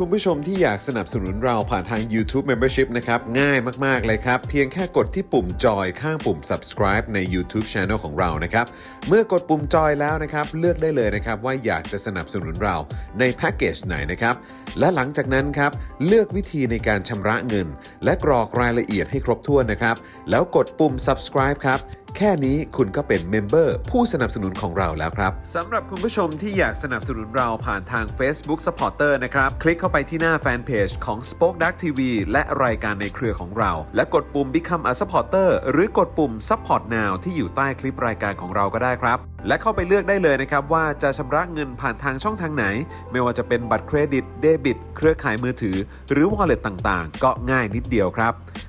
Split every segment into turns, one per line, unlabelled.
คุณผู้ชมที่อยากสนับสนุนเราผ่านทาง YouTube Membership นะครับ ง่ายมาก ๆ เลยครับ เพียงแค่กดที่ปุ่มจอยข้างปุ่ม subscribe ใน YouTube Channel ของเรานะครับ เมื่อกดปุ่มจอยแล้วนะครับ เลือกได้เลยนะครับ ว่าอยากจะสนับสนุนเราในแพ็กเกจไหนนะครับ และหลังจากนั้นครับ เลือกวิธีในการชำระเงิน และกรอกรายละเอียดให้ครบถ้วนนะครับ แล้วกดปุ่ม subscribe ครับ แค่นี้คุณก็เป็นเมมเบอร์ผู้สนับสนุนของเราแล้วครับสำหรับคุณผู้ชมที่อยากสนับสนุนเราผ่านทาง Facebook Supporter นะครับ คลิกเข้าไปที่หน้าแฟนเพจของ Spoke Dark TV และรายการในเครือของเรา และกดปุ่ม Become a Supporter หรือกดปุ่ม Support Now ที่อยู่ใต้คลิปรายการของเราก็ได้ครับ และเข้าไปเลือกได้เลยนะครับ ว่าจะชำระเงินผ่านทางช่องทางไหน ไม่ว่าจะเป็นบัตรเครดิตเดบิตเครือข่ายมือถือ หรือ Wallet ต่างๆ ก็ง่ายนิดเดียวครับ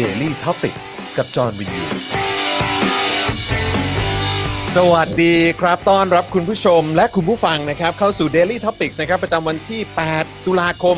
Daily Topics กับจอห์นวินยู
สวัสดีครับต้อนรับคุณผู้ชมและคุณผู้ฟังนะครับ เข้าสู่ Daily Topics นะครับ ประจำวันที่ 8 ตุลาคม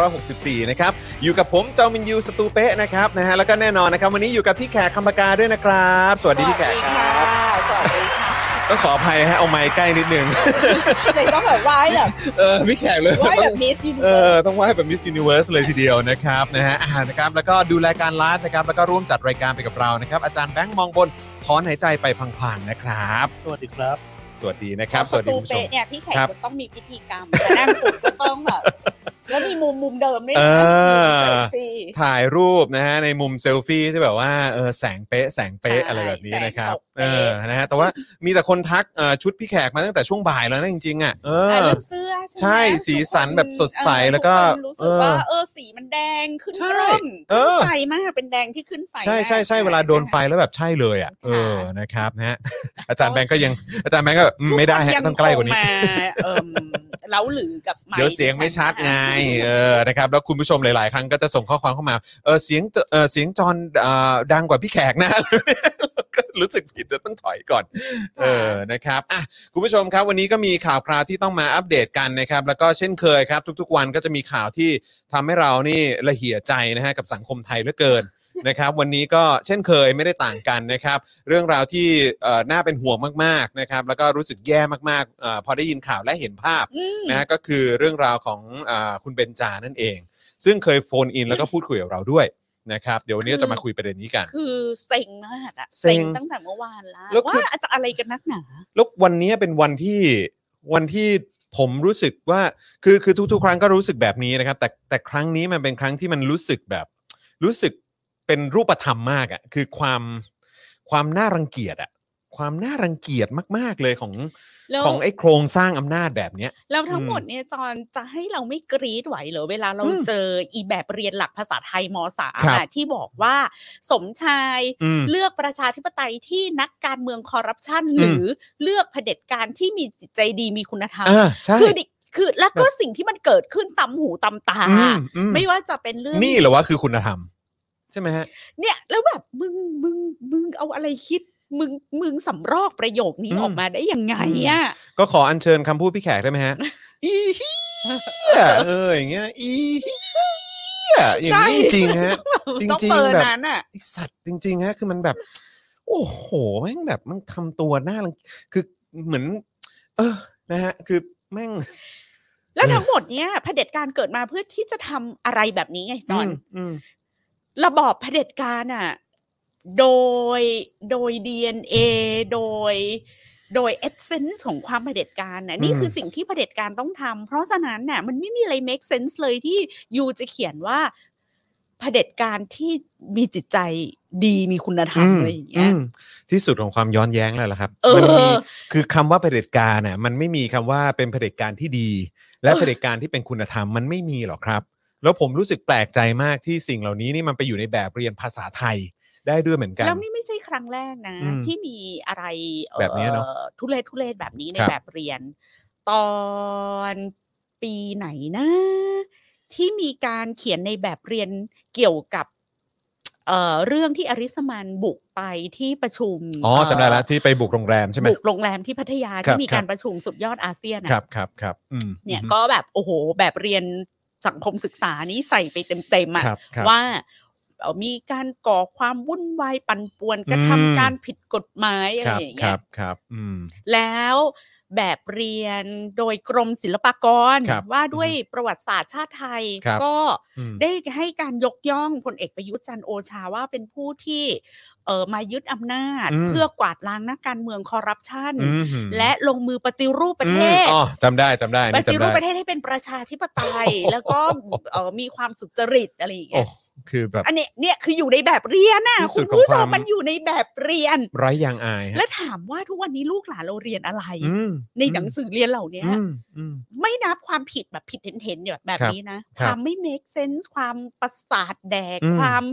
2564 นะครับ อยู่กับผมเจ้ามินยูสตูเป้นะครับนะฮะแล้วก็แน่นอนนะครับ วันนี้อยู่กับพี่แขกคำปากาด้วยนะครับ สวัสดีพี่แขกครับ
สวัสดีค่ะ
ต้องขออภัยฮะเอาไมค์ใกล้นิดนึง
สวัสดีค่ะเลยต้องแบบว่ายแบบ
เออพี่แขกเลย
ว่ายแบบมิสยูนิ
เอ
เวิ
อ
ร์ส
ต้องไหว้แบบ Miss Universe เลยทีเดียวนะครับนะฮะอ่านะครับแล้วก็ดูรายการไลฟ์นะครับแล้วก็ร่วมจัดรายการไปกับเรานะครับอาจารย์แบงค์มองบนถอนหายใจไปพลางๆนะครับ
สวัสดีครับ
สวัสดีนะครับ สวัสดีคุณผู้ช
เป๊ะ
ม
เนี่ยพี่ไข่
ครับ
จะต้องมีพิธีกรรมแต่นั่งปุ๊บก็ต้องแบบแล้วมีมุมมุมเดิมด้วย
เออ
นะเซลฟี่
ถ่ายรูปนะฮะในมุมเซลฟี่ที่แบบว่าเออแสงเป๊ะแสงเป๊ะ
ใช่
อะไรแบบนี้นะครับ
แสงตก
เอ
เป๊ะ
อนะฮะแต่ว่ามีแต่คนทักเอ่อชุดพี่แขกมาตั้งแต่ช่วงบ่ายแล้วนะจริงๆอ่ะเออ
เรื่องเสื้อใช่ไหม
ใช่สีสันแบบสดใส
เออ
แล้วก็
ทุคนรู้สึกว่า
เออ
เออสีมันแดงขึ้น
ใช่
ร่อน
เออ
ไฟมากเป็นแดงที่ขึ้นไฟ
ใช่ใช่ใช่เวลาโดนไฟแล้วแบบใช่เลยอ่ะเออนะครับนะฮะอาจารย์แบงก์ก็ยังอาจารย์แบงก์ก็แบบอืมไม่ได้ฮะ
ยัง
ต้องใกล้กว่านี้
คงมาเอิ่มเล้าหลือกับไมค์
เดี๋ยวเสียงไม่ชัดไงเออนะครับแล้วคุณผู้ชมหลาย ๆ ครั้งก็จะส่งข้อความเข้ามาเออเสียงเออเสียงจอนเอ่อดังกว่าพี่แขกนะ ก็รู้สึกผิดแต่ต้องถอยก่อน เออนะครับอ่ะคุณผู้ชมครับวันนี้ก็มีข่าวคราวที่ต้องมาอัปเดตกันนะครับ แล้วก็เช่นเคยครับ ทุก ๆ วันก็จะมีข่าวที่ทำให้เรานี่ละเหี่ยใจนะฮะกับสังคมไทยเหลือเกิน นะครับ วันนี้ก็เช่นเคยไม่ได้ต่างกันนะครับ เรื่องราวที่เอ่อน่าเป็นห่วงมาก ๆ นะครับ แล้วก็รู้สึกแย่มากๆเอ่อพอได้ยินข่าวและเห็นภาพ
อืม
นะฮะก็คือเรื่องราวของอาคุณเบนจานั่นเอง ซึ่งเคยโฟนอินแล้วก็พูดคุยกับเราด้วยนะครับ เดี๋ยววันนี้
คือ
จะมาคุยประเด็นนี้กัน
คือเซ็งมากอะ
เซ็ง
ตั้งแต่เมื่อวานแล้ว
แล้วคือ
ว่าอาจจะอะไรกันนักหนา
แล้ววันนี้เป็นวันที่วันที่ผมรู้สึกว่าคือคือทุกๆ ครั้งก็รู้สึกแบบนี้นะครับ แต่แต่ครั้งนี้มันเป็นครั้งที่มันรู้สึกแบบ รู้สึกเป็นรูปธรรมมากอะ่ะคือความความน่ารังเกียจอะ่ะความน่ารังเกียจมาก ๆ เลยของ
แล้ว
ของไอ้โครงสร้างอำนาจแบบเนี้ย
แล้วทั้งหมดเนี่ยตอนจะให้เราไม่กรี๊ดไหวเหรอเวลาเรา
อืม
เจออีแบบเรียนหลักภาษาไทยมสาม
ครับ
อะที่บอกว่าสมชาย
อืม
เลือกประชาธิปไตยที่นักการเมืองคอร์รัปชัน
อืม
หรือเลือกเผด็จการที่มีจิตใจดีมีคุณธรรม
อ่าใช่
คือดิคือแล้วก็สิ่งที่มันเกิดขึ้นตำหูตำตา
อืมอืม
ไม่ว่าจะเป็นเรื่อง
นี่เหรอวะคือคุณธรรม ใช่ไหมฮะ
เนี่ยแล้วแบบมึงมึงมึงเอาอะไรคิด มึงมึงสำรอกประโยคนี้
อืม
ออกมาได้ยังไงอ่ะ
ก็ขออัญเชิญคำพูดพี่แขกได้ไหมฮ ะ อีเฮียเอออย่างเงี้ยนะอีเฮียอย่างนี้จริงๆฮะ จริงๆ
ต้องเปิด
แบบ
นั้นอ่ะ
ไอสัตว์จริงๆฮะคือมันแบบ โอ้โหแม่งแบบมันทำตัวหน้ารังคือเหมือน เออนะฮะ คือแม่ง
แล้วทั้งหมดเนี้ยเผด็จการเกิดมาเพื่อที่จะทำอะไรแบบนี้ไงจอน
อืม
ระบอบเผด็จการอ่ะโดยโดย DNA โดย โดยเอเซนส์ของความเผด็จการน่ะนี่
อืม
คือสิ่งที่เผด็จการต้องทำเพราะฉะนั้นน่ะ มันไม่มีอะไร make sense เลยที่ยูจะเขียนว่าเผด็จการที่มีจิตใจดีมีคุณธรรม
อืม
อะไรอย่างเงี้ย
อืมที่สุดของความย้อนแย้งแล้วล่ะครับ
เออ
มันมีคือคำว่าเผด็จการน่ะมันไม่มีคำว่าเป็นเผด็จการที่ดี และเผด็จการที่เป็นคุณธรรมมันไม่มีหรอกครับ แล้วผมรู้สึกแปลกใจมากที่สิ่งเหล่านี้นี่มันไปอยู่ในแบบเรียนภาษาไทยได้ด้วยเหมือนกัน
แล้วนี่ไม่ใช่ครั้งแรกนะ
อืม
ที่มีอะไรอ่อ
แบบเนี้ยเนอะ
ทุเรศทุเรศแบบนี้ใน
ครับ
แบบเรียน ตอนปีไหนนะ ที่มีการเขียนในแบบเรียนเกี่ยวกับเอ่อเรื่องที่อริสมันบุกไปที่ประชุม
อ๋อ
เ
จำได้ละที่ไปบุกโรงแรมใช่ไหม
บุกโรงแรมที่พัทยา
ครั
ที่
บ
มีกา
ครั
ร
บ
ประชุมสุดยอดอาเซียนอะ
ครับครับครับอืม
เนี่ย
อืม
ก็แบบโอ้โหแบบเรียนสังคมศึกษานี้ใส่ไปเต็มๆอะ
ครับครับ
ว่าเอ่อมีการก่อความวุ่นวายปั่นป่วนกระ
อืม
ทำการผิดกฎหมายอะ
ค
ไร
รับ
อย่าง
ค
เงี้
รั
ย
บครับอืม
แล้วแบบเรียนโดยกรมศิลปากร
ครับ
ว่าด้วยประวัติศาสตร์ชาติไทย
ครับ
ก็
อืม
ได้ให้การยกย่องพลเอกประยุทธ์จันทร์โอชาว่าเป็นผู้ที่เออมายึดอำนาจ
อืม
เพื่อกวาดล้างนักการเมืองคอร์รัปชัน
อืม
และลงมือปฏิรูปประเทศ
อืมอ๋อจำได้จำได้
ป
นี่
ฏิ
จำ
รูป
ได้
ประเทศให้เป็นประชาธิปไตย
โอ้โห
แล้วก็เอ่อมีความสุจริตอะไรอย่าง
โอ้
เงี้ย
คือแบบ
อันเนี้ยเนี่ยคืออยู่ในแบบเรียนน่ะ
ที่สุ
คุ
ด
ณ
ของ
ผู้ช
ความ ม
มันอยู่ในแบบเรียน
ไร้ยางอายฮะ
และถามว่าทุกวันนี้ลูกหลานเราเรียนอะไร
อืม
ในหนังสือเรียนเหล่าเนี้ย
อืมอืม
ไม่นับความผิดแบบผิดเห็นๆอย่างแบบนี้นะ
ค
ครับ วามไม่ make sense ความประสาทแดก
อืม
ความ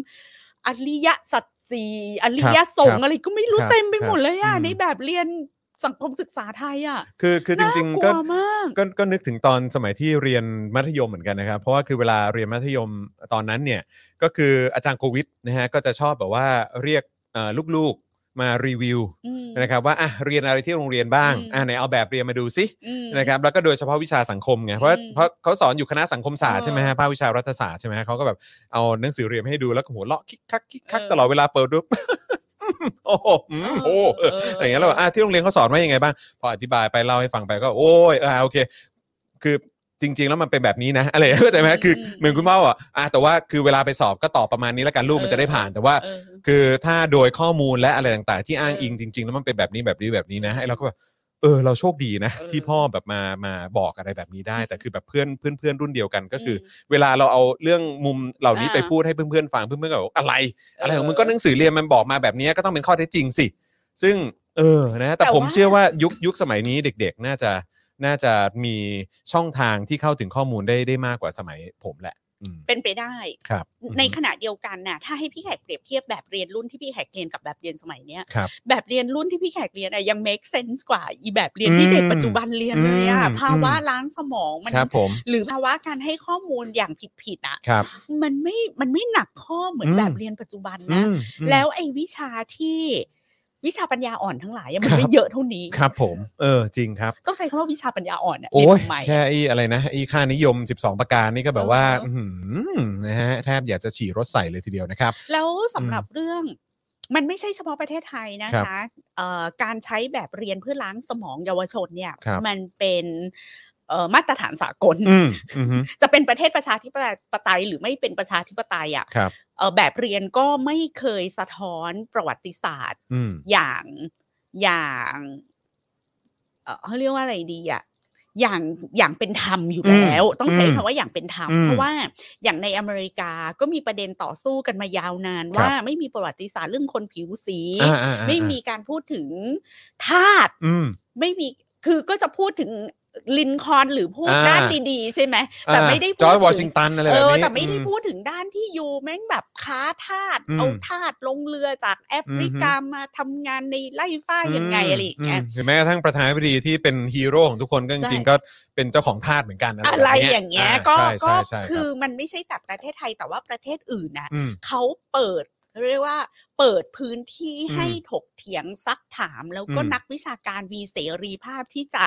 อริยสัจสีอริยสง
ครับ
ฆ์อะไรก็ไม่รู้
ครับ
เต็มไป
ครับ
หมดเลยอ่ะ
อืม
ในแบบเรียนสังคมศึกษาไทยอ่ะ
คือคือจริง ๆ ก็
น่ากลัวมาก
ก็ก็นึกถึงตอนสมัยที่เรียนมัธยมเหมือนกันนะครับ เพราะว่าคือเวลาเรียนมัธยมตอนนั้นเนี่ยก็คืออาจารย์โควิดนะฮะก็จะชอบแบบว่าเรียกเอ่อลูกๆมารีวิว
อืม
นะครับว่าอ่ะเรียนอะไรที่โรงเรียนบ้าง
อืม
อ่ะไหนเอาแบบเรียนมาดูสิ
อืม
นะครับแล้วก็โดยเฉพาะวิชาสังคมไงเพราะ
อืม
เพราะเขาสอนอยู่คณะสังคมศาสตร์
เออ
ใช่ไหมฮะภาควิชารัฐศาสตร์ใช่ไหมฮะเขาก็แบบเอาหนังสือเรียนให้ดูแล้วก็หัวเราะคิกคักคิกคัก
เออ
ตลอดเวลาเปิดดู โอ้โหอืมโอ้โหเออ
เออ
อะไรอย่างเงี้ยแล้วแบบอ่ะที่โรงเรียนเขาสอนว่ายังไงบ้าง พออธิบายไปเล่าให้ฟังไปก็ โอ้ยอ่าโอเค คือจริง ๆ แล้วมันเป็นแบบนี้นะอะไร เข้าใจไหม
อืม
คือ
อืม
เหมือนคุณพ่อบอกอ่ะแต่ว่าคือเวลาไปสอบก็ตอบประมาณนี้แล้วกันลูกมัน
เออ
จะได้ผ่านแต่ว่า
เออ
คือถ้าโดยข้อมูลและอะไรต่างๆ ที่อ้าง
เออ
อิ
อิ
งจริง ๆ แล้วมันเป็นแบบนี้แบบนี้แบบนี้นะไอ้เราก็แบบเออเราโชคดีนะ
เออ
ที่พ่อแบบมามาบอกอะไรแบบนี้ได้ แต่คือแบบเพื่อนเพื่อนเพื่อนรุ่นเดียวกันก็คืออ
ม
เวลาเราเอาเรื่องมุมเหล่านี้
อ่า
ไปพูดให้เพื่อนๆฟังเพื่อนๆก็บอกอะไร อะไรของมึง
เ
ก็หนังสือเรียนมันบอกมาแบบนี้ก็ต้องเป็นข้อเท็จจริงสิ ซึ่งเออนะแต่
แต่
ผม
ว่า
เชื่อว่ายุคยุคสมัยนี้เด็ก ๆ น่าจะน่าจะมีช่องทางที่เข้าถึงข้อมูลได้ได้มากกว่าสมัยผมแหละอืม
เป็นไปได้
ครับ
ในขณะเดียวกันน่ะถ้าให้พี่แขกเปรียบเทียบแบบเรียนรุ่นที่พี่แขกเรียนกับแบบเรียนสมัยเนี้ย
ครับ
แบบเรียนรุ่นที่พี่แขกเรียนอะยัง make sense กว่าอีแบบเรียนที่เด็กปัจจุบันเรียนเลยอะ
อืม
ภาวะล้างสมองมัน
ครับผม
หรือภาวะการให้ข้อมูลอย่างผิดๆอะ
ครับ
มันไม่มันไม่หนักข้อเหมือ
อื
น
ม
แบบเรียนปัจจุบัน
อื
นะ
มอืม
แล้วไอ้วิชาที่วิชาปัญญาอ่อนทั้งหลายอะมัน
ครั
ไม่
บ
เยอะเท่านี้
ครับผม เออจริงครับ
ต้องใช้คำว่าวิชาปัญญาอ่อนอะ
โอ้
เรียน
ย
ทำไมอะ
แค่ไอ้อะไรนะไอ้ค่านิยม 12 ประการนี่ก็แบบว่า
เออ
อื้อหือนะฮะแทบอยากจะฉี่รถใส่เลยทีเดียวนะครับ
แล้วสำหรับเรื่องมันไม่ใช่เฉพาะประเทศไทยนะ
ครั
คะเอ่อการใช้แบบเรียนเพื่อล้างสมองเยาวชนเนี่ย
ครับ
มันเป็นเอ่อมาตรฐานสากล
อืมอือหือ
จะเป็นประเทศประชาธิปไตยหรือไม่เป็นประชาธิปไตยอะ
ครับ
เอ่ะแบบเรียนก็ไม่เคยสะท้อนประวัติศาสตร์
อืม
อย่างอย่างเอ่อเขาเรียกว่าอะไรดีอะอย่างอย่างเป็นธรรมอยู่แล้ว ต้องใช้คำว่าอย่างเป็นธรรมเพราะว่าอย่างในอเมริกาก็มีประเด็นต่อสู้กันมายาวนาน ว่าไม่มีประวัติศาสตร์เรื่องคนผิวสี
อ่าอ่าอ่า
ไม่มีการพูดถึงทาส
อืม
ไม่มีคือก็จะพูดถึงลินคอล์นหรือพูด
อ่า
ด้านดีๆ ใช่ไหมแต่ไม่ได้
จ
พู
อ
ด
ยวอ
ถึ
ชิง
ง
ตันอะไรแบ
เอบอ
นี้
แต่ไม่ได้พูดถึงด้านที่ยูแม่งแบบค้าทาส
อืม
เอาทาสลงเรือจากแอฟริกามาทำงานในไล่ฝ้ายังไงอะไรอย่างเงี้ย
มหรือแม้กระทั่งประธานาธิบดีที่เป็นฮีโร่ของทุกคนก็จ
ใช่
ริงๆก็เป็นเจ้าของทาสเหมือนกัน
อะไรอย่างเงี้ยก็ก็
ใช่ใช่ใช่
คื
รั
อบ มันไม่ใช่แต่ประเทศไทยแต่ว่าประเทศอื่นนะ
ม
เขาเปิดเขาเรียกว่า เปิดพื้นที่
อืม
ให้ถกเถียงซักถามแล้วก็
อืม
นักวิชาการมีเสรีภาพที่จะ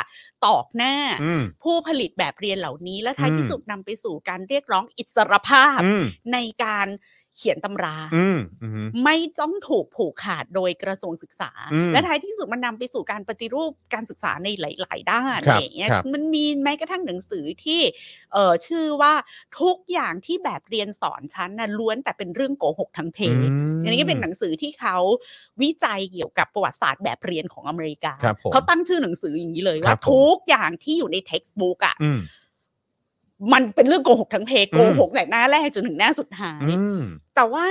ตอกหน้า
อืม
ผู้ผลิตแบบเรียนเหล่านี้ และท้าย
อืม
ที่สุดนำไปสู่การเรียกร้องอิสรภาพ
อืม
ในการเขียนตำรา
อืมอืม
ไม่ต้องถูกผูกขาดโดยกระทรวงศึกษา
อืม
และท้ายที่สุดมันนำไปสู่การปฏิรูปการศึกษาในหลาย ๆ ด้าน
ค
อะ
รับ
ไรอย่างเงี้ย
ครับ
มันมีแม้กระทั่งหนังสือที่เอ่อชื่อว่าทุกอย่างที่แบบเรียนสอนชั้นน่ะล้วนแต่เป็นเรื่องโกหกทั้งเพจอันนี้ก็เป็นหนังสือที่เขาวิจัยเกี่ยวกับประวัติศาสตร์แบบเรียนของอเมริกา
ครับผม
เขาตั้งชื่อหนังสืออย่างนี้เลย
ครั
ว่า
บผม
ทุกอย่างที่อยู่ในเท็กซ์บุ๊กอ่ะ
อืม
มันเป็นเรื่องโกหกทั้งเพจ
อืม
โกหกแต่หน้าแรกจนถึงหน้าสุดท้าย
อืม
แต่ว่า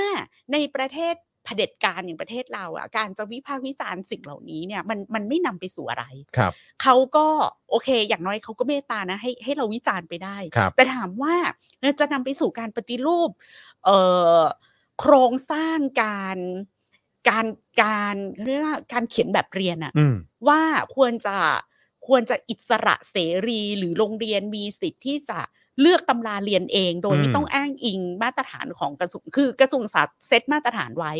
ในประเทศเผด็จการอย่างประเทศเราอ่ะการจะวิพากษ์วิจารณ์สิ่งเหล่านี้เนี่ยมันมันไม่นำไปสู่อะไร
ครับ
เขาก็โอเค อย่างน้อยเขาก็เมตตานะให้ให้เราวิจารณ์ไปได้
ครับ
แต่ถามว่าจะนำไปสู่การปฏิรูปเอ่อโครงสร้างการการการเรียกว่าการเขียนแบบเรียนอะ
อืม
ว่าควรจะควรจะอิสระเสรีหรือโรงเรียนมีสิทธิ์ที่จะ เลือกตำราเรียนเอง โดย
อืม
ไม่ต้องอ้างอิงมาตรฐานของกระทรวงคือกระทรวงศาสตร์เซตมาตรฐานไว้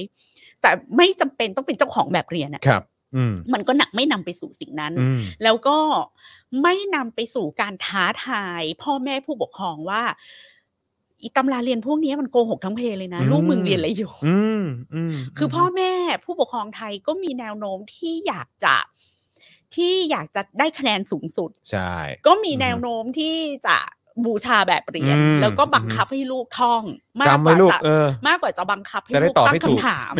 แต่ไม่จำเป็นต้องเป็นเจ้าของแบบเรียนอะ
ครับ อืม
มันก็หนักไม่นำไปสู่สิ่งนั้น
อืม
แล้วก็ไม่นำไปสู่การท้าทาย พ่อแม่ผู้ปกครองว่าอีตำราเรียนพวกนี้มันโกหกทั้งเพเลยนะ ลูกมึงเรียนอะไรอยู่
อืมอืม
คือพ่อแม่ผู้ปกครองไทยก็มีแนวโน้มที่อยากจะที่อยากจะได้คะแนนสูงสุด
ใช่
ก็มีแนวโน้มที่จะบูชาแบบเรียน
อืม
แล้วก็บังคับให้ลูกท่องมาก
จำ
ก
ไว้
ว่า
ลูก
จะ
เออ
มากกว่าจะบังคับให้
จะได้
ลูก
ตอบ
ตั้
ให้
ง
ถูก
คำถาม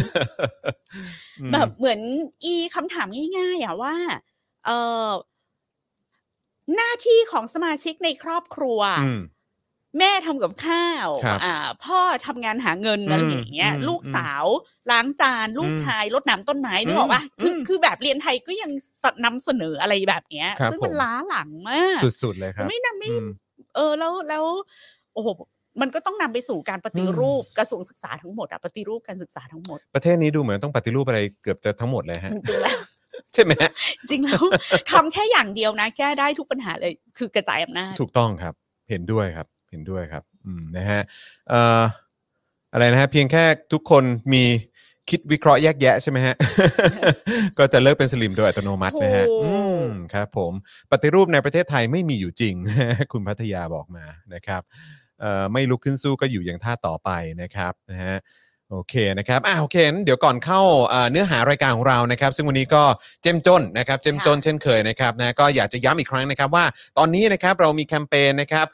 อืม
แบบเหมือนอีคำถามง่ายๆอะว่าเออหน้าที่ของสมาชิกในครอบครัว
อืม
แม่ทำกับข้าว
ครับ
อ่า พ่อทำงานหาเงิน
อืม
อะไรอย่างเงี้ย
อืม
ลูกสาวล้างจานลูก
อืม
ชายรดน้ำต้นไม้นึกออกปะ
อืม
คืออ
ม
คือแบบเรียนไทยก็ยังนำเสนออะไรแบบเนี้ย
ครับ
ซึ่งมัน
ผม
ล้าหลังมาก
สุดๆเลยครับ
ไม่นำไม่
อืม
เออแล้วแล้วโอ้โหมันก็ต้องนำไปสู่การปฏิรูปกระทรวงศึกษาทั้งหมดอะปฏิรูปการศึกษาทั้งหมด
ประเทศนี้ดูเหมือนต้องปฏิรูปอะไรเกือบจะทั้งหมดเลยฮะ
จริงๆแล้ว
ใช่ไหมฮะ
จริงแล้ว ทำแค่อย่างเดียวนะ แก้ได้ทุกปัญหาเลย คือกระจายอำนาจ
ถูกต้องครับ เห็นด้วยครับ เห็นด้วยครับอืมนะฮะเอ่ออะไรนะฮะเพียงแค่ทุกคนมีคิดวิเคราะห์แยกแยะใช่ไหมฮะ ก็จะเลิกเป็นสลิมโดยอัตโนมัตินะฮะอืมครับ ผมปฏิรูปในประเทศไทยไม่มีอยู่จริง คุณพัทยาบอกมานะครับเอ่อไม่ลุกขึ้นสู้ก็อยู่อย่างท่าต่อไปนะครับนะฮะ โอเคนะครับ อ่าโอเคงั้นเดี๋ยวก่อนเข้าอ่าเนื้อหารายการของเรานะครับ ซึ่งวันนี้ก็เจ้มจนนะครับ เจ้มจนเช่นเคยนะครับนะ ก็อยากจะย้ำอีกครั้งนะครับว่าตอนนี้นะครับเรามีแคมเปญนะครับ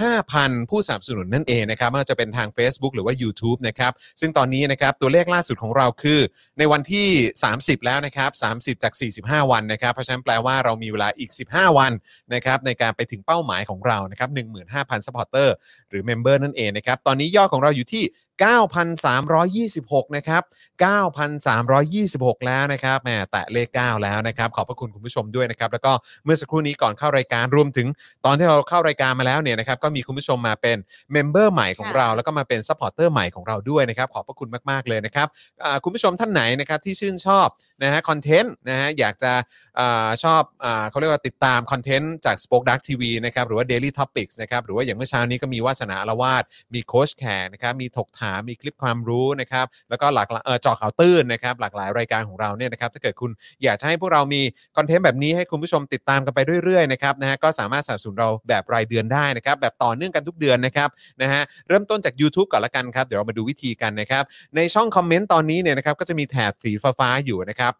15,000 ผู้สนับสนุนนั่นเองนะครับไม่ว่าจะเป็นทาง Facebook หรือว่า YouTube นะครับ ซึ่งตอนนี้นะครับตัวเลขล่าสุดของเราคือ ในวันที่ 30 แล้วนะครับ 30 จาก 45 วันนะครับ เพราะฉะนั้นแปลว่าเรามีเวลาอีก 15 วันนะครับในการไปถึงเป้าหมายของเรานะครับ15,000 supporter หรือเมมเบอร์นั่นเองนะครับ ตอนนี้ยอดของเราอยู่ที่ 9,326 นะครับ 9,326 แล้วนะครับแหมแตะเลข 9 แล้วนะครับ ขอบพระคุณคุณผู้ชมด้วยนะครับ แล้วก็เมื่อสักครู่นี้ก่อนเข้ารายการรวมถึงตอนที่เราเข้ารายการมาแล้วเนี่ยนะครับ ก็มีคุณผู้ชมมาเป็นเมมเบอร์ใหม่ของเรา แล้วก็มาเป็นซัพพอร์เตอร์ใหม่ของเราด้วยนะครับ ขอบพระคุณมาก ๆ เลยนะครับอ่าคุณผู้ชมท่านไหนนะครับที่ชื่นชอบนะฮะคอนเทนต์นะฮะอยากจะ อาชอบอาเขาเรียกว่าติดตามคอนเทนต์จาก Spoke Dark TV นะครับหรือว่า Daily Topics นะครับหรือว่าอย่างเมื่อเช้านี้ก็มีวาสนาละวาด มีโค้ชแขกนะครับมีถกถามมีคลิปความรู้นะครับแล้วก็หลากหลายเอ่อเจอข่าวตื้นนะครับหลากหลายรายการของเราเนี่ยนะครับถ้าเกิดคุณอยากจะให้พวกเรามีคอนเทนต์แบบนี้ให้คุณผู้ชมติดตามกันไปเรื่อยๆนะครับนะฮะก็สามารถสนับสนุนเราแบบรายเดือนได้นะครับแบบต่อเนื่องกันทุกเดือนนะครับนะฮะเริ่มต้นจาก YouTube ก่อนละกันครับเดี๋ยวเรามาดูวิธีกันนะครับ ในช่องคอมเมนต์ตอนนี้เนี่ยนะครับก็จะมีแถบสีฟ้าๆอยู่นะครับ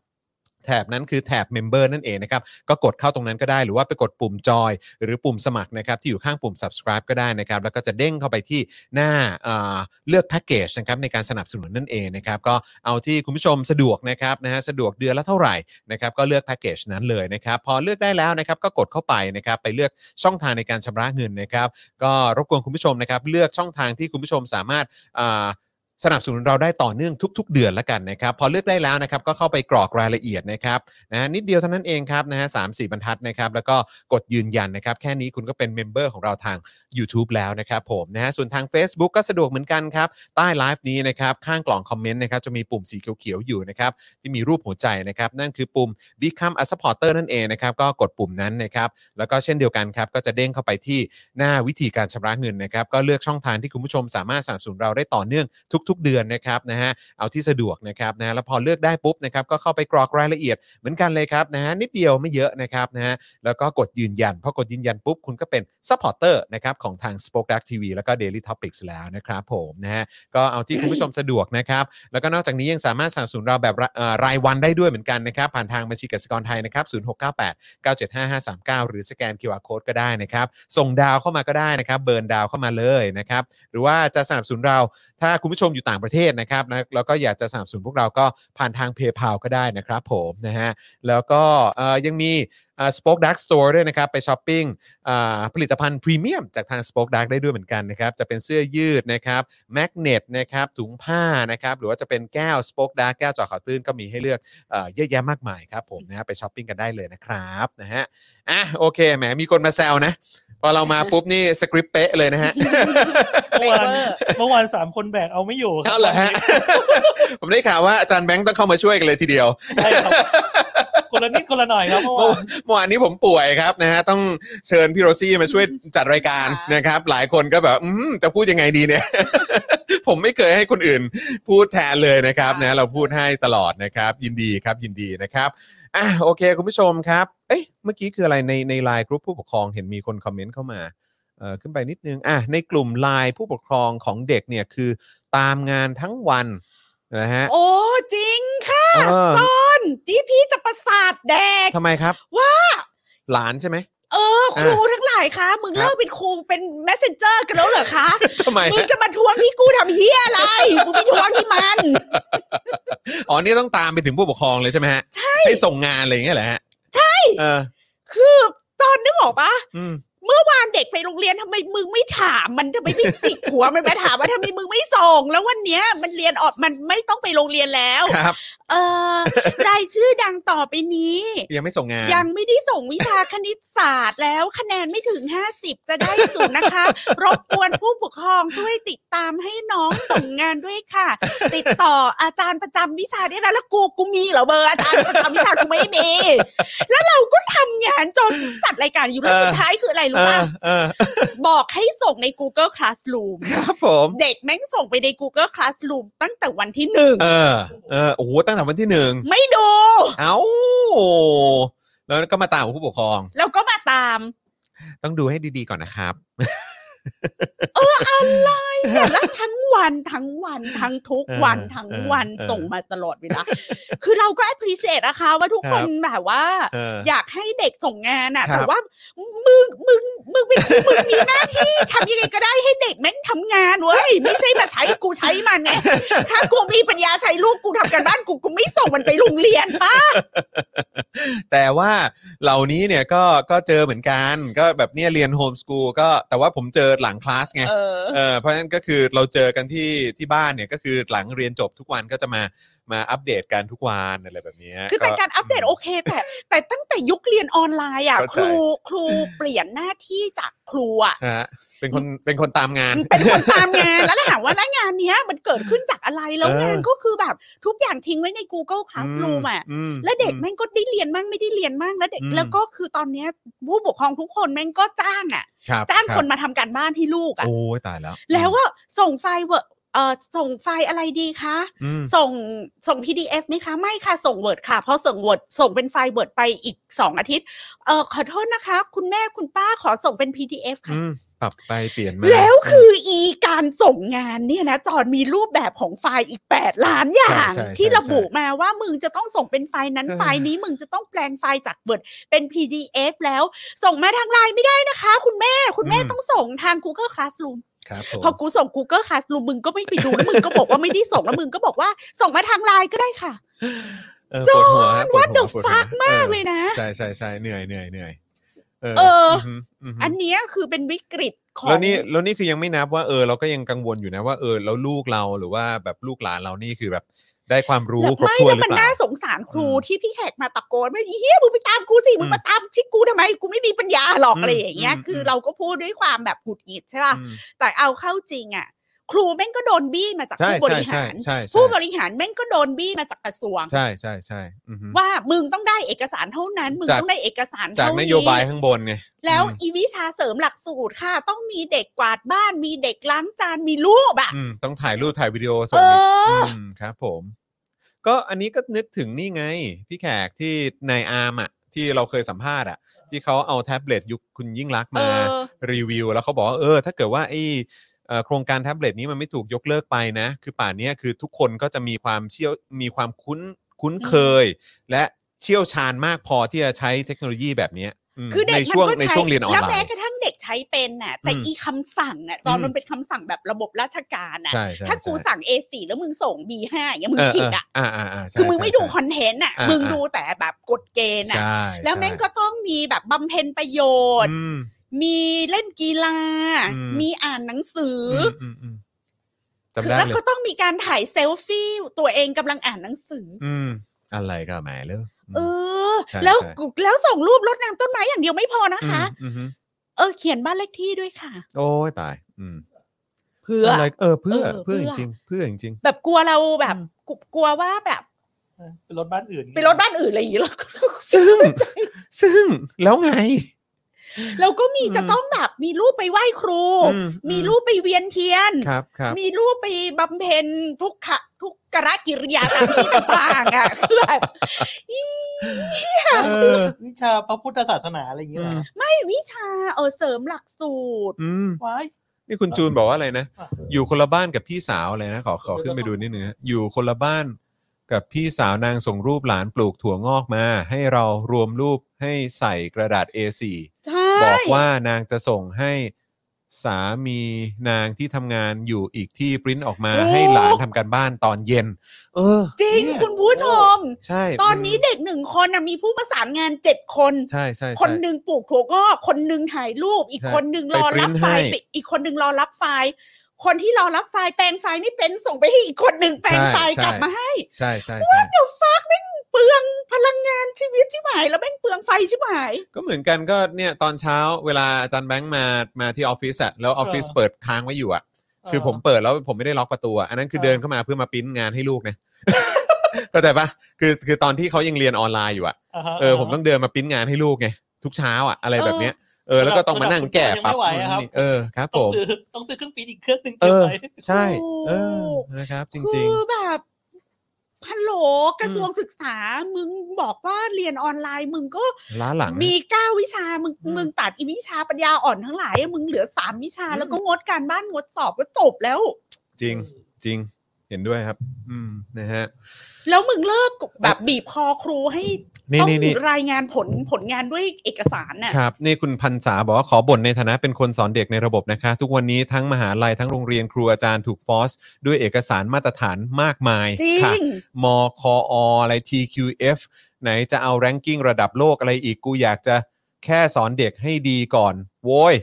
แถบนั้นคือแถบเมมเบอร์นั่นเองนะครับ ก็กดเข้าตรงนั้นก็ได้หรือว่าไปกดปุ่มจอย หรือปุ่มสมัครนะครับที่อยู่ข้างปุ่ม subscribe ก็ได้นะครับ แล้วก็จะเด้งเข้าไปที่หน้าเอ่อเลือกแพ็กเกจนะครับในการสนับสนุนนั่นเองนะครับ ก็เอาที่คุณผู้ชมสะดวกนะครับนะฮะสะดวกเดือนละเท่าไหร่นะครับก็เลือกแพ็กเกจนั้นเลยนะครับพอเลือกได้แล้วนะครับก็กดเข้าไปนะครับไปเลือกช่องทางในการชำระเงินนะครับ ก็รบกวนคุณผู้ชมนะครับเลือกช่องทางที่คุณผู้ชมสามารถอ่าสนับสนุนเราได้ต่อเนื่องทุก ๆ เดือนละกันนะครับ พอเลือกได้แล้วนะครับก็เข้าไปกรอกรายละเอียดนะครับนะฮะนิดเดียวเท่านั้นเองครับนะฮะสามสี่บรรทัดนะครับ แล้วก็กดยืนยันนะครับ แค่นี้คุณก็เป็นเมมเบอร์ของเราทาง YouTube แล้วนะครับผมนะฮะส่วนทาง Facebook ก็สะดวกเหมือนกันครับ ใต้ไลฟ์นี้นะครับ ข้างกล่องคอมเมนต์นะครับจะมีปุ่มสีเขียวๆอยู่นะครับ ที่มีรูปหัวใจนะครับ นั่นคือปุ่ม Become a supporter นั่นเองนะครับ ก็กดปุ่มนั้นนะครับ แล้วก็เช่นเดียวกันครับ ก็จะเด้งเข้าไปที่หน้าวิธีการชำระเงินนะครับ ก็เลือกช่องทางที่คุณผู้ชมสามารถสนับสนุนเราได้ต่อเนื่องทุก ๆ เดือนนะครับนะฮะเอาที่สะดวกนะครับนะฮะแล้วพอเลือกได้ปุ๊บนะครับก็เข้าไปกรอกรายละเอียดเหมือนกันเลยครับนะฮะนิดเดียวไม่เยอะนะครับนะฮะ แล้วก็กดยืนยัน พอกดยืนยันปุ๊บ คุณก็เป็นซัพพอร์เตอร์นะครับของทาง Spoke Dark TV แล้วก็ Daily Topics แล้วนะครับผมนะฮะก็เอาที่คุณผู้ชมสะดวกนะครับ แล้วก็นอกจากนี้ยังสามารถสนับสนุนเราแบบระเอ่อรายวันได้ด้วยเหมือนกันนะครับ ผ่านทางบัญชีกสิกรไทยนะครับ 0698 975539 หรือสแกน QR Code ก็ได้นะครับ ส่งดาวเข้ามาก็ได้นะครับ เบิร์นดาวเข้ามาเลยนะครับ หรือว่าจะสนับสนุนเราถ้าคุณผู้ชมอยู่ต่างประเทศนะครับนะแล้วก็อยากจะสนับสนุนพวกเราก็ผ่านทางเพย์พาก็ได้นะครับผมนะฮะแล้วก็เอ่อยังมี สป็อคดักสโตร์ด้วยนะครับ ไปช้อปปิ้งอ่าผลิตภัณฑ์พรีเมียมจากทาง Spoke Dark ได้ด้วยเหมือนกันนะครับ จะเป็นเสื้อยืดนะครับแมกเนตนะครับถุงผ้านะครับ หรือว่าจะเป็นแก้ว Spoke Dark แก้วเจอข่าวตื้นก็มีให้เลือกเอ่อเยอะแยะมากมายครับผมนะฮะไปช้อปปิ้งกันได้เลยนะครับนะฮะอ่ะโอเคแหมมีคนมาแซวนะ พ อเรามาปุ๊บนี่สคริปต์เป๊ะเลย นะฮะ
เว
เมื่อ
อ
วาน
ร์
เมื่อวานสามคนแบกเอาไม่อยู่คบ
เอาเหรอฮะ ผมได้ข่าวว่าอาจารย์แบงค์ต้องเข้ามาช่วยกันเลยทีเดียว
ใช่ครับคนละนิดคนละหน่อยครับเมื่อ
เมื่อเมื่
วาน
อวานนี้ผมป่วยครับนะฮะต้องเชิญพี่โรซี่มาช่วยจัดรายการนะครับ หลายคนก็แบบอืมจะพูดยังไงดีเนี่ย ผมไม่เคยให้คนอื่นพูดแทนเลยนะครับนะเราพูดให้ตลอดนะครับ ยินดีครับยินดีนะครับอ่ะโอเค คุณผู้ชมครับ เอ๊ะเมื่อกี้คืออะไรในในไลน์กลุ่มผู้ปกครองเห็นมีคนคอมเมนต์เข้ามาเอ่อขึ้นไปนิดนึงอ่ะในกลุ่มไลน์ผู้ปกครองของเด็กเนี่ยคือตามงานทั้งวันนะฮะ
โอ้จริงค่ะ
เออ
จอนที่พี่จะประสาทแดก
ทำไมครับ
ว่า
หลานใช่ไหม
เออ ครูทั้งหลายคะมึง
ครับ
เลิกเป็นครูเป็น messenger กันแล้วเหรอคะ
ทำไม
มึง
ฮะ
จะมาทวงที่กูทำเฮียอะไร มึงไปทวงที่มัน
อ๋อ นี่ต้องตามไปถึงผู้ปกครองเลยใช่ไหมฮะ ใช่ ให้ส่งงานอะไรอย่างเงี้ยแหละฮะ ใช่ เออ
คือตอนนึกออกปะ
อืม
ตอนเด็กไปโรงเรียนทำไมมึงไม่ถามมันทำไมไม่จิกหัวมันไปถามว่าทำไมมึงไม่ส่ง แล้ววันเนี้ยมันเรียนออกมันไม่ต้องไปโรงเรียนแล้ว
ครับ
เออ รายชื่อดังต่อไปนี้
ยังไม่ส่งงาน
ยังไม่ได้ส่งวิชาคณิตศาสตร์แล้วคะแนนไม่ถึง 50 จะได้ศูนย์นะคะ รบกวนผู้ปกครองช่วยติดตามให้น้องส่งงานด้วยค่ะ ติดต่ออาจารย์ประจำวิชาด้วยนะแล้วกูกูมีเหรอเบอร์อาจารย์ประจำวิชากูไม่มี แล้วเราก็ทำงานจนจัดรายการอยู่แล้ว
เออ
สุดท้ายคืออะไร
เอ
รู้ป่ะ
อเออ
บอกให้ส่งใน Google Classroom
ครับผม
เด็กแม่งส่งไปใน Google Classroom ตั้งแต่วันที่หนึ่ง
เออ เออ โอ้โห ตั้งแต่วันที่หนึ่ง
ไม่ดู
เอ้า แล้วก็มาตามผู้ปกครอง
แล้วก็มาตาม
ต้องดูให้ดีๆก่อนนะครับ
เนี่ยแล้วทั้งวันทั้งวันทั้งทุกวัน
เออ
ทั้งวัน
เออ
ส่งมาตลอดเวลา คือเราก็ appreciate นะคะว่าทุก
ครับ
คนแบบว่า
เออ
อยากให้เด็กส่งงานอะ
ครับ
แต่ว่ามึงมึงมึงเป็นมึงมีหน้าที่ทำยังไงก็ได้ให้เด็กแม่งทำงานเว้ยไม่ใช่มาใช้กูใช้มันไงถ้ากูมีปัญญาใช้ลูกกูทำกันบ้านกูกูไม่ส่งมันไปโรงเรียนป้า
แต่ว่าเหล่านี้เนี่ยก็ ก็เจอเหมือนกัน ก็แบบเนี่ยเรียนโฮมสกูลก็ แต่ว่าผมเจอหลังคลาสไง
เออ
เออเพราะฉะนั้นก็คือเราเจอกันที่ที่บ้านเนี่ยก็คือหลังเรียนจบทุกวันก็จะมามาอัปเดตกันทุกวันอะไรแบบเนี้ย
คือแต่การอัปเดตโอเค แต่ แต่ตั้งแต่ยุคเรียนออนไลน์อ่ะ
เข้า
ค
ใจ
รูครูเปลี่ยนหน้าที่จากครูอะ
ฮะเป็นคนเป็นคนตามงาน
เป็นคนตาม งานแล้วถามว่าแล้วงานเนี้ยมันเกิดขึ้นจากอะไรแล้ว
เออ
งานก็คือแบบทุกอย่างทิ้งไว้ใน Google Classroom อ่ะ
ม
แล้วเด็กแม่งก็ได้เรียนมั่งไม่ได้เรียนมั่งแล้วเด็ก
อืม
แล้วก็คือตอนเนี้ยผู้ปกครองทุกคนแม่งก็จ้างอ่ะ
รับ
จ้าง
รับ
คนมาทำการบ้านให้ลูกอ่ะ
โอ้ยตายแล้ว
แล้วว่าส่งไฟล์เวอร์เออส่งไฟล์อะไรดีคะ
อืม
ส่งส่ง PDF ไหมคะ ไม่ค่ะ ส่ง Word ค่ะพอส่ง Word ส่งเป็นไฟล์ Word ไปอีก 2 อาทิตย์เออขอโทษนะคะ คุณแม่คุณป้าขอส่งเป็น PDF ค่ะ
อืมปรับไปเปลี่ยนมา
แล้วคืออีการส่งงานเนี่ยนะจอนมีรูปแบบของไฟล์อีก 8 ล้านอย่าง
ใช่ใช่
ที่ระบุ
ใช่
มาว่ามึงจะต้องส่งเป็นไฟล์นั้น
เออ
ไฟล์นี้มึงจะต้องแปลงไฟล์จากเบิร์ดเป็น PDF แล้วส่งมาทางไลน์ไม่ได้นะคะ คุณแม่คุณแม่ต้องส่งทาง Google Classroom
ครับผม
พอกูส่ง Google Classroom มึงก็ไม่ไปดูแล้วมึงก็บอกว่าไม่ได้ส่งแล้วมึงก็บอกว่าส่งมาทางไลน์ก็ได้ค่ะ
เออปวดหัวฮะป
ว่า
หั
เดอะ
ปหั
ฟักมาก
ออ
เลยนะ
ใช่ใช่ใช่เหนื่อยเหนื่อยเหนื่อยเออ
เอออื
หืหื
อันเนี้ยคือเป็นวิกฤตของ
แล้วนี่แล้วนี่คือยังไม่นับว่าเออเราก็ยังกังวลอยู่นะว่าเออแล้วลูกเราหรือว่าแบบลูกหลานเรานี่คือแบบได้ความรู้ครบ
ไม่
ถ้วนห
แล้ว
รือ
มัน
เปล่า
น่าสงสารครู
อืม
ที่พี่แขกมาตะโกนว่าอีเฮียมึงไปตามกูสิมึง
อืม
มาตามที่กูทำไมกูไม่มีปัญญาหรอก
อืม
อะไรอย่างเงี้ย
อืม
คืออ
ม
เราก็พูดด้วยความแบบหงุดหงิดใช่ป่ะ
อืม
แต่เอาเข้าจริงอ่ะ ครูแม่งก็โดนบี้มาจาก
ใช่
ผู้บ
ใช่
ริหา
ใช่
ร
ใช่ใช่
ผู้บริหารแม่งก็โดนบี้มาจากกระทรวง
ใช่ใช่ใช่อือฮึ
ว่ามึงต้องได้เอกสารเท่านั้น มึง
จาก
ต้องได้เอกสาร
จาก
เท่าน นี้
โยบายข้างบนไง
แล้ว
อืม
อีวิชาเสริมหลักสูตรค่ะ ต้องมีเด็กกวาดบ้าน มีเด็กล้างจานมีรูปอ่ะ
อืมต้องถ่ายรูปถ่ายวิดีโอส่
เอง
อีก
ออ
มครับผม ก็อันนี้ก็นึกถึงนี่ไง พี่แขกที่นายอาร์มอ่ะ ที่เราเคยสัมภาษณ์อ่ะ ที่เขาเอาแท็บเล็ตยุคคุณยิ่งรักษณ์
เอ
มา
อ
รีวิว แล้วเขาบอกว่าเออ ถ้าเกิดว่าไอเอ่อโครงการแท็บเล็ตนี้มันไม่ถูกยกเลิกไปนะ คือป่านเนี้ยคือทุกคนก็จะมีความเชี่ยวมีความคุ้นคุ้นเคย และเชี่ยวชาญมากพอที่จะใช้เทคโนโลยีแบบเนี้ยม
คือเด็ก
ใน
มั
ช่วง
ก็
ใน
ใช้
ช่วงเรียนออน
แล้ว
ไล
แม้
น์
กระทั่งเด็กใช้เป็นน่ะ แต่
อืม
อีคำสั่งน่ะตอน
อืม
มันเป็นคำสั่งแบบระบบราชการน่ะ
ใช่ใช่
ถ้ากู
ใช่
สั่ง A4 แล้วมึงส่ง B5 อย่างเงี้ยมึงผิดอ่ะ
เออเอออ่าๆๆใช่
คือมึงไม่ดูค
ใช่
อนเทนต์น่ะ
อ่า
มึง
อ่า
ดูแต่แบบกฎเกณฑ์น่ะ
ใช่
แล้วแม่งก็ต้องมีแบบบำเพ็ญประโย
ใช่
ชน์
อืม
มีเล่นกีฬา
อืม
มีอ่านหนังสือ
มอืมอืม
อ
จำ
คือ
ได้
แล้ว
เลย
ก็ต้องมีการถ่ายเซลฟี่ตัวเองกำลังอ่านหนังสืออ
อืมอะไรก็หมายเลย
เออ
ใช่
แล้ว
ใช่
แล้วส่งรูปรดน้ำต้นไม้อย่างเดียวไม่พอนะคะ
อืมอืม
เออเขียนบ้านเลขที่ด้วยค่ะ
โอ้ยตาย อืม
เพื่อ
ะไรเออเพื่อ
เออ
เพื่อจ
เพื่อ
ริงๆเพื่อจริง
แบบกลัวเราแบบกลัวกลัวว่าแบบ
เป็นรถบ้านอื่น
ไปรถบ้านอื่นอะไรอย่างงี้แล้ว ก็
ๆซึ่ง ซึ่งแล้วไง
เราก็มี
อืม
จะต้องแบบมีรูปไปไหว้ครู
อื
มีรูปไปเวียนเทียน
ครับครับ
มีรูปไปบำเพ็ญทุกขะทุกกรกิริยาตามที่ต่างๆอ่ะ คือแบบอี
เออ
วิชาพระพุทธศาสนาอะไรอย่างเงี้ย
อืม
ไม่วิชาเออเสริมหลักสูตร
อืม
ว้าย
นี่คุณจูนบอกว่าอะไรนะ
อ่ะ
อยู่คนละบ้านกับพี่สาวเลยนะ ขอขอขึ้นไปดูนิดนึงนะอยู่คนละบ้านกับพี่สาวนางส่งรูปหลานปลูกถั่วงอกมา ให้เรารวมรูปให้ใส่กระดาษ A4
ใช่
บอกว่านางจะส่งให้สามีนางที่ทำงานอยู่อีกที่ปริ้นออกมาให้หลานทำการบ้านตอนเย็น เออ
จริง
เนี่ย
คุณผู้ชม
ใช่
ตอนนี้เด็กหนึ่งคนน่ะมีผู้ประสานงานเจ็ดคน
ใช่ใช่
คน
ใช่
หนึ่งปลูกถั่วงอกคนหนึ่งถ่ายรูป อีก
ใช่
คนหนึ่งรอ
ไปปริ้
รับ
น
ไฟล์
ให้
ไปอีกคนหนึ่งรอรับไฟล์คนที่รอรับไฟล์แปลงไฟล์ไม่เป็นส่งไปให้อีกคนหนึ่งแปลงไฟล์
ใช่
กลับมาให้
ใช่ใช่ใช่
เดี๋ยวฟักแม่งเปลืองพลังงานชีวิตชิบหาย แล้วแม่งเปลืองไฟชิบหาย
ก็เหมือนกันก็เนี่ยตอนเช้าเวลาอาจารย์แบงค์มามาที่ออฟฟิศอะแล้วออฟฟิศ
เออ
เปิดค้างไว้อยู่อะคือผมเปิดแล้วผมไม่ได้ล็อกประตูอะอันนั้นคือ
เออ
เดินเข้ามาเพื่อมาปริ้นงานให้ลูกนะ เข้าใจปะคือคือตอนที่เขายังเรียนออนไลน์อยู่อะเออผมต้องเดินมาปริ้นงานให้ลูกไงทุกเช้าอะอะไรแบบเนี้ยเออแล้วก็ต้องมานั่งแก่ปรับ
ระดับคุณพ่อยังไม่ไหวอะครับ
เออครับ
ต้
ผ
อง
ม
ซื้อต้องซื้อเครื่องปีนอีกเครื่องหนึ่ง
เอ
เก็บ
อ
ไว้
ใช่เออ
ถูก
นะครับ จ
คื
ริง
อแบบพันโหลกระทรวงศึกษา มึงบอกว่าเรียนออนไลน์ มึงก็
ๆ ล้าหลังนะ
มีเก้าวิชา มึงมึงตัดอีวิชาปัญญาอ่อนทั้งหลายมึงเหลือสามวิชา
อืม
แล้วก็งดการบ้านงดสอบก็จบแล้ว
จริง จริง เห็นด้วยครับ อืมนะฮะ
แล้วมึงเลิกแบบบีบคอครูให้
นี่
ต้อง
นี่นี่
รายงานผลผลงานด้วยเอกสารน่ะ
ครับนี่คุณพันษาบอกว่าขอบ่นในฐานะเป็นคนสอนเด็กในระบบนะคะ ทุกวันนี้ทั้งมหาลัยทั้งโรงเรียนครูอาจารย์ถูกฟอส ด้วยเอกสารมาตรฐานมากมาย
จริ
ค่ะ
ง
มคออะไร TQF ไหนจะเอาแรงกิ้งระดับโลกอะไรอีกกูอยากจะแค่สอนเด็กให้ดีก่อน โว้ย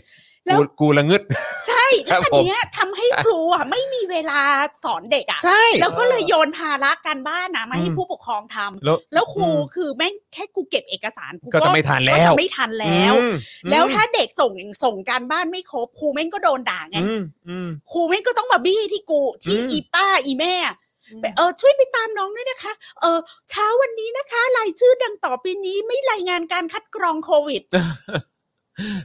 แล้ว
กูกูละงึด
ใช่แล้ว
ครั
อั
บ
น
ผม
เนี้ยทำให้ครูอ่ะ ไม่มีเวลาสอนเด็กอ่ะ
ใช่
แล้วก็เลยโยนภาระการบ้านนะมาให้
อืม
ผู้ปกครองทำ
แล้ว
แล้วครู
อืม
คือแม่งแค่กูเก็บเอกสารกู
ก็จะไม่ทันแล้ว
ก็จะไม่ทันแล้ว
อืม
แล้วถ้าเด็กส่งส่งการบ้านไม่ครบครูแม่งก็โดนด่าไง
อืมอืม
ครูแม่งก็ต้องมาบี้ที่กูที่
อืม
อีป้าอีแม่ไปเออช่วยไปตามน้องด้วยนะคะ เออเช้าวันนี้นะคะรายชื่อดังต่อไปนี้ไม่รายงานการคัดกรองโควิด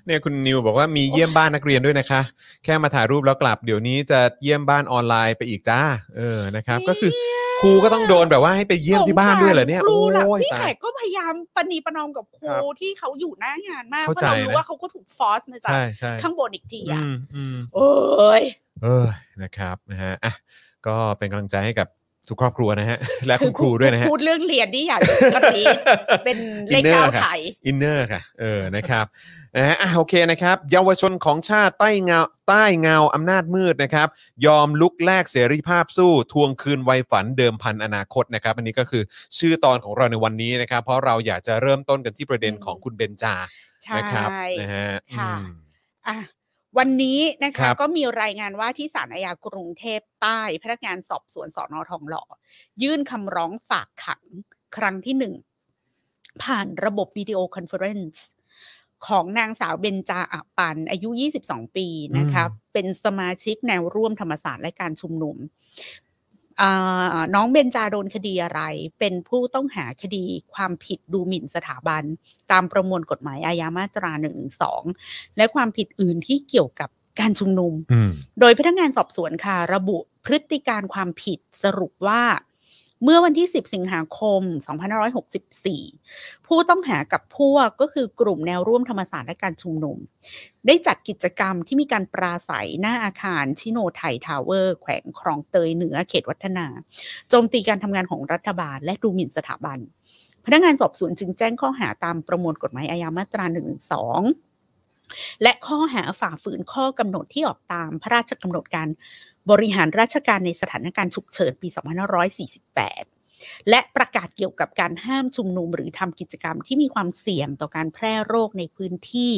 เนี่ยคุณนิวบอกว่ามีเยี่ยมบ้านนักเรียนด้วยนะคะ แค่มาถ่ายรูปแล้วกลับ เดี๋ยวนี้จะเยี่ยมบ้านออนไลน์ไปอีกจ้า เออนะครับ ก็คือครูก็ต้องโดนแบบว่าให้ไปเยี่ยมที่บ้านด้วยเหรอเนี่ย
สง
โอ้
สารครู
ย
ล่ะพี่
ตา
แข
ย
กก็พยายามปณีประนอมกับครู
ครับ
ที่เขาอยู่หน้างานมากเพ
เข้าใจ
ราะเรารู้
นะ
ว่าเขาก็ถูกฟอสมาจาก
ใช่ใช่
ข้างบนอีกที
อื
อ่ะ
มอืม
โอ้ย
เออนะครับนะฮะอ่ะก็เป็นกำลังใจให้กับทุกครอบครัวนะฮะ และคุณครูด้วยนะฮะ
พูดเรื่องเรียนนี่อย่างกระ พีเป็นเลข
Inner
เก้า
ค่ะ
ไทย
อินเนอร์ค่ะ เออ นะครับ นะฮะอ่ะโอเคนะครับ เยาวชนของชาติใต้เงาใต้เงาอำนาจมืดนะครับ ยอมลุกแลกเสรีภาพสู้ทวงคืนไวยฝันเดิมพันอนาคตนะครับ อันนี้ก็คือชื่อตอนของเราในวันนี้นะครับ เพราะเราอยากจะเริ่มต้นกันที่ประเด็นของคุณเบนจา
ใช่
นะครับนะฮะ
ค่ะ
อืม
อ่ะวันนี้นะ
ครั
คะ
บ
ก็มีรายงานว่าที่ศาลอาญากรุงเทพใต้ พนักงานสอบสวนสอนอทองหล่อ ยื่นคำร้องฝากขังครั้งที่หนึ่ง ผ่านระบบวิดีโอคอนเฟอเรนซ์ของนางสาวเบญจาอัปันอายุ 22 ปีนะคะเป็นสมาชิกแนวร่วมธรรมศาสตร์และการชุมนุมอ่าน้องเบญจาโดนคดีอะไร เป็นผู้ต้องหาคดีความผิดดูหมิ่นสถาบัน ตามประมวลกฎหมายอาญามาตรา 112 และความผิดอื่นที่เกี่ยวกับการชุมนุม
อืม
โดยพนักงานสอบสวนค่ะ ระบุพฤติการความผิดสรุปว่า เมื่อวันที่ 10 สิงหาคม 2564 ผู้ต้องหากับพวกก็คือกลุ่มแนวร่วมธรรมศาสตร์และการชุมนุม ได้จัดกิจกรรมที่มีการปราศัยหน้าอาคารชิโนไทยทาวเวอร์ แขวงคลองเตยเหนือเขตวัฒนา โจมตีการทำงานของรัฐบาล และดูหมิ่นสถาบัน พนักงานสอบสวนจึงแจ้งข้อหาตามประมวลกฎหมายอาญามาตรา 112 และข้อหาฝ่าฝืนข้อกำหนดที่ออกตามพระราชกำหนดการบริหารราชการในสถานการณ์ฉุกเฉินปี 2548 และประกาศเกี่ยวกับการห้ามชุมนุมหรือทำกิจกรรมที่มีความเสี่ยงต่อการแพร่โรคในพื้นที่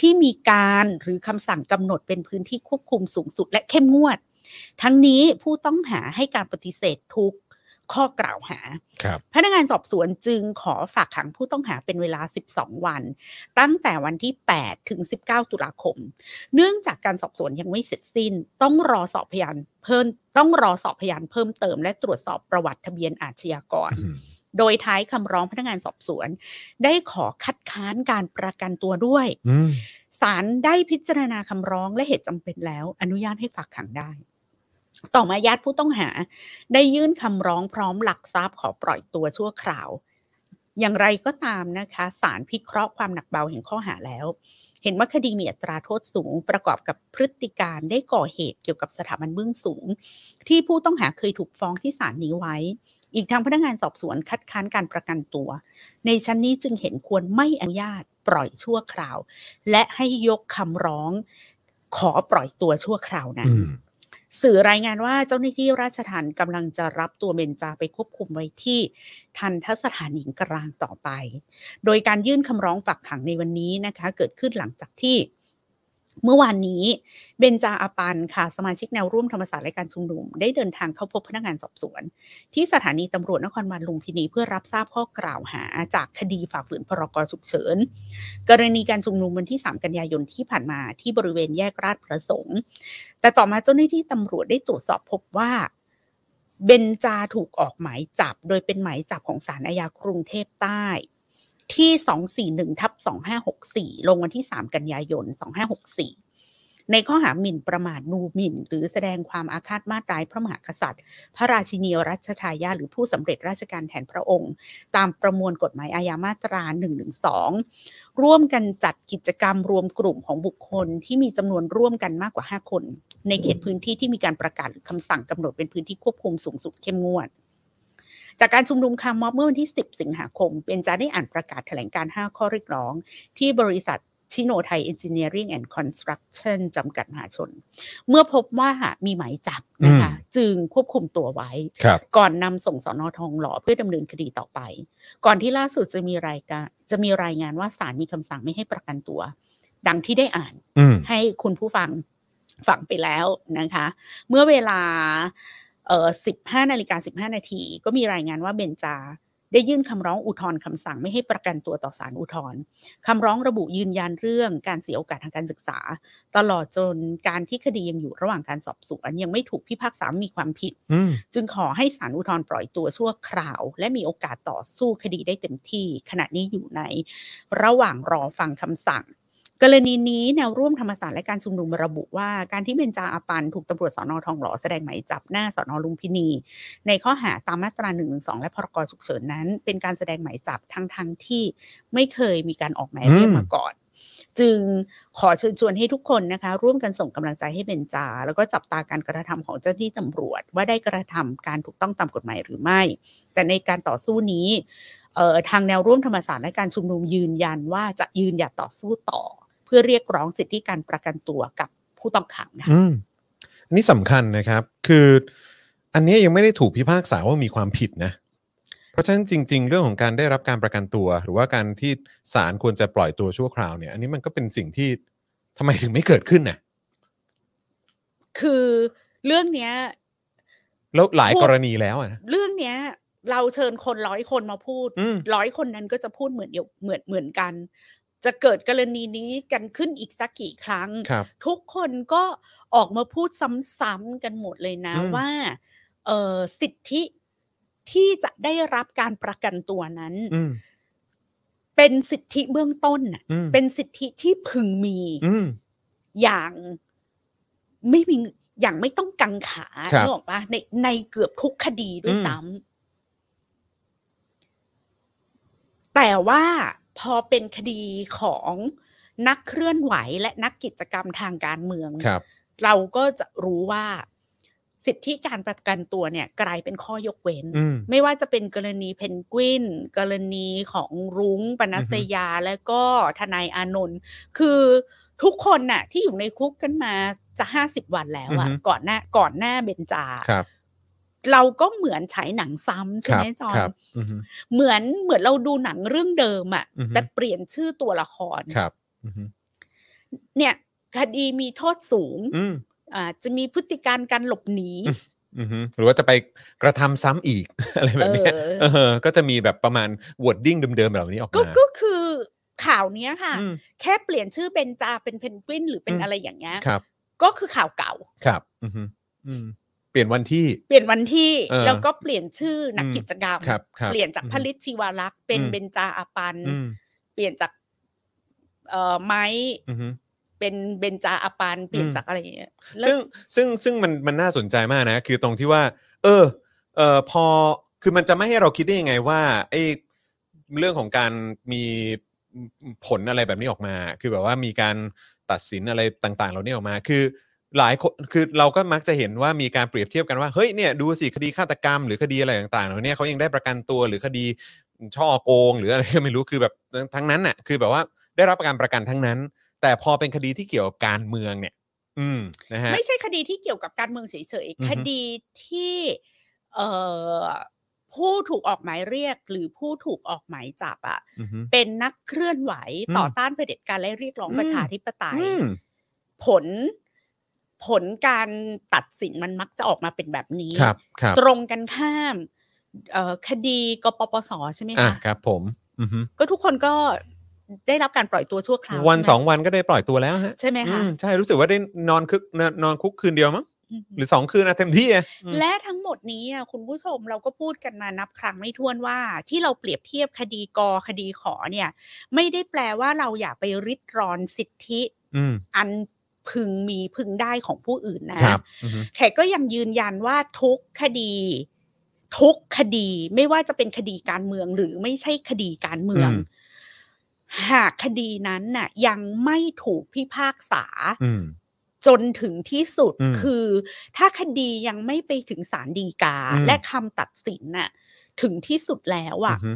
ที่มีการหรือคำสั่งกำหนดเป็นพื้นที่ควบคุมสูงสุดและเข้มงวด ทั้งนี้ผู้ต้องหาให้การปฏิเสธทุก ข้อกล่าวหา
ครับ
พนักงานสอบสวนจึงขอฝากขังผู้ต้องหาเป็นเวลา 12 วัน ตั้งแต่วันที่ 8 ถึง 19 ตุลาคม เนื่องจากการสอบสวนยังไม่เสร็จสิ้น ต้องรอสอบพยานเพิ่มต้องรอสอบพยานเพิ่มเติม และตรวจสอบประวัติทะเบียนอาชญากร
อืม
โดยท้ายคำร้องพนักงานสอบสวน ได้ขอคัดค้านการประกันตัวด้วย
อืม
ศาลได้พิจารณาคำร้องและเหตุจำเป็นแล้ว อนุญาตให้ฝากขังได้ ต่อมาญาติผู้ต้องหา ได้ยื่นคำร้องพร้อมหลักทรัพย์ขอปล่อยตัวชั่วคราว อย่างไรก็ตามนะคะศาลพิเคราะห์ความหนักเบาแห่งข้อหาแล้ว เห็นว่าคดีมีอัตราโทษสูง ประกอบกับพฤติการได้ก่อเหตุเกี่ยวกับสถาบันเบื้องสูง ที่ผู้ต้องหาเคยถูกฟ้องที่ศาลนี้ไว้ อีกทางพนักงานสอบสวนคัดค้านการประกันตัว ในชั้นนี้จึงเห็นควรไม่อนุญาตปล่อยชั่วคราว และให้ยกคำร้องขอปล่อยตัวชั่วคราวนะ
อืม
สื่อรายงานว่าเจ้าหน้าที่ราชทัณฑ์กำลังจะรับตัวเบนจาไปควบคุมไว้ที่ทันทสถานหญิงกลางต่อไป โดยการยื่นคำร้องฝากขังในวันนี้นะคะ เกิดขึ้นหลังจากที่ เมื่อวานนี้เบนจาอาปันค่ะ สมาชิกแนวร่วมธรรมศาสตร์และการชุมนุม ได้เดินทางเข้าพบพนักงานสอบสวน ที่สถานีตำรวจนครบาลลุมพินีเพื่อรับทราบข้อกล่าวหาจากคดีฝ่าฝืนพรกฉุกเฉิน กรณีการชุมนุมวันที่ 3 กันยายนที่ผ่านมาที่บริเวณแยกราชประสงค์ แต่ต่อมาเจ้าหน้าที่ตำรวจได้ตรวจสอบพบว่า เบนจาถูกออกหมายจับ โดยเป็นหมายจับของศาลอาญากรุงเทพใต้ ที่ 241ทับ2564 ลงวันที่ 3 กันยายน 2564 ในข้อหาหมิ่นประมาทนูหมิ่น หรือแสดงความอาฆาตมาตร้ายพระมหากษัตริย์ พระราชินีรัชทายาทหรือผู้สำเร็จราชการแทนพระองค์ ตามประมวลกฎหมายอาญามาตรา 112 ร่วมกันจัดกิจกรรมรวมกลุ่มของบุคคลที่มีจำนวนร่วมกันมากกว่า 5 คน ในเขตพื้นที่ที่มีการประกาศหรือคำสั่งกำหนดเป็นพื้นที่ควบคุมสูงสุดเข้มงวด จากการชุมนุมคาร์ม็อบเมื่อวันที่ 10 สิงหาคม เป็นจาได้อ่านประกาศแถลงการ 5 ข้อเรียกร้อง ที่บริษัทชิโนไทยเอนจิเนียริงแอนด์คอนสตรักชั่นจำกัดมหาชน เมื่อพบว่ามีหมายจับนะคะจึงควบคุมตัวไว้
ครับ
ก่อนนำส่งสอนอทองหล่อเพื่อดำเนินคดีต่อไป ก่อนที่ล่าสุดจะมีรายการจะมีรายงานว่าศาลมีคำสั่งไม่ให้ประกันตัว ดังที่ได้อ่าน
อืม
ให้คุณผู้ฟังฟังไปแล้วนะคะ เมื่อเวลาเอ่อ15นาฬิกา15 นาที ก็มีรายงานว่าเบนจา ได้ยื่นคำร้องอุทธรณ์คำสั่งไม่ให้ประกันตัวต่อศาลอุทธรณ์คำร้องระบุยืนยันเรื่องการเสียโอกาสทางการศึกษา ตลอดจนการที่คดียังอยู่ระหว่างการสอบสวนยังไม่ถูกพิพากษามีความผิด
อืม
จึงขอให้ศาลอุทธรณ์ปล่อยตัวชั่วคราว และมีโอกาสต่อสู้คดีได้เต็มที่ ขณะนี้อยู่ในระหว่างรอฟังคำสั่ง กรณีนี้แนวร่วมธรรมศาสตร์และการชุมนุมระบุว่าการที่เบนจาอาปันถูกตำรวจสอนอทองหล่อแสดงหมายจับหน้าสอนอลุมพินี ในข้อหาตามมาตรา1นึและพรกฉุกเฉินนั้น เป็นการแสดงหมายจับทั้งๆทที่ไม่เคยมีการออกหมายเรียกมาก่อน จึงขอเชิญชวนให้ทุกคนนะคะ ร่วมกันส่งกำลังใจให้เบนจา แล้วก็จับตาการกระทำของเจ้าหน้าที่ตำรวจ ว่าได้กระทำการถูกต้องตามกฎหมายหรือไม่ แต่ในการต่อสู้นี้เอ่อทางแนวร่วมธรรมศาสตร์และการชุมนุมยืนยันว่าจะยืนหยัดต่อสู้ต่อ เพื่อเรียกร้องสิทธิการประกันตัวกับผู้ต้องขังนะคะ
อืมนี่สำคัญนะครับ คืออันเนี้ยยังไม่ได้ถูกพิพากษาว่ามีความผิดนะ เพราะฉะนั้นจริง ๆ เรื่องของการได้รับการประกันตัว หรือว่าการที่ศาลควรจะปล่อยตัวชั่วคราวเนี่ย อันนี้มันก็เป็นสิ่งที่ทำไมถึงไม่เกิดขึ้นน่ะ
คือเรื่องเนี้ย
แล้วหลายกรณีแล้วอ่ะนะ
เรื่องเนี้ย เราเชิญคนร้อยคนมาพูด
อืม
ร้อยคนนั้นก็จะพูดเหมือนเดียวเหมือนเหมือนกัน จะเกิดกรณีนี้กันขึ้นอีกสักกี่ครั้ง
ครับ
ทุกคนก็ออกมาพูดซ้ำๆกันหมดเลยนะ
อืม
ว่าเออสิทธิที่จะได้รับการประกันตัวนั้น
อืม
เป็นสิทธิเบื้องต้นน่ะ
อืม
เป็นสิทธิที่พึงมี
อืม
อย่างไม่มีอย่างไม่ต้องกังขา
ครับ
นึกออกปะในในเกือบทุกคดีด้วยซ้ำแต่ว่าพอเป็นคดีของนักเคลื่อนไหวและนักกิจกรรมทางการเมือง
ครับ
เราก็จะรู้ว่าสิทธิการประกันตัวเนี่ย กลายเป็นข้อยกเว้น
อืม
ไม่ว่าจะเป็นกรณีเพนกวิน กรณีของรุ้ง ปนัสยา และก็ทนายอานนท์คือทุกคนน่ะ ที่อยู่ในคุกกันมาจะห้าสิบวันแล้ว
อื
อะ
อฮึ
ก่อนหน้าก่อนหน้าเบนจา
ครับ
เราก็เหมือนฉายหนังซ้ำใช่ไห
ค
ม
รับ
จอน
ครับอือฮึ
เหมือนเหมือนเราดูหนังเรื่องเดิมอะ
อือฮึ
แต่เปลี่ยนชื่อตัวละคร
ครับอืม
เนี่ย คดีมีโทษสูง
อืม
อาจจะมีพฤติการการหลบหนี
อืม อือฮึหรือว่าจะไปกระทำซ้ำอีก อะไรแบบเนี้ย
เออ
เออก็จะมีแบบประมาณวอดดิ้งเดิมๆแบบนี้ออก
ก็
มา
ก็คือข่าวเนี้ยค่ะ
อืม
แค่เปลี่ยนชื่อเป็นจาเป็นเพนกวินหรือเป็น
อืม
อะไรอย่างเงี้ย
ครับ
ก็คือข่าวเก่า
ครับอือฮึอืมเปลี่ยนวันที่
เปลี่ยนวันที่
เออ
แล้วก็เปลี่ยนชื่อนัก
อืม
กิจกรรม
ครับครับ
เปลี่ยนจาก
อืม
ผลิตชีวารักษ์เป็น
อืม
เบญจาอาปัน
อืม
เปลี่ยนจากเอ่อไม้
อือฮึ
เป็นเบญจาอาปัน เปลี่ยน
อืม
จากอะไรอย่างเงี้ยแล้ว
ซึ่งซึ่งซึ่งมันมันน่าสนใจมากนะ คือตรงที่ว่า เออเออพอคือมันจะไม่ให้เราคิดได้ยังไงว่าไอ้เรื่องของการมีผลอะไรแบบนี้ออกมา คือแบบว่ามีการตัดสินอะไรต่างๆเหล่านี้ออกมา คือหลายคนคือเราก็มักจะเห็นว่ามีการเปรียบเทียบกันว่าเฮ้ยเนี่ยดูสิคดีฆาตกรรม หรือคดีอะไรต่างๆเหล่านี้เขายังได้ประกันตัวหรือคดีช่อโกง หรืออะไรก็ไม่รู้คือแบบทั้งนั้นน่ะคือแบบว่าได้รับการประกันทั้งนั้น แต่พอเป็นคดีที่เกี่ยวกับการเมืองเนี่ย อืมนะฮะ
ไม่ใช่คดีที่เกี่ยวกับการเมืองเฉย
อือฮึ
ๆ คดีที่เอ่อผู้ถูกออกหมายเรียกหรือผู้ถูกออกหมายจับอะ
อือฮึ
เป็นนักเคลื่อนไหว
อืม
ต่อต้านเผด็จการและเรียกร้อง
อืม
ประชาธิปไตย
อืม
ผลผลการตัดสินมันมักจะออกมาเป็นแบบนี้
ครับครับ
ตรงกันข้ามเอ่อคดีกปปสใช่ไหม
อ่ะ
คะ
ครับผม อือฮึ
ก็ทุกคนก็ได้รับการปล่อยตัวชั่วคราว
วัน
ใช่ไหม
สองวันก็ได้ปล่อยตัวแล้วฮะ
ใช่ไหม
อื
คะ
มใช่รู้สึกว่าได้นอนคึกนอนนอนคุกคืนเดียวมั้ง
อืม
หรือสองคืนนะเต็มที่อ่ะอืม
และทั้งหมดนี้อ่ะคุณผู้ชมเราก็พูดกันมานับครั้งไม่ถ้วนว่า ที่เราเปรียบเทียบคดีกอคดีขอเนี่ย ไม่ได้แปลว่าเราอยากไปริดรอนสิทธิ
อืม
อันพึงมีพึงได้ของผู้อื่นนะครับ
อือฮึ
แขกก็ยังยืนยันว่าทุกคดี ทุกคดีไม่ว่าจะเป็นคดีการเมืองหรือไม่ใช่คดีการเมือง หากคดีนั้นน่ะ ยังไม่ถูกพิพากษา
อืม
จนถึงที่สุด
อืม
คือ ถ้าคดียังไม่ไปถึงศาลฎีกา
อืม
และคำตัดสินน่ะถึงที่สุดแล้วอ่ะ
อือฮึ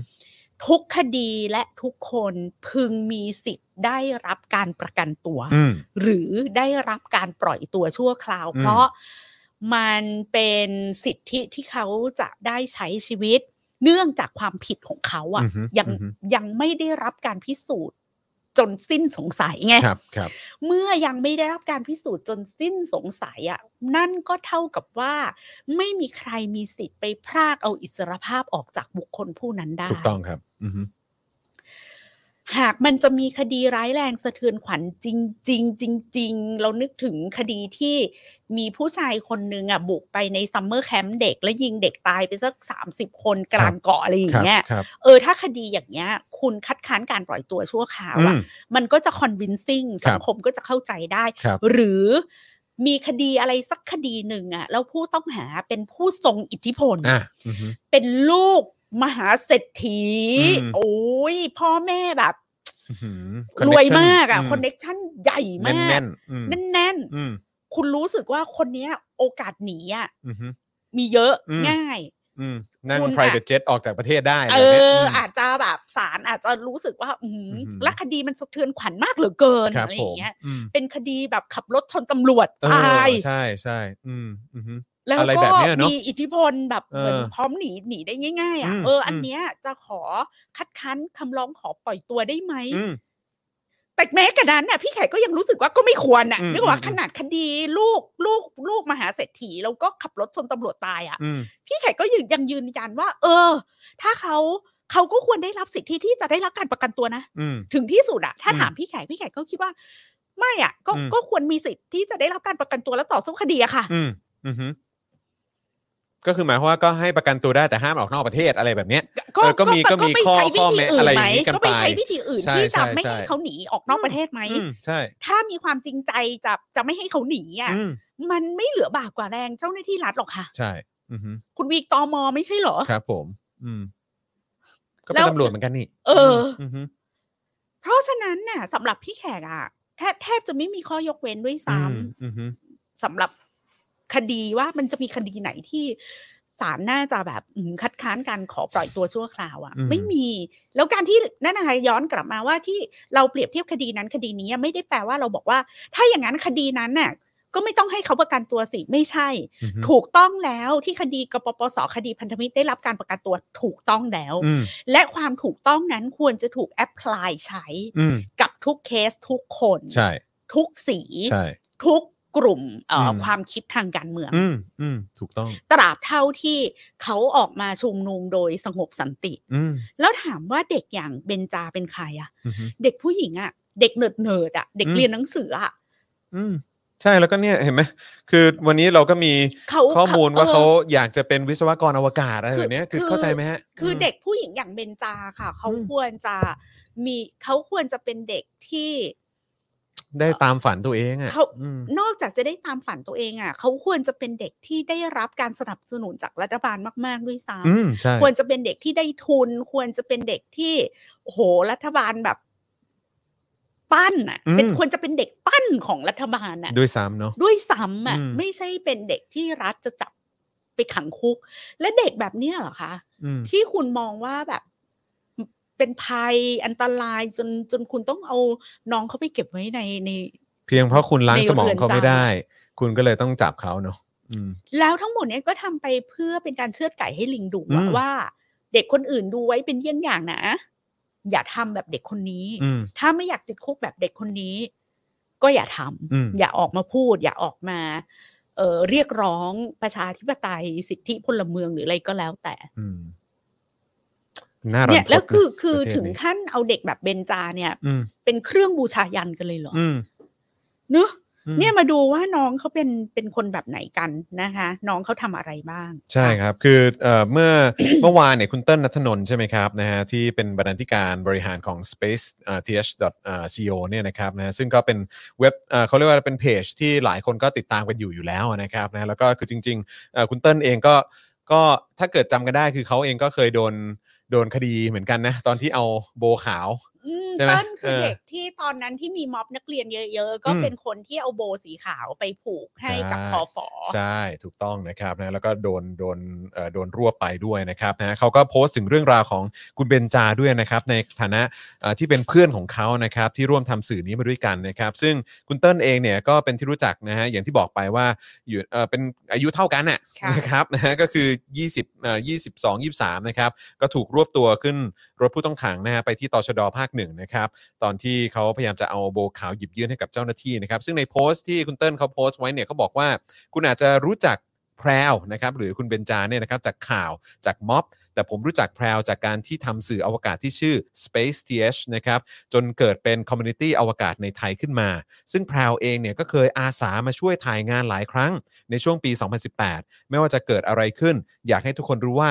ทุกคดีและทุกคนพึงมีสิทธิ์ได้รับการประกันตัว
อืม
หรือได้รับการปล่อยตัวชั่วคราว
อืม
เพราะมันเป็นสิทธิที่เขาจะได้ใช้ชีวิต เนื่องจากความผิดของเขาอ่ะ
อือฮึ
ยัง
อือฮึ
ยังไม่ได้รับการพิสูจน์ จนสิ้นสงสัยไง
ครับครับ
เมื่อยังไม่ได้รับการพิสูจน์จนสิ้นสงสัยอะ่ะนั่นก็เท่ากับว่า ไม่มีใครมีสิทธิ์ไปพรากเอาอิสรภาพออกจากบุคคลผู้นั้นได้
ถูกต้องครับ อือฮึ
หากมันจะมีคดีร้ายแรงสะเทือนขวัญจริงจริงจริง ๆ เรานึกถึงคดีที่มีผู้ชายคนหนึ่งอ่ะบุกไปในซัมเมอร์แคมป์เด็ก แล้วยิงเด็กตายไปสักสามสิบคนกลางเกาะอะไรอย่า
ครั
งเงี้ย
ครับ
เออถ้าคดีอย่างเงี้ย คุณคัดค้านการปล่อยตัวชั่วคราว
อื
อ่ะ
ม
มันก็จะ convincing
ครับ
สังคมก็จะเข้าใจได้
ครับ
หรือมีคดีอะไรสักคดีหนึ่งอะแล้วผู้ต้องหาเป็นผู้ทรงอิทธิพล
อ่ะอือฮึ
เป็นลูกมหาเศรษฐี
อืม
โอ้ยพ่อแม่แบบ
อื้อหือ
รวยมากอะ
connection
คอนเน็ชันใหญ่มาก
แน่นๆอืม
แน่น
อืม
ๆคุณรู้สึกว่าคนเนี้ย โอกาสหนีอะ
อือฮึ
มีเยอะ
อืม
ง่าย
อืมนั่ง
คุณอะ
private jet ออกจากประเทศได้
เอ
แบบนี้
อ
ม
ออาจจะแบบสารอาจจะรู้สึกว่า อืม
อือหือ
และคดีมันสะเทือนขวัญมากเหลือเกิน
ครับ
อะไร
ผ
อ
ม
ย่างเงี้ย
อืม
เป็นคดีแบบขับรถชนตำรวจ
เออ
ตาย
ใช่ใช่อืมอือฮึ
แล้ว
อะไร
ก็
แบบเนี้ยเนอะ
มีอิทธิพลแบบ
เออ
เหมือนพร้อมหนีหนีได้ง่ายๆอ่ะ
อืม
เอออ
ม
อันเนี้ยจะขอคัดค้านคำร้องขอปล่อยตัวได้ไหม
อืม
แต่แม้กระนั้นน่ะพี่แขกก็ยังรู้สึกว่าก็ไม่ควรน่ะ
อืม
นึกว่า
อืม
ขนาดคดีลูกลูกลูกมหาเศรษฐีแล้วก็ขับรถชนตำรวจตายอ่ะ
อืม
พี่แขกก็ยืนยังยืนยันว่า เออ ถ้าเขาเขาก็ควรได้รับสิทธิที่จะได้รับการประกันตัวนะ
อืม
ถึงที่สุดอะถ้า
อืม
ถามพี่แขกพี่แขกก็คิดว่า ไม่อะก็
อืม
ก็ควรมีสิทธิ์ที่จะได้รับการประกันตัวและต่อสู้คดีอะค่ะ
อืมอือฮึก็คือหมายความว่าก็ให้ประกันตัวได้แต่ห้ามออกนอกประเทศอะไรแบบเนี้ย เออก็มีก็มี
ไป
ข้อ
ใช้วิ
ข้อ
ธี
แม้
อื่
อะไร
น
อ
ไหม
ย่างนี้กัน
ก็ไป
ไป
ใช้วิธีอื่น
ใช่
ที่จะ
ใช่
ไม่
ใช่
ให้เขาหนีออกนอกประเทศไหม
อืมใช่
ถ้ามีความจริงใจจะจะไม่ให้เขาหนีอะ
อืม
มันไม่เหลือบากกว่าแรงเจ้าหน้าที่รัฐหรอกค่ะ
ใช่อือฮึ
คุณวีกตอมอไม่ใช่เหรอ
ครับผม อืม ก็
แล้
เป็น
ว
ตำรวจเหมือนกันนี่
เออ
มอือฮึ
เพราะฉะนั้นน่ะสำหรับพี่แขกอะแทบแทบจะไม่มีข้อยกเว้นด้วยซ้
อืมอือฮึ
ำสำหรับคดีว่ามันจะมีคดีไหนที่ศาลน่าจะแบบอืมคัดค้านการขอปล่อยตัวชั่วคราวอะ
อืม
ไม่มี แล้วการที่นั่นนะคะย้อนกลับมาว่าที่เราเปรียบเทียบคดีนั้นคดีนี้ไม่ได้แปลว่าเราบอกว่า ถ้าอย่างนั้นคดีนั้นน่ะ ก็ไม่ต้องให้เขาประกันตัวสิไม่ใช่
อือฮึ
ถูกต้องแล้วที่คดีกปปสคดีพันธมิตรได้รับการประกันตัวถูกต้องแล้ว
อืม
และความถูกต้องนั้นควรจะถูกแอพพลายใช้
อืม
กับทุกเคสทุกคน
ใช่
ทุกสี
ใช่
ทุก กลุ่มเอ่ออ
ม
ความคิดทางการเมือง
อืมอืมถูกต้อง
ตราบเท่าที่เขาออกมาชุมนุมโดยสงบสันติ
อืม
แล้วถามว่าเด็กอย่างเบนจาเป็นใครอะ
อือฮึ
เด็กผู้หญิงอะเด็กเนิร์ดเนิร์ดๆอะเด็ก
อืม
เรียนหนังสืออะ
อืมใช่แล้วก็เนี่ยเห็นไหมคือวันนี้เราก็มี
เขา
ข้อมูลว่าเขา
ออ
อยากจะเป็นวิศวกรอวกาศอะไรแบบเนี้ยคือ
คือ
เข้าใจไหมฮะ
คือเด็กผู้หญิงอย่างเบนจาค่ะ เขา
อืม
ควรจะมีเขาควรจะเป็นเด็กที่
ได้ตามฝันตัวเองอ่ะ
เขา
อืม
นอกจากจะได้ตามฝันตัวเองอะเขาควรจะเป็นเด็กที่ได้รับการสนับสนุนจากรัฐบาลมาก ๆ ด้วยซ้
อืมใช่
ำควรจะเป็นเด็กที่ได้ทุน ควรจะเป็นเด็กที่โอ้โหรัฐบาลแบบ ปั้นอะ
อืม
เป็นควรจะเป็นเด็กปั้นของรัฐบาลอะ
ด้วยซ้ำเนาะ
ด้วยซ้ำอ่ะ
อืม
ไม่ใช่เป็นเด็กที่รัฐจะจับไปขังคุก และเด็กแบบเนี้ยเหรอคะ
อืม
ที่คุณมองว่าแบบเป็นภัยอันตรายจนจนคุณต้องเอาน้องเขาไปเก็บไว้ในใน
เพียงเพราะคุณล้างสมองเขาไม่ได้
ในเรือน
คุณก็เลยต้องจับเขาเนาะอืม
แล้วทั้งหมดเนี้ยก็ทำไปเพื่อเป็นการเชือดไก่ให้ลิงดูอะ
อืม
ว่า เด็กคนอื่นดูไว้เป็นเยี่ยงอย่างนะ อย่าทำแบบเด็กคนนี้
อืม
ถ้าไม่อยากติดคุกแบบเด็กคนนี้ ก็อย่าท
อืม
ำอย่าออกมาพูด อย่าออกมาเอ่อเรียกร้องประชาธิปไตยสิทธิพลเมืองหรืออะไรก็แล้วแต่
อืมน่ารัก
เนี่ยแล้วคือคือ
ประเทศนี้
ถึงขั้นเอาเด็กแบบเบนจาเนี่ย
อืม
เป็นเครื่องบูชายันกันเลยเหรอ
อืม
เนอะ
อืม
เนี่ยมาดูว่าน้องเขาเป็นเป็นคนแบบไหนกันนะคะ น้องเขาทำอะไรบ้าง
ใช่ครับ คือเอ่อเมื่อ เมื่อวานเนี่ยคุณเติ้ลนัทนนท์ใช่ไหมครับนะฮะที่เป็นบรรณาธิการบริหารของ space th co เนี่ยนะครับนะฮะซึ่งก็เป็นเว็บเอ่อเขาเรียกว่าเป็นเพจที่หลายคนก็ติดตามกันอยู่อยู่แล้วนะครับนะแล้วก็คือจริง ๆ เอ่อคุณเติ้ลเองก็ก็ถ้าเกิดจำกันได้คือเขาเองก็เคยโดนโดนคดีเหมือนกันนะ ตอนที่เอาโบขาว
อืม
ใช่ไหม
เต้นคือ
เออ
เด็กที่ตอนนั้นที่มีม็อบนักเรียนเยอะ ๆ ก็
อืม
เป็นคนที่เอาโบสีขาวไปผูกให้กับ
ใช่
คอฝอ
ใช่ถูกต้องนะครับนะแล้วก็โดนโดนเอ่อโดนรวบไปด้วยนะครับนะเขาก็โพสต์ถึงเรื่องราวของคุณเบนจาด้วยนะครับ ในฐานะเอ่อที่เป็นเพื่อนของเขานะครับ ที่ร่วมทำสื่อนี้มาด้วยกันนะครับ ซึ่งคุณเติ้ลเองเนี่ยก็เป็นที่รู้จักนะฮะอย่างที่บอกไปว่าอยู่เอ่อเป็นอายุเท่ากันน่ะ
ค่ะ
นะครับนะฮะก็คือ 20เอ่อ22 23นะครับ ก็ถูกรวบตัวขึ้นรถผู้ต้องขังนะฮะไปที่ตชดภาคหนึ่งนะครับ ตอนที่เขาพยายามจะเอาโบขาวหยิบยื่นให้กับเจ้าหน้าที่นะครับ ซึ่งในโพสต์ที่คุณเติ้ลเขาโพสต์ไว้เนี่ยเขาบอกว่า คุณอาจจะรู้จักแพรวนะครับหรือคุณเบนจาเนี่ยนะครับจากข่าวจากม็อบ แต่ผมรู้จักแพรวจากการที่ทำสื่ออวกาศที่ชื่อ Space TH นะครับ จนเกิดเป็นคอมมูนิตี้อวกาศในไทยขึ้นมา ซึ่งแพรวเองเนี่ยก็เคยอาสามาช่วยถ่ายงานหลายครั้ง ในช่วงปี 2018 ไม่ว่าจะเกิดอะไรขึ้น อยากให้ทุกคนรู้ว่า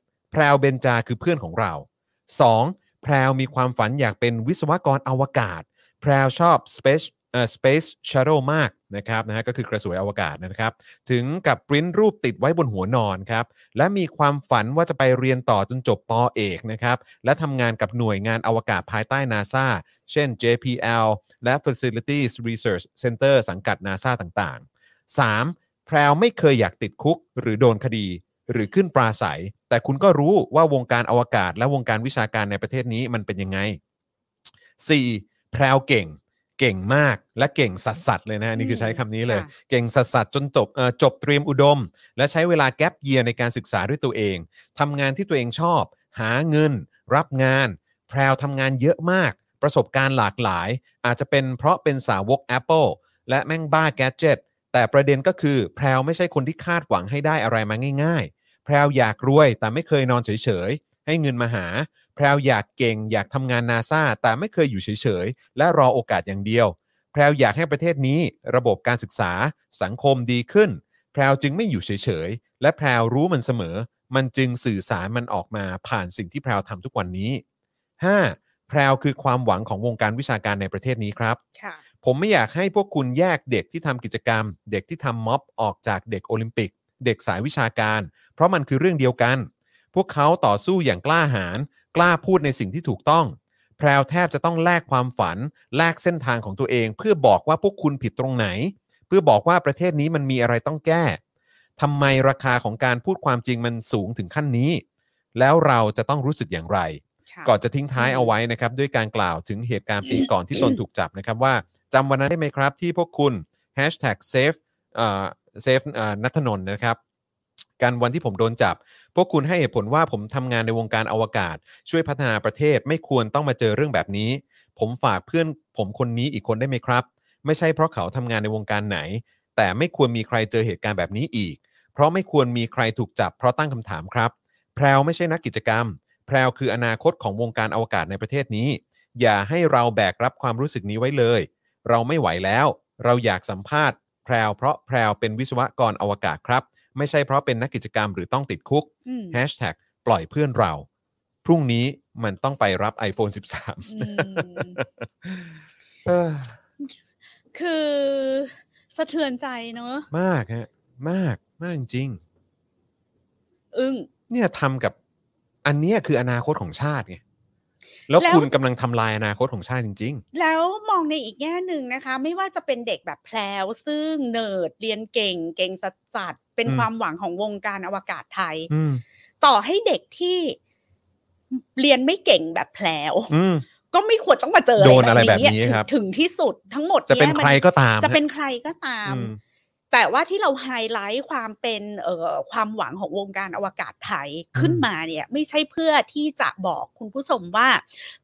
1. แพรวเบนจาคือเพื่อนของเรา 2. แพรวมีความฝันอยากเป็นวิศวกรอวกาศ แพรวชอบ Space เอ่อ Space Shuttle มากนะครับนะฮะก็คือกระสวยอวกาศนะครับ ถึงกับปริ้นรูปติดไว้บนหัวนอนครับ และมีความฝันว่าจะไปเรียนต่อจนจบปอเอกนะครับ และทำงานกับหน่วยงานอวกาศภายใต้ NASA เช่น JPL และ Facilities Research Center สังกัด NASA ต่างๆ 3. แพรวไม่เคยอยากติดคุกหรือโดนคดี หรือขึ้นปราศัย แต่คุณก็รู้ว่าวงการอวกาศและวงการวิชาการในประเทศนี้มันเป็นยังไง 4. แพรวเก่ง เก่งมากและเก่งสัสสัสๆเลยนะฮะนี่คือใช้คำนี้เลย
ค่ะ
เก่งสัสสัสๆจนจบเอ่อจบเตรียมอุดม และใช้เวลาแกปเยียในการศึกษาด้วยตัวเองทำงานที่ตัวเองชอบ หาเงิน รับงาน แพรวทำงานเยอะมาก ประสบการณ์หลากหลาย อาจจะเป็นเพราะเป็นสาวก Apple และแม่งบ้าแกดเจิตแต่ประเด็นก็คือแพรวไม่ใช่คนที่คาดหวังให้ได้อะไรมาง่าย ๆ แพรวอยากรวยแต่ไม่เคยนอนเฉยๆ ให้เงินมาหา แพรวอยากเก่ง อยากทำงานนาซาแต่ไม่เคยอยู่เฉยๆ และรอโอกาสอย่างเดียว แพรวอยากให้ประเทศนี้ระบบการศึกษาสังคมดีขึ้น แพรวจึงไม่อยู่เฉยๆ และแพรวรู้มันเสมอ มันจึงสื่อสารมันออกมาผ่านสิ่งที่แพรวทำทุกวันนี้ 5. แพรวคือความหวังของวงการวิชาการในประเทศนี้ครับ
ค่ะ
ผมไม่อยากให้พวกคุณแยกเด็กที่ทำกิจกรรม เด็กที่ทำม็อบออกจากเด็กโอลิมปิก เด็กสายวิชาการ เพราะมันคือเรื่องเดียวกัน พวกเขาต่อสู้อย่างกล้าหาญกล้าพูดในสิ่งที่ถูกต้อง แพรวแทบจะต้องแลกความฝัน แลกเส้นทางของตัวเอง เพื่อบอกว่าพวกคุณผิดตรงไหน เพื่อบอกว่าประเทศนี้มันมีอะไรต้องแก้ทำไมราคาของการพูดความจริงมันสูงถึงขั้นนี้ แล้วเราจะต้องรู้สึกอย่างไร ก่อนจะทิ้งท้ายเอาไว้นะครับ ด้วยการกล่าวถึงเหตุการณ์ปีก่อนที่ตนถูกจับนะครับว่าจำวันนั้นได้ไหมครับ ที่พวกคุณ hashtag save เอ่อ save เอ่อนัทนนท์นะครับ การวันที่ผมโดนจับ พวกคุณให้เหตุผลว่าผมทำงานในวงการอวกาศ ช่วยพัฒนาประเทศไม่ควรต้องมาเจอเรื่องแบบนี้ ผมฝากเพื่อนผมคนนี้อีกคนได้ไหมครับ ไม่ใช่เพราะเขาทำงานในวงการไหน แต่ไม่ควรมีใครเจอเหตุการณ์แบบนี้อีก เพราะไม่ควรมีใครถูกจับเพราะตั้งคำถามครับ แพรวไม่ใช่นักกิจกรรม แพรวคืออนาคตของวงการอวกาศในประเทศนี้ อย่าให้เราแบกรับความรู้สึกนี้ไว้เลย เราไม่ไหวแล้ว เราอยากสัมภาษณ์ แพรวเพราะแพรวเป็นวิศวกรอวกาศครับ ไม่ใช่เพราะเป็นนักกิจกรรมหรือต้องติดคุก
อืม
แฮชแท็กปล่อยเพื่อนเรา พรุ่งนี้มันต้องไปรับ iPhone
อื
13
ม
เออ
คือสะเทือนใจเนอะ
มากฮะ มาก มากจริง
อึ้ง
เนี่ยทำกับอันเนี้ยคืออนาคตของชาติไง แล้ว
แล้ว
คุณกำลังทำลายอนาคตของชาติจริง
แล้วมองในอีกแง่หนึ่งนะคะ ไม่ว่าจะเป็นเด็กแบบแพลวซึ่งเนิร์ดเรียนเก่ง เก่งสัสๆเป็น
อืม
ความหวังของวงการอวกาศไทย
ๆ อืม
ต่อให้เด็กที่เรียนไม่เก่งแบบแพลว
อืม
ก็ไม่ควรต้องมาเจอ
โดนอะไรแบบนี้
ถึง
ครับ
ถึงที่สุดทั้งหมด
จะเป็น
ยมั
ใครก็ตาม
จะเป็น
ฮ
ใครก็ตาม
อืม
แต่ว่าที่เราไฮไลท์ความเป็นเอ่อความหวังของวงการอวกาศไทยขึ้นมาเนี่ย ไม่ใช่เพื่อที่จะบอกคุณผู้ชมว่า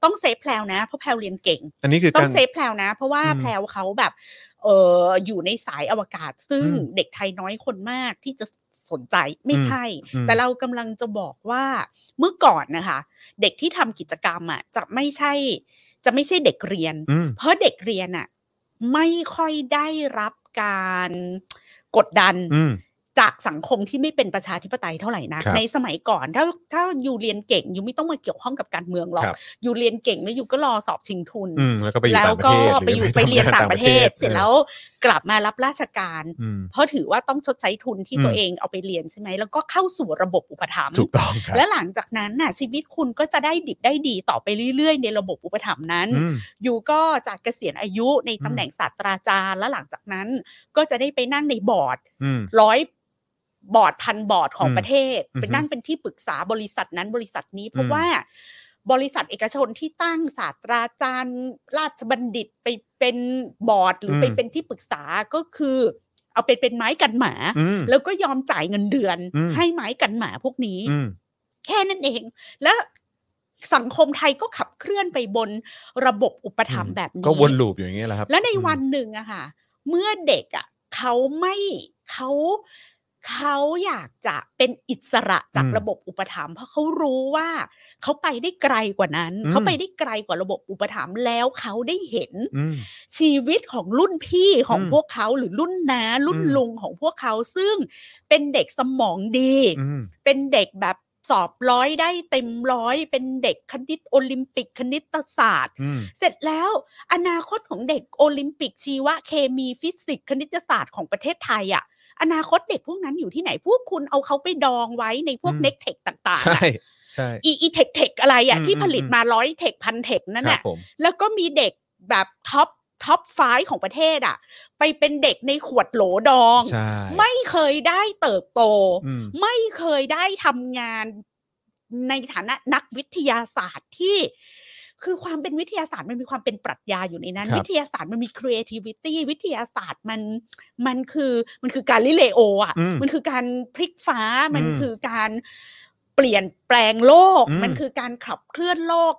ต้องเซฟแพลวนะเพราะแพลวเรียนเก่ง
อันนี้คื
ต้อก
อาง ร
เซฟแพลวนะ เพราะว่า
อืม
แพลวเขาแบบเอออยู่ในสายอวกาศ ซึ่ง
อืม
เด็กไทยน้อยคนมากที่จะสนใจไม่
อืม
ใช่
อืม
แต่เรากำลังจะบอกว่าเมื่อก่อนนะคะ เด็กที่ทำกิจกรรมอ่ะจะไม่ใช่ จะไม่ใช่เด็กเรียน
อืม
เพราะเด็กเรียนอะไม่ค่อยได้รับการกดดัน
อืม
จากสังคมที่ไม่เป็นประชาธิปไตยเท่าไหร่นะครับ ในสมัยก่อนถ้าถ้าอยู่เรียนเก่งอยู่ไม่ต้องมาเกี่ยวข้องกับการเมืองหรอก
ครับ
อยู่เรียนเก่งแล้วอยู่ก็รอสอบชิงทุน
อืม แล้วก็ไปอยู่
แล้
ต่าว งประเทศหทำง
ก็ไปอยู่ไปเรียนต่างประเทศ เสร็จแล้วกลับมารับราชการ
อืม
เพราะถือว่าต้องชดใช้ทุนที่
อืม
ตัวเองเอาไปเรียนใช่ไหมแล้วก็เข้าสู่ระบบอุปถัมภ์
ถูกต้องครับ
และหลังจากนั้นน่ะชีวิตคุณก็จะได้ดิบได้ดีต่อไปเรื่อยๆ ในระบบอุปถัมภ์นั้น
อืม
อยู่ก็จากเกษียณอายุในตำแหน่งศาสตราจารย์ และหลังจากนั้นก็จะได้ไปนั่งในบอร์ด
อืม
ร้อยบอร์ดพันบอร์ดของ
อืม
ประเทศ
อือฮึ
ไปนั่งเป็นที่ปรึกษาบริษัทนั้นบริษัทนี้ เพ
อื
ราะ
ม
ว่าบริษัทเอกชนที่ตั้งศาสตราจารย์ ราชบัณฑิตไปเป็นบอร์ดหรือไปเป็นที่ปรึกษาก็คือ เอาเป็นเป็นไม้กันหมา
อืม
แล้วก็ยอมจ่ายเงินเดือน
อืม
ให้ไม้กันหมาพวกนี้
อืม
แค่นั้นเอง และสังคมไทยก็ขับเคลื่อนไปบนระบบอุปถัมภ์
อืม
แบบนี้
ก็วนลูปอย่อย่างเงี้ยแหละครับ
แล้วในวันหนึ่งอะค่ะ เมื่อเด็กอะเขาไม่เขาเขาอยากจะเป็นอิสระจากระบบอุปถัมภ์เพราะเขารู้ว่าเขาไปได้ไกลกว่านั้น เขาไปได้ไกลกว่าระบบอุปถัมภ์แล้วเขาได้เห็น
อืม
ชีวิตของรุ่นพี่ของ
อืม
พวกเขาหรือรุ่นน้ารุ่น
อืม
ลุงของพวกเขาซึ่งเป็นเด็กสมองดี
อืม
เป็นเด็กแบบสอบร้อยได้เต็มร้อย เป็นเด็กคณิตโอลิมปิกคณิตศาสตร์
อืม
เสร็จแล้วอนาคตของเด็กโอลิมปิกชีวะเคมีฟิสิกส์คณิตศาสตร์ของประเทศไทยอะ่ะ อนาคตเด็กพวกนั้นอยู่ที่ไหน พวกคุณเอาเขาไปดองไว้ในพวก
อืม
เน็กเทคต่างๆ
ใช่
อะ
ใช่
อีอีเทคเทคอะไรอะ่ะ
อืม
ที่
อืม
ผลิต
อืม
มาร้อยเทคพันเทคนั่น
ครั
แหละ
บผม
แล้วก็มีเด็กแบบท็อปท็อปฟของประเทศอะ่ะ ไปเป็นเด็กในขวดโหลดอง
ใช่
ไม่เคยได้เติบโต
อืม
ไม่เคยได้ทำงานในฐานะนักวิทยาศาสตร์ที่ คือความเป็นวิทยาศาสตร์มันมีความเป็นปรัชญาอยู่ในนั้น
ครับ
วิทยาศาสตร์มันมี creativity วิทยาศาสตร์มันมันคือมันคือการลิเลโออ่ะ
อืม
มันคือการพลิกฟ้า มัน
อืม
คือการเปลี่ยนแปลงโลก
อืม
มันคือการขับเคลื่อนโลก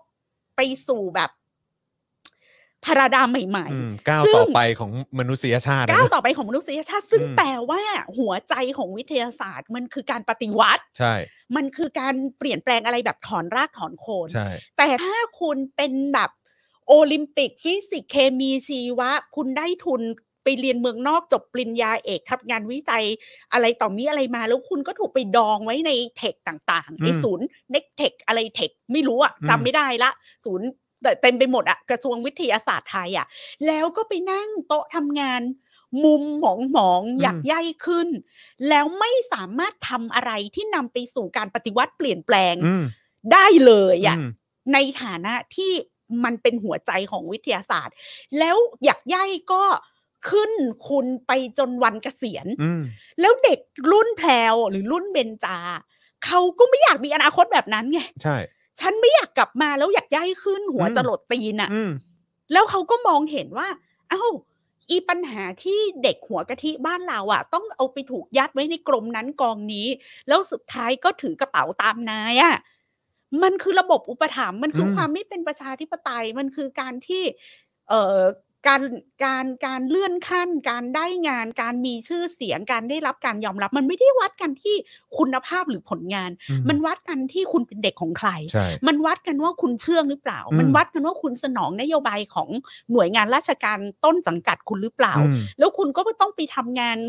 ไปสู่แบบพาราดามใหม่
อื
ๆ
มก้าว
ซึ่ง
ต่อไปของมนุษยชาตินะ
ก้าวต่อไปของมนุษยชาติซึ่ง
อืม
แปลว่าหัวใจของวิทยาศาสตร์ มันคือการปฏิวัติ
ใช่
มันคือการเปลี่ยนแปลงอะไรแบบถอนรากถอนโคน
ใช่
แต่ถ้าคุณเป็นแบบโอลิมปิกฟิสิกส์เคมีชีวะ คุณได้ทุนไปเรียนเมืองนอกจบปริญญาเอกทับงานวิจัยอะไรต่อมีอะไรมา แล้วคุณก็ถูกไปดองไว้ในเทคต่างๆไอ
อืม
ศูนย์เน็กเทคอะไรเทคไม่รู้อะ
อืม
จำไม่ได้ละ ศูนย์แต่เต็มไปหมดอะกระทรวงวิทยาศาสตร์ไทยอะแล้วก็ไปนั่งโต๊ะทำงาน มุมหมองหมองๆอยากย่ายขึ้น แล้วไม่สามารถทำอะไรที่นำไปสู่การปฏิวัติเปลี่ยนแปลง
อืม
ได้เลยอะ
อืม
ในฐานะที่มันเป็นหัวใจของวิทยาศาสตร์ แล้วอยากย่ายก็ขึ้นคุณไปจนวันเกษียณ
อืม
แล้วเด็กรุ่นแพลวหรือรุ่นเบนจา เขาก็ไม่อยากมีอนาคตแบบนั้นไง
ใช่
ฉันไม่อยากกลับมาแล้วอยากย่ายขึ้นหัว
อืม
จรดตีนอะ
อืม
แล้วเขาก็มองเห็นว่า เอ้า อีปัญหาที่เด็กหัวกะทิบ้านเราอะต้องเอาไปถูกยัดไว้ในกรมนั้นกองนี้ แล้วสุดท้ายก็ถือกระเป๋าตามนายอะมันคือระบบอุปถัมภ์มันคืออ
ม
ความไม่เป็นประชาธิปไตยมันคือการที่ เออ การการการเลื่อนขั้น การได้งาน การมีชื่อเสียง การได้รับการยอมรับ มันไม่ได้วัดกันที่คุณภาพหรือผลงาน มันวัดกันที่คุณเป็นเด็กของใคร
ใช่
มันวัดกันว่าคุณเชื่องหรือเปล่า
อืม
มันวัดกันว่าคุณสนองนโยบายของหน่วยงานราชการต้นสังกัดคุณหรือเปล่า
อืม
แล้วคุณก็ต้องไปทำงาน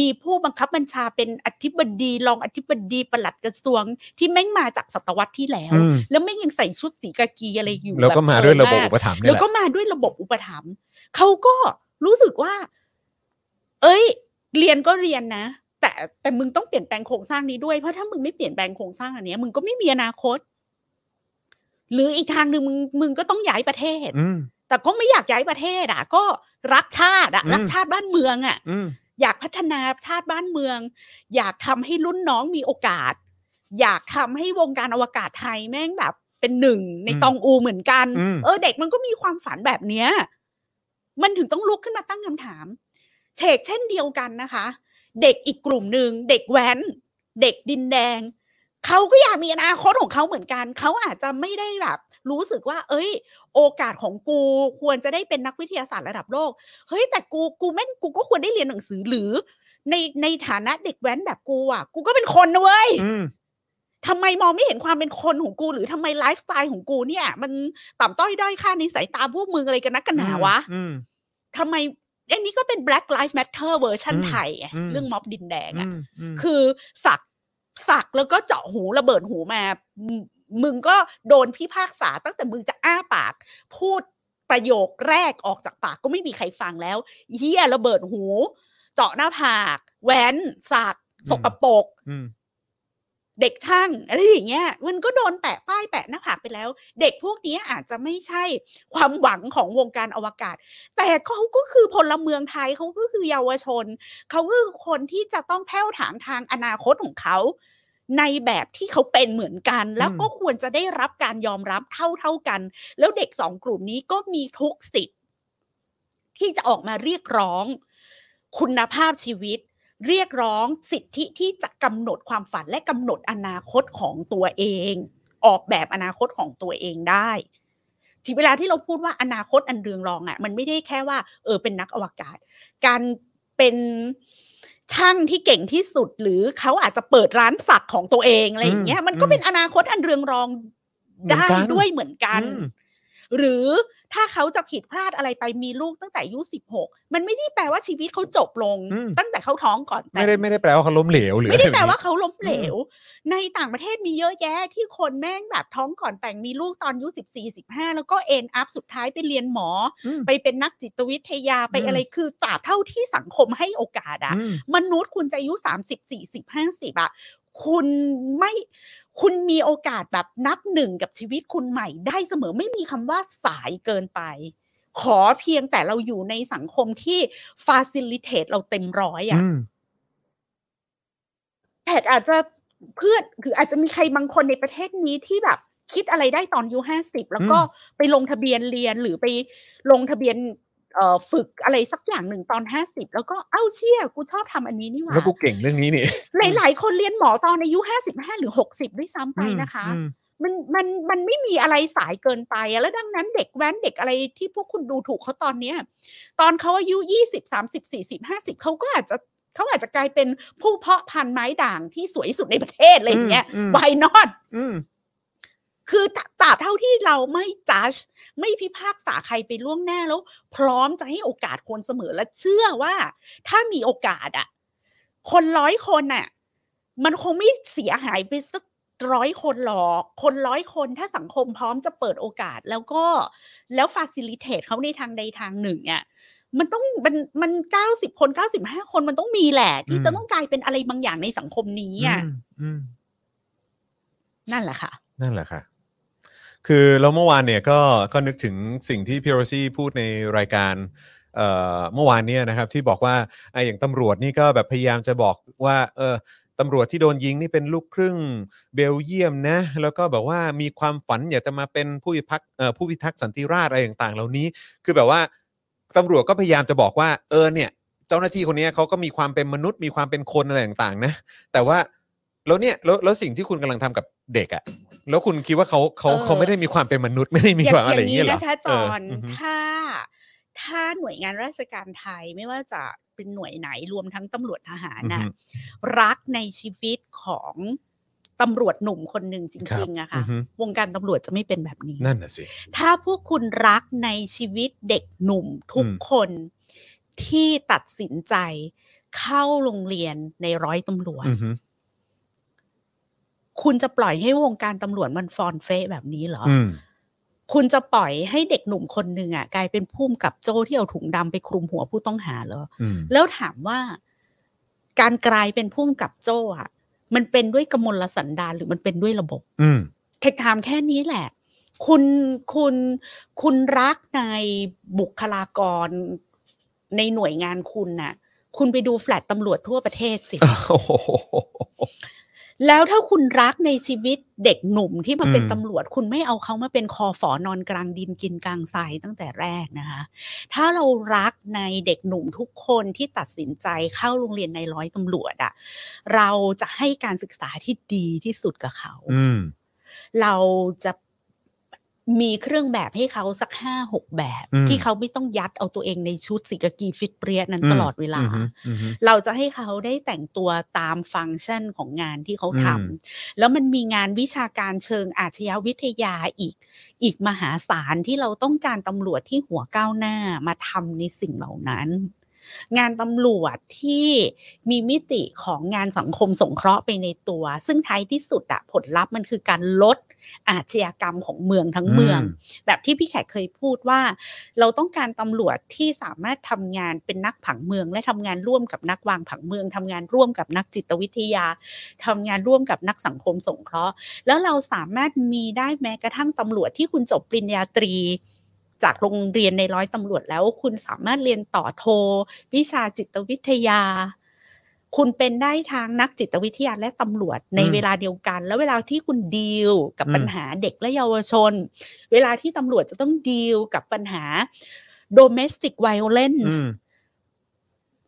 มีผู้บังคับบัญชาเป็นอธิบดีรองอธิบดีปลัดกระทรวง ที่แม่งมาจากศตวรรษที่แล้ว
อืม
แล้วแม่งยังใส่ชุดสีกากีอะไรอยู่
แล้วก็
บบ
มาด้วยระบบ
เชยมาก
อุปถัมภ์เนี่
แล้
ยว แหละ
ก็มาด้วยระบบอุปถัมภ์เขาก็รู้สึกว่า เอ้ย เรียนก็เรียนนะ แต่แต่มึงต้องเปลี่ยนแปลงโครงสร้างนี้ด้วย เพราะถ้ามึงไม่เปลี่ยนแปลงโครงสร้างอันเนี้ยมึงก็ไม่มีอนาคต หรืออีกทางหนึ่งมึงมึงก็ต้องย้ายประเทศ
อืม
แต่ก็ไม่อยากย้ายประเทศอ่ะ ก็รักชาติอ่ะ
อืม
รักชาติบ้านเมืองอ่ะ
อืม
อยากพัฒนาชาติบ้านเมือง อยากทำให้รุ่นน้องมีโอกาส อยากทำให้วงการอวกาศไทยแม่งแบบเป็นหนึ่งใน
อืม
ตองอูเหมือนกัน
อืม
เออเด็กมันก็มีความฝันแบบเนี้ย มันถึงต้องลุกขึ้นมาตั้งคำถามเฉกเช่นเดียวกันนะคะ เด็กอีกกลุ่มหนึ่งเด็กแว้น เด็กดินแดง เขาก็อยากมีอนาคตของเขาเหมือนกัน เขาอาจจะไม่ได้แบบ รู้สึกว่า เอ้ย โอกาสของกูควรจะได้เป็นนักวิทยาศาสตร์ระดับโลก เฮ้ยแต่กูกูแม่งกูก็ควรได้เรียนหนังสือหรือ ในในฐานะเด็กแว้นแบบกูอ่ะ กูก็เป็นคนนะเว้ย
อืม
ทำไมมองไม่เห็นความเป็นคนของกู หรือทำไมไลฟ์สไตล์ของกูเนี่ย มันต่ำต้อยด้อยค่าในสายตาพวกมึงอะไรกันนักกันหนาวะ
อืม
ทำไมอันนี้ก็เป็น Black Lives Matter เวอร์ชัน
อืม
ไทยไง
อืม
เรื่องม็อบดินแดง
อื
อ่ะ
มอืม
คือสักสักแล้วก็เจาะหูระเบิดหูมามึงมึงก็โดนพิพากษาตั้งแต่มึงจะอ้าปาก พูดประโยคแรกออกจากปากก็ไม่มีใครฟังแล้วเฮียระเบิดหู เจาะหน้าผากแหวนสัก
อืม
สกปรก
อืม
เด็กช่างอะไรอย่างเงี้ย มันก็โดนแปะป้ายแปะหน้าผากไปแล้ว เด็กพวกนี้อาจจะไม่ใช่ความหวังของวงการอวกาศ แต่เขาก็คือพลเมืองไทยเขาก็คือเยาวชน เขาคือคนที่จะต้องแผ้วถางทางอนาคตของเขา ในแบบที่เขาเป็นเหมือนกัน แล้วก็ควรจะได้รับการยอมรับเท่าเท่าๆกัน แล้วเด็กสองกลุ่มนี้ก็มีทุกสิทธิ์ ที่จะออกมาเรียกร้อง คุณภาพชีวิต เรียกร้องสิทธิที่จะกำหนดความฝันและกำหนดอนาคตของตัวเอง ออกแบบอนาคตของตัวเองได้ ที่เวลาที่เราพูดว่าอนาคตอันเรืองรองอะ่ะ มันไม่ได้แค่ว่า เออเป็นนักอวกาศ การเป็นช่างที่เก่งที่สุดหรือเขาอาจจะเปิดร้านสักของตัวเองอะไรอย่างเงี้ยมันก็เป็นอนาคตอันเรืองรอง
เหมือน
ได้
กัน
ด้วยเหมือนกัน
อืม
หรือถ้าเขาจะผิดพลาดอะไรไปมีลูกตั้งแต่อายุสิบหกมันไม่ได้แปลว่าชีวิตเขาจบลง
อืม
ตั้งแต่เขาท้องก่อนแต่ง
ไม่ได้ไม่ได้แปลว่าเขาล้มเหลวหรือ
ไม่ได้แปล
อะร
ว่าเขาล้มเหลว ในต่างประเทศมีเยอะแยะที่คนแม่งแบบท้องก่อนแต่งมีลูกตอนอายุสิบสี่สิบห้าแล้วก็เอ็นอัพสุดท้ายไปเรียนหมอ
อืม
ไปเป็นนักจิตวิทยาไป
อืม
อะไรคือตราบเท่าที่สังคมให้โอกาสอะ
อืม
มนุษย์คุณจะอายุสามสิบสี่สิบห้าสิบอะคุณไม่คุณมีโอกาสแบบนับหนึ่งกับชีวิตคุณใหม่ได้เสมอไม่มีคำว่าสายเกินไป ขอเพียงแต่เราอยู่ในสังคมที่ฟาซิลิเทตเราเต็มร้อยอะ
อืม
แขกอาจจะเพื่อนคืออาจจะมีใครบางคนในประเทศนี้ที่แบบ คิดอะไรได้ตอนอายุห้าสิบแล้วก็ไปลงทะเบียนเรียนหรือไปลงทะเบียนเอ่อฝึกอะไรสักอย่างหนึ่งตอนห้าสิบแล้วก็เอ้าเชี่ยกูชอบทำอันนี้นี่หว่า
แล้วกูเก่งเรื่องนี้นี่
หลาย ๆ คนเรียนหมอตอนอายุห้าสิบห้าหรือหกสิบด้วยซ้ำไปนะคะ
อืม
มันมันมันไม่มีอะไรสายเกินไปอะแล้วดังนั้นเด็กแว้นเด็กอะไรที่พวกคุณดูถูกเขาตอนเนี้ย ตอนเขาอายุยี่สิบสามสิบสี่สิบห้าสิบเขาก็อาจจะเขาอาจจะกลายเป็นผู้เพาะพันธุ์ไม้ด่างที่สวยที่สุดในประเทศอะไรอย่างเงี้ย
อืมอืม
ไวนอด
อืม
คือตราบเท่าที่เราไม่จัดไม่พิพากษาใครไปล่วงหน้าแล้ว พร้อมจะให้โอกาสคนเสมอและเชื่อว่า ถ้ามีโอกาสอะคนร้อยคนน่ะ มันคงไม่เสียหายไปสักร้อยคนหรอก คนร้อยคนถ้าสังคมพร้อมจะเปิดโอกาสแล้วก็แล้วฟาซิลิเทตเขาในทางใดทางหนึ่งอะมันต้องมันมันเก้าสิบคนเก้าสิบห้าคนมันต้องมีแหละ ที่
อืม
จะต้องกลายเป็นอะไรบางอย่างในสังคมนี้อะ
อืมอืม
นั่นแหละค่ะ
นั่นแหละค่ะ คือแล้วเมื่อวานเนี่ยก็ก็นึกถึงสิ่งที่พี่โรซี่พูดในรายการเอ่อเมื่อวานเนี่ยนะครับที่บอกว่าไอ้อย่างตำรวจนี่ก็แบบพยายามจะบอกว่าเออตำรวจที่โดนยิงนี่เป็นลูกครึ่งเบลเยียมนะ แล้วก็แบบว่ามีความฝันอยากจะมาเป็นผู้พิพักษ์เอ่อผู้พิทักษ์สันติราษฎร์อะไรต่างๆ เหล่านี้ คือแบบว่าตำรวจก็พยายามจะบอกว่าเออเนี่ย เจ้าหน้าที่คนเนี้ยเขาก็มีความเป็นมนุษย์มีความเป็นคนอะไรต่างๆ นะ แต่ว่าแล้วเนี่ยแล้วแล้วสิ่งที่คุณกำลังทำกับเด็กอะ แล้วคุณคิดว่าเขาเขา
เออ
เขาไม่ได้มีความเป็นมนุษย์ไม่ได้มีความอะไรอย่างเงี้ยเหรอ
นะคะ
เ
จอน
อฮึ
ถ้า ถ้าหน่วยงานราชการไทยไม่ว่าจะเป็นหน่วยไหนรวมทั้งตำรวจทหาร
อือ
นะ
ฮึ
รักในชีวิตของตำรวจหนุ่มคนหนึ่งจริงๆอะ
อื
ค่ะ
อฮึ
วงการตำรวจจะไม่เป็นแบบนี้
นั่นน่ะสิ
ถ้าพวกคุณรักในชีวิตเด็กหนุ่มทุก
อืม
คนที่ตัดสินใจเข้าโรงเรียนในร้อยตำรวจ
อือฮึ
คุณจะปล่อยให้วงการตำรวจมันฟอนเฟะแบบนี้เหรออ
อืม
คุณจะปล่อยให้เด็กหนุ่มคนหนึ่งอ่ะกลายเป็นผู้มกับโจ้ที่เอาถุงดำไปคลุมหัวผู้ต้องหาเหรอ
อืม
แล้วถามว่าการกลายเป็นผู้มกับโจ้อ่ะ มันเป็นด้วยกมลสันดานหรือมันเป็นด้วยระบบ
อืม
เทคไทม์แค่นี้แหละ คุณคุณคุณรักในบุคลากรในหน่วยงานคุณน่ะ คุณไปดูแฟลตตำรวจทั่วประเทศสิ
โอ้โห
แล้วถ้าคุณรักในชีวิตเด็กหนุ่มที่มาเป็น
อืม
ตำรวจ คุณไม่เอาเขามาเป็นคอฝอนอนกลางดินกินกลางทรายตั้งแต่แรกนะคะ ถ้าเรารักในเด็กหนุ่มทุกคนที่ตัดสินใจเข้าโรงเรียนในร้อยตำรวจอะเราจะให้การศึกษาที่ดีที่สุดกับเขา
อืม
เราจะมีเครื่องแบบให้เขาสักห้าหกแบบ
อืม
ที่เขาไม่ต้องยัดเอาตัวเองในชุดสิกากีฟิตเปรียดนั้นตลอดเวลา
อืมอืมอืม
เราจะให้เขาได้แต่งตัวตามฟังก์ชันของงานที่เขาท
อืม
ำแล้วมันมีงานวิชาการเชิงอาชญาวิทยาอีก อีกมหาศาลที่เราต้องการตำรวจที่หัวก้าวหน้ามาทำในสิ่งเหล่านั้น งานตำรวจที่มีมิติของงานสังคมสงเคราะห์ไปในตัว ซึ่งท้ายที่สุดอะผลลัพธ์มันคือการลดอาชญากรรมของเมืองทั้งเมือง แบบที่พี่แขกเคยพูดว่า เราต้องการตำรวจที่สามารถทำงานเป็นนักผังเมือง และทำงานร่วมกับนักวางผังเมืองทำงานร่วมกับนักจิตวิทยาทำงานร่วมกับนักสังคมสงเคราะห์ แล้วเราสามารถมีได้แม้กระทั่งตำรวจที่คุณจบปริญญาตรี จากโรงเรียนในร้อยตำรวจแล้วคุณสามารถเรียนต่อโท วิชาจิตวิทยา คุณเป็นได้ทางนักจิตวิทยาและตำรวจใน
อืม
เวลาเดียวกัน แล้วเวลาที่คุณดีลกับปัญหาเด็กและเยาวชน เวลาที่ตำรวจจะต้องดีลกับปัญหา domestic
อื
violence
ม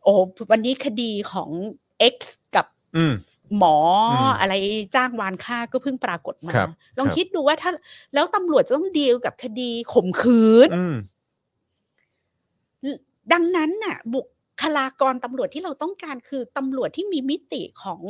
โอ้วันนี้คดีของ X กับ
อืม
หมอ
อืม
อะไรจ้างวานฆ่าก็เพิ่งปรากฏมา
ครับ
ลอง
ครับ
คิดดูว่าถ้า แล้วตำรวจจะต้องดีลกับคดีข่มขืน
อืม
ดังนั้นน่ะ บุคลากรตำรวจที่เราต้องการคือตำรวจที่มีมิติของ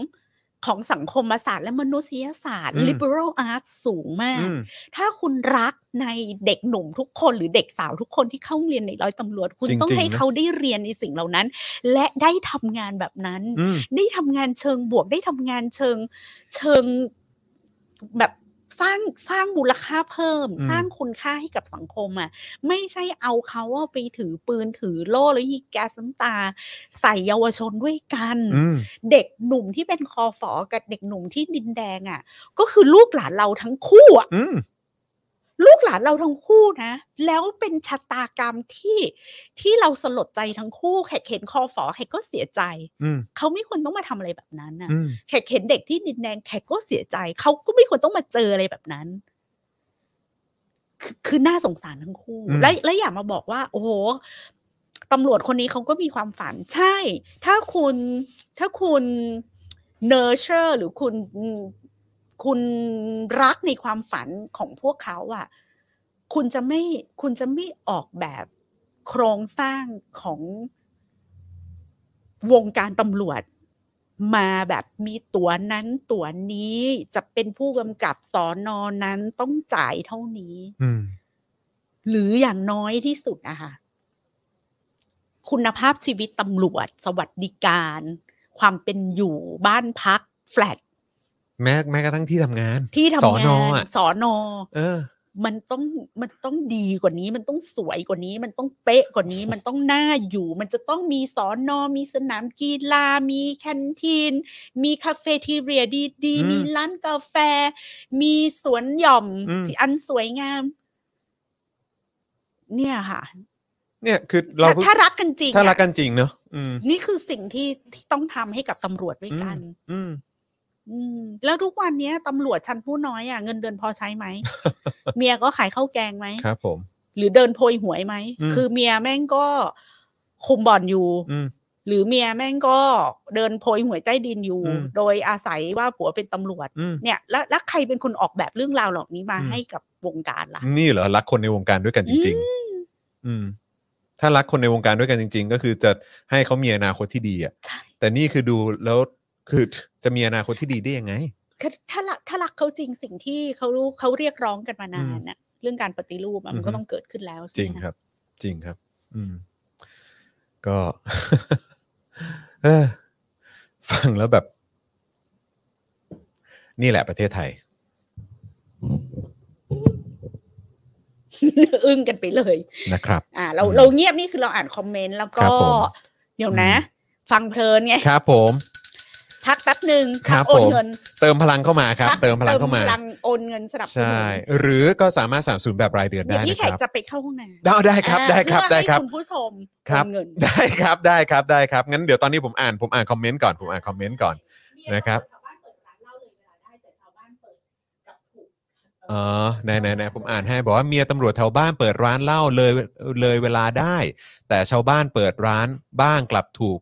ของสังคมศาสตร์และมนุษยศาสตร์
อืม
liberal arts สูงมา
อื
ก
ม
ถ้าคุณรักในเด็กหนุ่มทุกคนหรือเด็กสาวทุกคนที่เข้าเรียนในร้อยตำรวจ คุณ
จริงๆ
ต้องให้
นะ
เขาได้เรียนในสิ่งเหล่านั้น และได้ทำงานแบบนั้น
อืม
ได้ทำงานเชิงบวกได้ทำงานเชิงเชิงแบบสร้างสร้างมูลค่าเพิ่ม
อืม
สร้างคุณค่าให้กับสังคมอ่ะ ไม่ใช่เอาเขาว่าไปถือปืนถือโล่แล้วยิงแก๊สน้ำตา ใส่เยาวชนด้วยกัน
อืม
เด็กหนุ่มที่เป็นคอฝอกับเด็กหนุ่มที่ดินแดงอ่ะ ก็คือลูกหลานเราทั้งคู่อ่ะ
อืม
ลูกหลานเราทั้งคู่นะ แล้วเป็นชะตากรรมที่ที่เราสลดใจทั้งคู่แขกเห็นคอฝอแขกก็เสียใจ
อืม
เขาไม่ควรต้องมาทำอะไรแบบนั้นนะ
อืม
แขกเห็นเด็กที่ดินแดงแขกก็เสียใจ เขาก็ไม่ควรต้องมาเจออะไรแบบนั้น คือคือน่าสงสารทั้งคู่
อืม
และและอย่ามาบอกว่า โอ้โหตำรวจคนนี้เขาก็มีความฝันใช่ ถ้าคุณ ถ้าคุณ nurture หรือคุณคุณรักในความฝันของพวกเขาอะคุณจะไม่คุณจะไม่ออกแบบโครงสร้างของวงการตำรวจ มาแบบมีตัวนั้นตัวนี้จะเป็นผู้กำกับสอนอนั้นต้องจ่ายเท่านี้
อืม
หรืออย่างน้อยที่สุดนะคะคุณภาพชีวิตตำรวจ สวัสดิการ ความเป็นอยู่บ้านพัก แฟลต
แม้แม้กระทั่งที่ทำงาน
ที่ทำงาน
สอนอะ
สอนอ
เออ
มันต้องมันต้องดีกว่านี้ มันต้องสวยกว่านี้ มันต้องเป๊ะกว่า นี้ มันต้องน่าอยู่ มันจะต้องมีสอนอมีสนามกีฬามีแคนทีน มีคาเฟ่ทีเรียดี
อืม
ๆ มีร้านกาแฟ มีสวนหย่อม
อืม
ที่อันสวยงาม เนี่ยค่ะ
เนี่ยคือเรา
ถ้า
เพิ่ง
ถ้ารักกันจริง
ถ้ารัก
อะ
กันจริงเนอะอืม
นี่คือสิ่งที่ที่ต้องทำให้กับตำรวจด้วยกัน
อืม
อืม แล้วทุกวันเนี้ยตำรวจชั้นผู้น้อยอ่ะเงินเดือนพอใช้ไห ม เมียก็ขายข้าวแกงไหม
ครับผม
หรือเดินโพยหวยไหม
อืม
คือเมียแม่งก็คุมบ่อนอยู่
อืม
หรือเมียแม่งก็เดินโพยหวยใต้ดินอยู่
อืม
โดยอาศัยว่าผัวเป็นตำรวจ
อืม
เนี่ยแล้วแล้วใครเป็นคนออกแบบเรื่องราวเหล่านี้มา
อืม
ให้กับวงการล่ะ
นี่เหรอรักคนในวงการด้วยกันจริง ๆ อืม ถ้ารักคนในวงการด้วยกันจริง ๆ ก็คือจะให้เขามีอนาคตที่ดีอ่ะ
ใช่
แต่นี่คือดูแล้วคือจะมีอนาคตที่ดีได้ยังไง
คือถ้ารักถ้ารักเขาจริงสิ่งที่เขารู้เขาเรียกร้องกันมานานน่ะ เรื่องการปฏิรูปอะมั
อื
น
อฮึ
ก็ต้องเกิดขึ้นแล้ว
จริ
ใช่
ง
ไหม
ค
คะ
รับ จริงครับ อืม ก็ เออฟังแล้วแบบ นี่แหละประเทศไทย
อึ้งกันไปเลย
นะครับ
อ่า เรา
อืม
เราเงียบนี่คือเราอ่านคอมเมนต์แล้ว
ครับ
ก็
ผม
เดี๋ยวนะ
อื
ฟังเพลินไง
ครับผม
พักแป๊บหนึ่ง
ครั
พั
บ
กโอน
ผม
เงิน
เติมพลังเข้ามา ครับ
พัก
เติมพลังเข้ามา
พลังโอนเงินสนับสนุน
ใช่ หรือก็สามารถสามสูนแบบรายเดือน
เดี๋ย
ได้
วพี่
นะ
แข
ค
ก
รับ
จะไปเข้าห้องน้ำ
ได้ได้ครับ
อ่า
ได้ครับ
เพื่อ
ได้ครับ
ให้คุณผู้ชม
ครับ
โอนเงิน
ได้ครับได้ครับได้ครับ งั้นเดี๋ยวตอนนี้ผมอ่านผมอ่านคอมเมนต์ก่อนผมอ่านคอมเมนต์ก่อน นะครับ เออไหนไหนไหนผมอ่านให้บอกว่าเมียตำรวจแถวบ้านเปิดร้านเหล้าเลยเลยเวลาได้ แต่ชาวบ้านเปิดร้านบ้างกลับถูก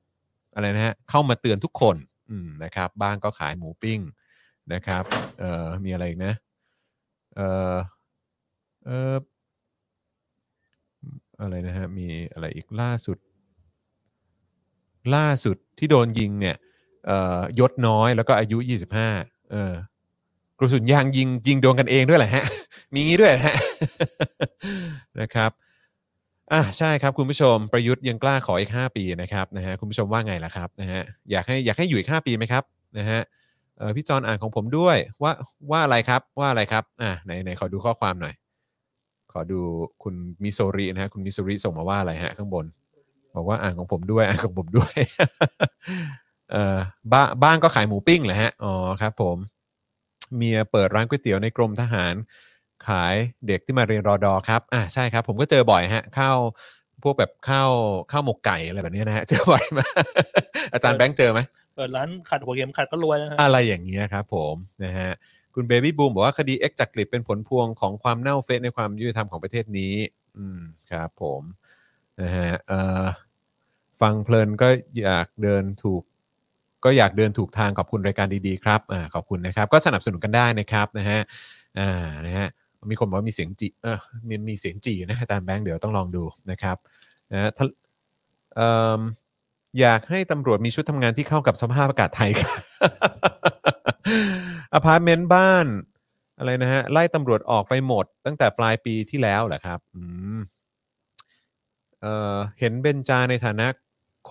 อะไรนะฮะเข้ามาเตือนทุกคนอืมนะครับ บ้างก็ขายหมูปิ้งนะครับเอ่อมีอะไรอีกนะเอ่อเอ่ออะไรนะฮะมีอะไรอีกล่าสุด ล่าสุดที่โดนยิงเนี่ยเอ่อยศน้อยแล้วก็อายุ 25เออกระสุนยางยิงยิงโดนกันเองด้วยแหละฮ ะ มีงี้ด้วยนะฮะ นะครับอ่ะใช่ครับคุณผู้ชมประยุทธ์ยังกล้าขออีก 5 ปีนะครับนะฮะคุณผู้ชมว่าไงล่ะครับนะฮะอยากให้อยากให้อยู่อีก 5 ปีไหมครับนะฮะเอ่อพี่จอนอ่านของผมด้วยว่าว่าอะไรครับว่าอะไรครับอ่ะไหนไหนขอดูข้อความหน่อย ขอดูคุณมิโซรินะฮะคุณมิโซริส่งมาว่าอะไรฮะข้างบน บอกว่าอ่านของผมด้วยอ่านของผมด้วย เอ่อบ้าบ้างก็ขายหมูปิ้งแหละฮะอ๋อครับผม เมียเปิดร้านก๋วยเตี๋ยวในกรมทหาร ขายเด็กที่มาเรียนรอดอครับอ่าใช่ครับ ผมก็เจอบ่อยฮะข้าวพวกแบบข้าวข้าวหมกไก่อะไรแบบเนี้ยนะฮ ะเจอบ่อยมาก อาจารย์แบงค์เจอไหม
เปิดร้านขัดหัวเข็มขัดก็รวยแล้วนะ
อะไรอย่างเงี้ยครับผมนะฮะคุณเบบี้บูมบอกว่าคดีเอ็กจักริดเป็นผลพวงของความเน่าเฟะในความยุติธรรมของประเทศนี้ อืมครับผมนะฮะเอ่อฟังเพลินก็อยากเดินถูก ก็อยากเดินถูกทางขอบคุณรายการดีๆครับอ่าขอบคุณนะครับ ก็สนับสนุนกันได้นะครับนะฮะอ่านะฮะมีคนบอกว่ามีเสียงจีเออมีมีเสียงจีนะอาจารย์แบงค์เดี๋ยวต้องลองดูนะครับนะฮะทะเอิ่มอยากให้ตำรวจมีชุดทำงานที่เข้ากับสภาพอากาศไทย ครับ อพาร์ตเมนต์บ้าน อะไรนะฮะ ไล่ตำรวจออกไปหมด ตั้งแต่ปลายปีที่แล้วเหรอครับอืมเอ่อเห็นเบนจาในฐานะ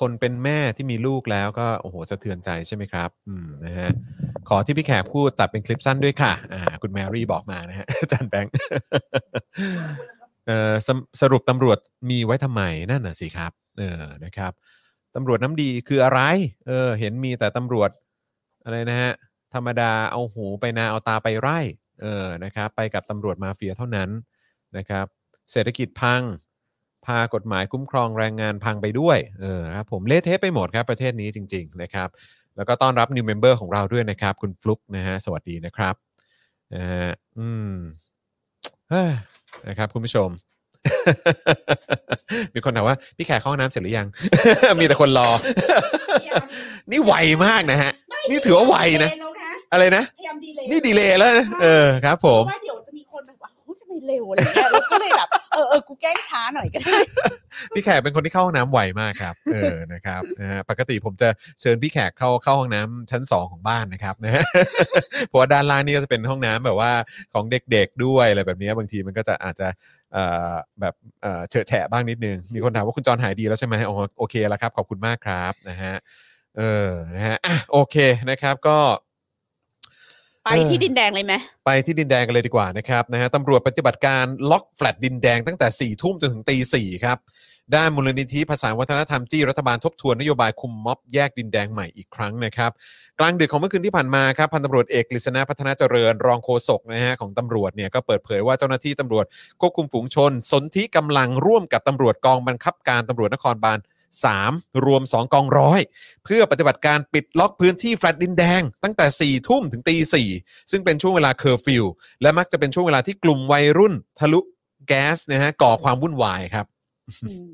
คนเป็นแม่ที่มีลูกแล้วก็โอ้โหสะเทือนใจใช่ไหมครับ อืมนะฮะขอที่พี่แขกพูดตัดเป็นคลิปสั้นด้วยค่ะอ่าคุณแมรี่บอกมานะฮะ อาจารย์แบงค์ เอ่อสรุปสรุปตำรวจมีไว้ทำไมนั่นน่ะสิครับเออนะครับตำรวจน้ำดีคืออะไรเออเห็นมีแต่ตำรวจอะไรนะฮะธรรมดาเอาหูไปนาเอาตาไปไร่เออนะครับไปกับตำรวจมาเฟียเท่านั้นนะครับเศรษฐกิจพัง พากฎหมายคุ้มครองแรงงานพังไปด้วยเออครับผมเละเทะไปหมดครับประเทศนี้จริง ๆ นะครับ แล้วก็ต้อนรับ new member ของเราด้วยนะครับ คุณฟลุกนะฮะสวัสดีนะครับนะฮะอืมเฮ้ยนะครับคุณผู้ชม มีคนถามว่า พี่แขกเข้าห้องน้ำเสร็จหรือยัง มีแต่คนรอ นี่ไวมากนะฮะ นี่ถือว่าไวนะ
เร็วนะ
อะไรนะ
พยายามดีเลย
นี่ดีเลย์แล้วนะเออครับ ผม
ว่าเดี๋ยวจะมีคนแบบว่าโอ้ทำไมเร็วอะไรเงี้ยแล้วก็เลยแบบ เออเออกูแกล้งช้าหน่อยก็ได้
พี่แขกเป็นคนที่เข้าห้องน้ำไวมากครับ เออ นะครับนะฮะปกติผมจะเชิญพี่แขกเข้าเข้าห้องน้ำชั้น 2 ของบ้านนะครับนะฮ ะ เพราะว่าด้านล่างนี่ก็จะเป็นห้องน้ำแบบว่าของเด็กๆด้วยอะไรแบบเนี้ยบางทีมันก็จะอาจจะเอ่อแบบเอ่อเฉอะแฉะบ้างนิดนึง มีคนถามว่าคุณจรหายดีแล้วใช่ไหมอ๋อโอเคแล้วครับ ขอบคุณมากครับนะฮะ เออ นะฮะอ่ะโอเคนะครับก็
ไปที่ดินแดงเลยไหม
ไปที่ดินแดงกันเลยดีกว่านะครับนะฮะตำรวจปฏิบัติการล็อกแฟลตดินแดงตั้งแต่4ี่ทุ่มจนถึงตีสี่ครับ ด้านมูลนิธิภาษาวัฒนธรรมจี้รัฐบาลทบทวนนโยบายคุมม็อบแยกดินแดงใหม่อีกครั้งนะครับ กลางดึกของเมื่อคืนที่ผ่านมาครับพันตำรวจเอกกฤษณะพัฒนาเจริญ รองโฆษกนะฮะของตำรวจเนี่ยก็เปิดเผยว่าเจ้าหน้าที่ตำรวจควบคุมฝูงชน สนธิกำลังร่วมกับตำรวจกองบังคับการตำรวจนครบาลสามรวมสองกองร้อย เพื่อปฏิบัติการปิดล็อกพื้นที่แฟลตดินแดง ตั้งแต่4ี่ทุ่มถึงตีสี่ซึ่งเป็นช่วงเวลาเคอร์ฟิวและมักจะเป็นช่วงเวลาที่กลุ่มวัยรุ่น ทะลุแก๊สนะฮะก่อความวุ่นวายครับ
อืม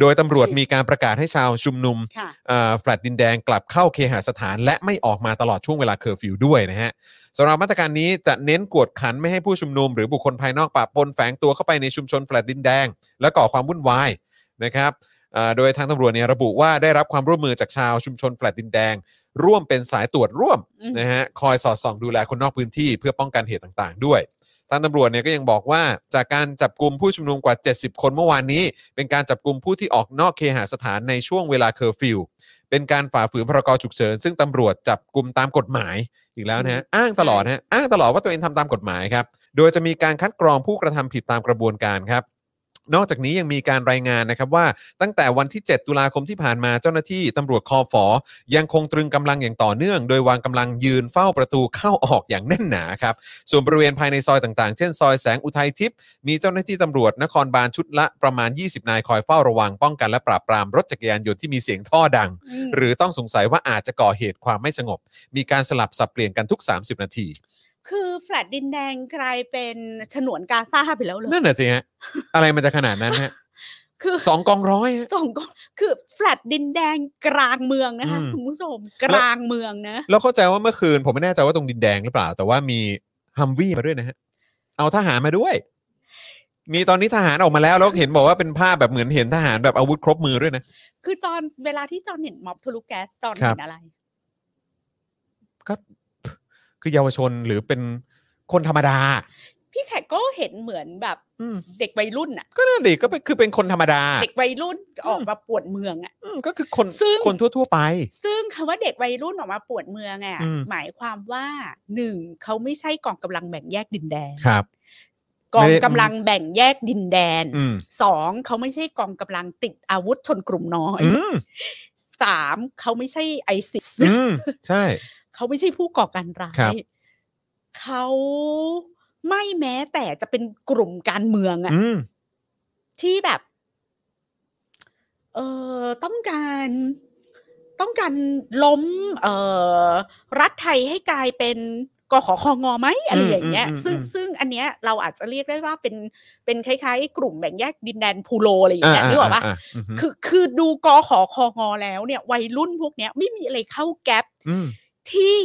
โดยตำรวจมีการประกาศให้ชาวชุมนุม
ค่ะ
เอ่อแฟลตดินแดงกลับเข้าเคหสถาน และไม่ออกมาตลอดช่วงเวลาเคอร์ฟิวด้วยนะฮะสำหรับมาตรการนี้จะเน้นกวดขันไม่ให้ผู้ชุมนุมหรือบุคคลภายนอกปะปนแฝงตัวเข้าไปในชุมชนแฟลตดินแดง และก่อความวุ่นวาย นะครับอ่าโดยทางตำรวจเนี่ยระบุว่าได้รับความร่วมมือจากชาวชุมชนแฟลตดินแดง ร่วมเป็นสายตรวจร่วม
อืม
นะฮะคอยสอดส่องดูแลคนนอกพื้นที่เพื่อป้องกันเหตุต่างๆ ด้วย ทางตำรวจเนี่ยก็ยังบอกว่าจากการจับกลุ่มผู้ชุมนุมกว่า 70 คนเมื่อวานนี้ เป็นการจับกลุ่มผู้ที่ออกนอกเคหสถานในช่วงเวลาเคอร์ฟิว เป็นการฝ่าฝืนพรกฉุกเฉินซึ่งตำรวจจับกลุ่มตามกฎหมายอีกแล้วนะฮะอ้างตลอดนะฮะอ้างตลอดว่าตัวเองทำตามกฎหมายครับ โดยจะมีการคัดกรองผู้กระทำผิดตามกระบวนการครับ นอกจากนี้ยังมีการรายงานนะครับว่าตั้งแต่วันที่ 7 ตุลาคมที่ผ่านมาเจ้าหน้าที่ตำรวจคอฟอยังคงตรึงกำลังอย่างต่อเนื่อง โดยวางกำลังยืนเฝ้าประตูเข้าออกอย่างแน่นหนาครับ ส่วนบริเวณภายในซอยต่างๆ เช่นซอยแสงอุทัยทิพย์มีเจ้าหน้าที่ตำรวจนครบาลชุดละประมาณ 20 นายคอยเฝ้าระวังป้องกันและปราบปรามรถจักรยานยนต์ที่มีเสียงท่อดัง หรือต้องสงสัยว่าอาจจะก่อเหตุความไม่สงบ มีการสลับสับเปลี่ยนกันทุก 30 นาที
คือแฟลตดินแดงกลายเป็นฉนวนกาซาไปแล้วเลย
นั่นน่ะสิฮะ อะไรมันจะขนาดนั้นฮะ
คือ
สองกองร้อยฮะ
สองก็คือแฟลตดินแดงกลางเมืองนะคะ
อืม
คุณผู้ชมกลางเมืองนะ
แล้วเข้าใจว่าเมื่อคืนผมไม่แน่ใจว่าตรงดินแดงหรือเปล่า แต่ว่ามีฮัมวี่มาด้วยนะฮะ เอาทหารมาด้วย มีตอนนี้ทหารออกมาแล้วแล้วเห็นบอกว่าเป็นภาพแบบเหมือนเห็นทหารแบบอาวุธครบมือด้วยนะ
คือตอนเวลาที่จอนเห็นม็อบทะลุแก๊สจอน
ครับ
เห็นอะไร
ก็คือเยาวชนหรือเป็นคนธรรมดา
พี่แขกก็เห็นเหมือนแบบ
อืม
เด็กวัยรุ่นอะ
ก็นั่นดิก็เป็นคือเป็นคนธรรมดา
เด็กวัยรุ่นออกมาปวดเมืองอะ
อืมก็คือคน
ซึ่ง
คนทั่ว ๆ ไป
ซึ่งคำว่าเด็กวัยรุ่นออกมาปวดเมืองอะ
อืม
หมายความว่าหนึ่งเขาไม่ใช่กองกำลังแบ่งแยกดินแดน
ครับ
กอง
ไม่ได้
กำลังแบ่งแยกดินแดน
อืม
สองเขาไม่ใช่กองกำลังติดอาวุธชนกลุ่มน้อย
อืม
สามเขาไม่ใช่ไอซิส
อืมใช่
เขาไม่ใช่ผู้ก่อการร้า
ครับ
ยเขาไม่แม้แต่จะเป็นกลุ่มการเมืองอะ
อืม
ที่แบบ เอ่อต้องการต้องการล้ม เอ่อรัฐไทยให้กลายเป็นกขอคองอไหมอะไร
อืม
อย่างเงี้ย
อืมอืม
ซึ่ง
อืม
ซึ่งอันเนี้ยเราอาจจะเรียกได้ว่าเป็นเป็นคล้ายๆ กลุ่มแบ่งแยกดินแดนพูโลอะไรอย่างเงี้ยนึกออกปะ
อ่าอืม
คือคือดูกอขอคองอแล้วเนี่ย วัยรุ่นพวกเนี้ยไม่มีอะไรเข้าแก๊ป
อืม
ที่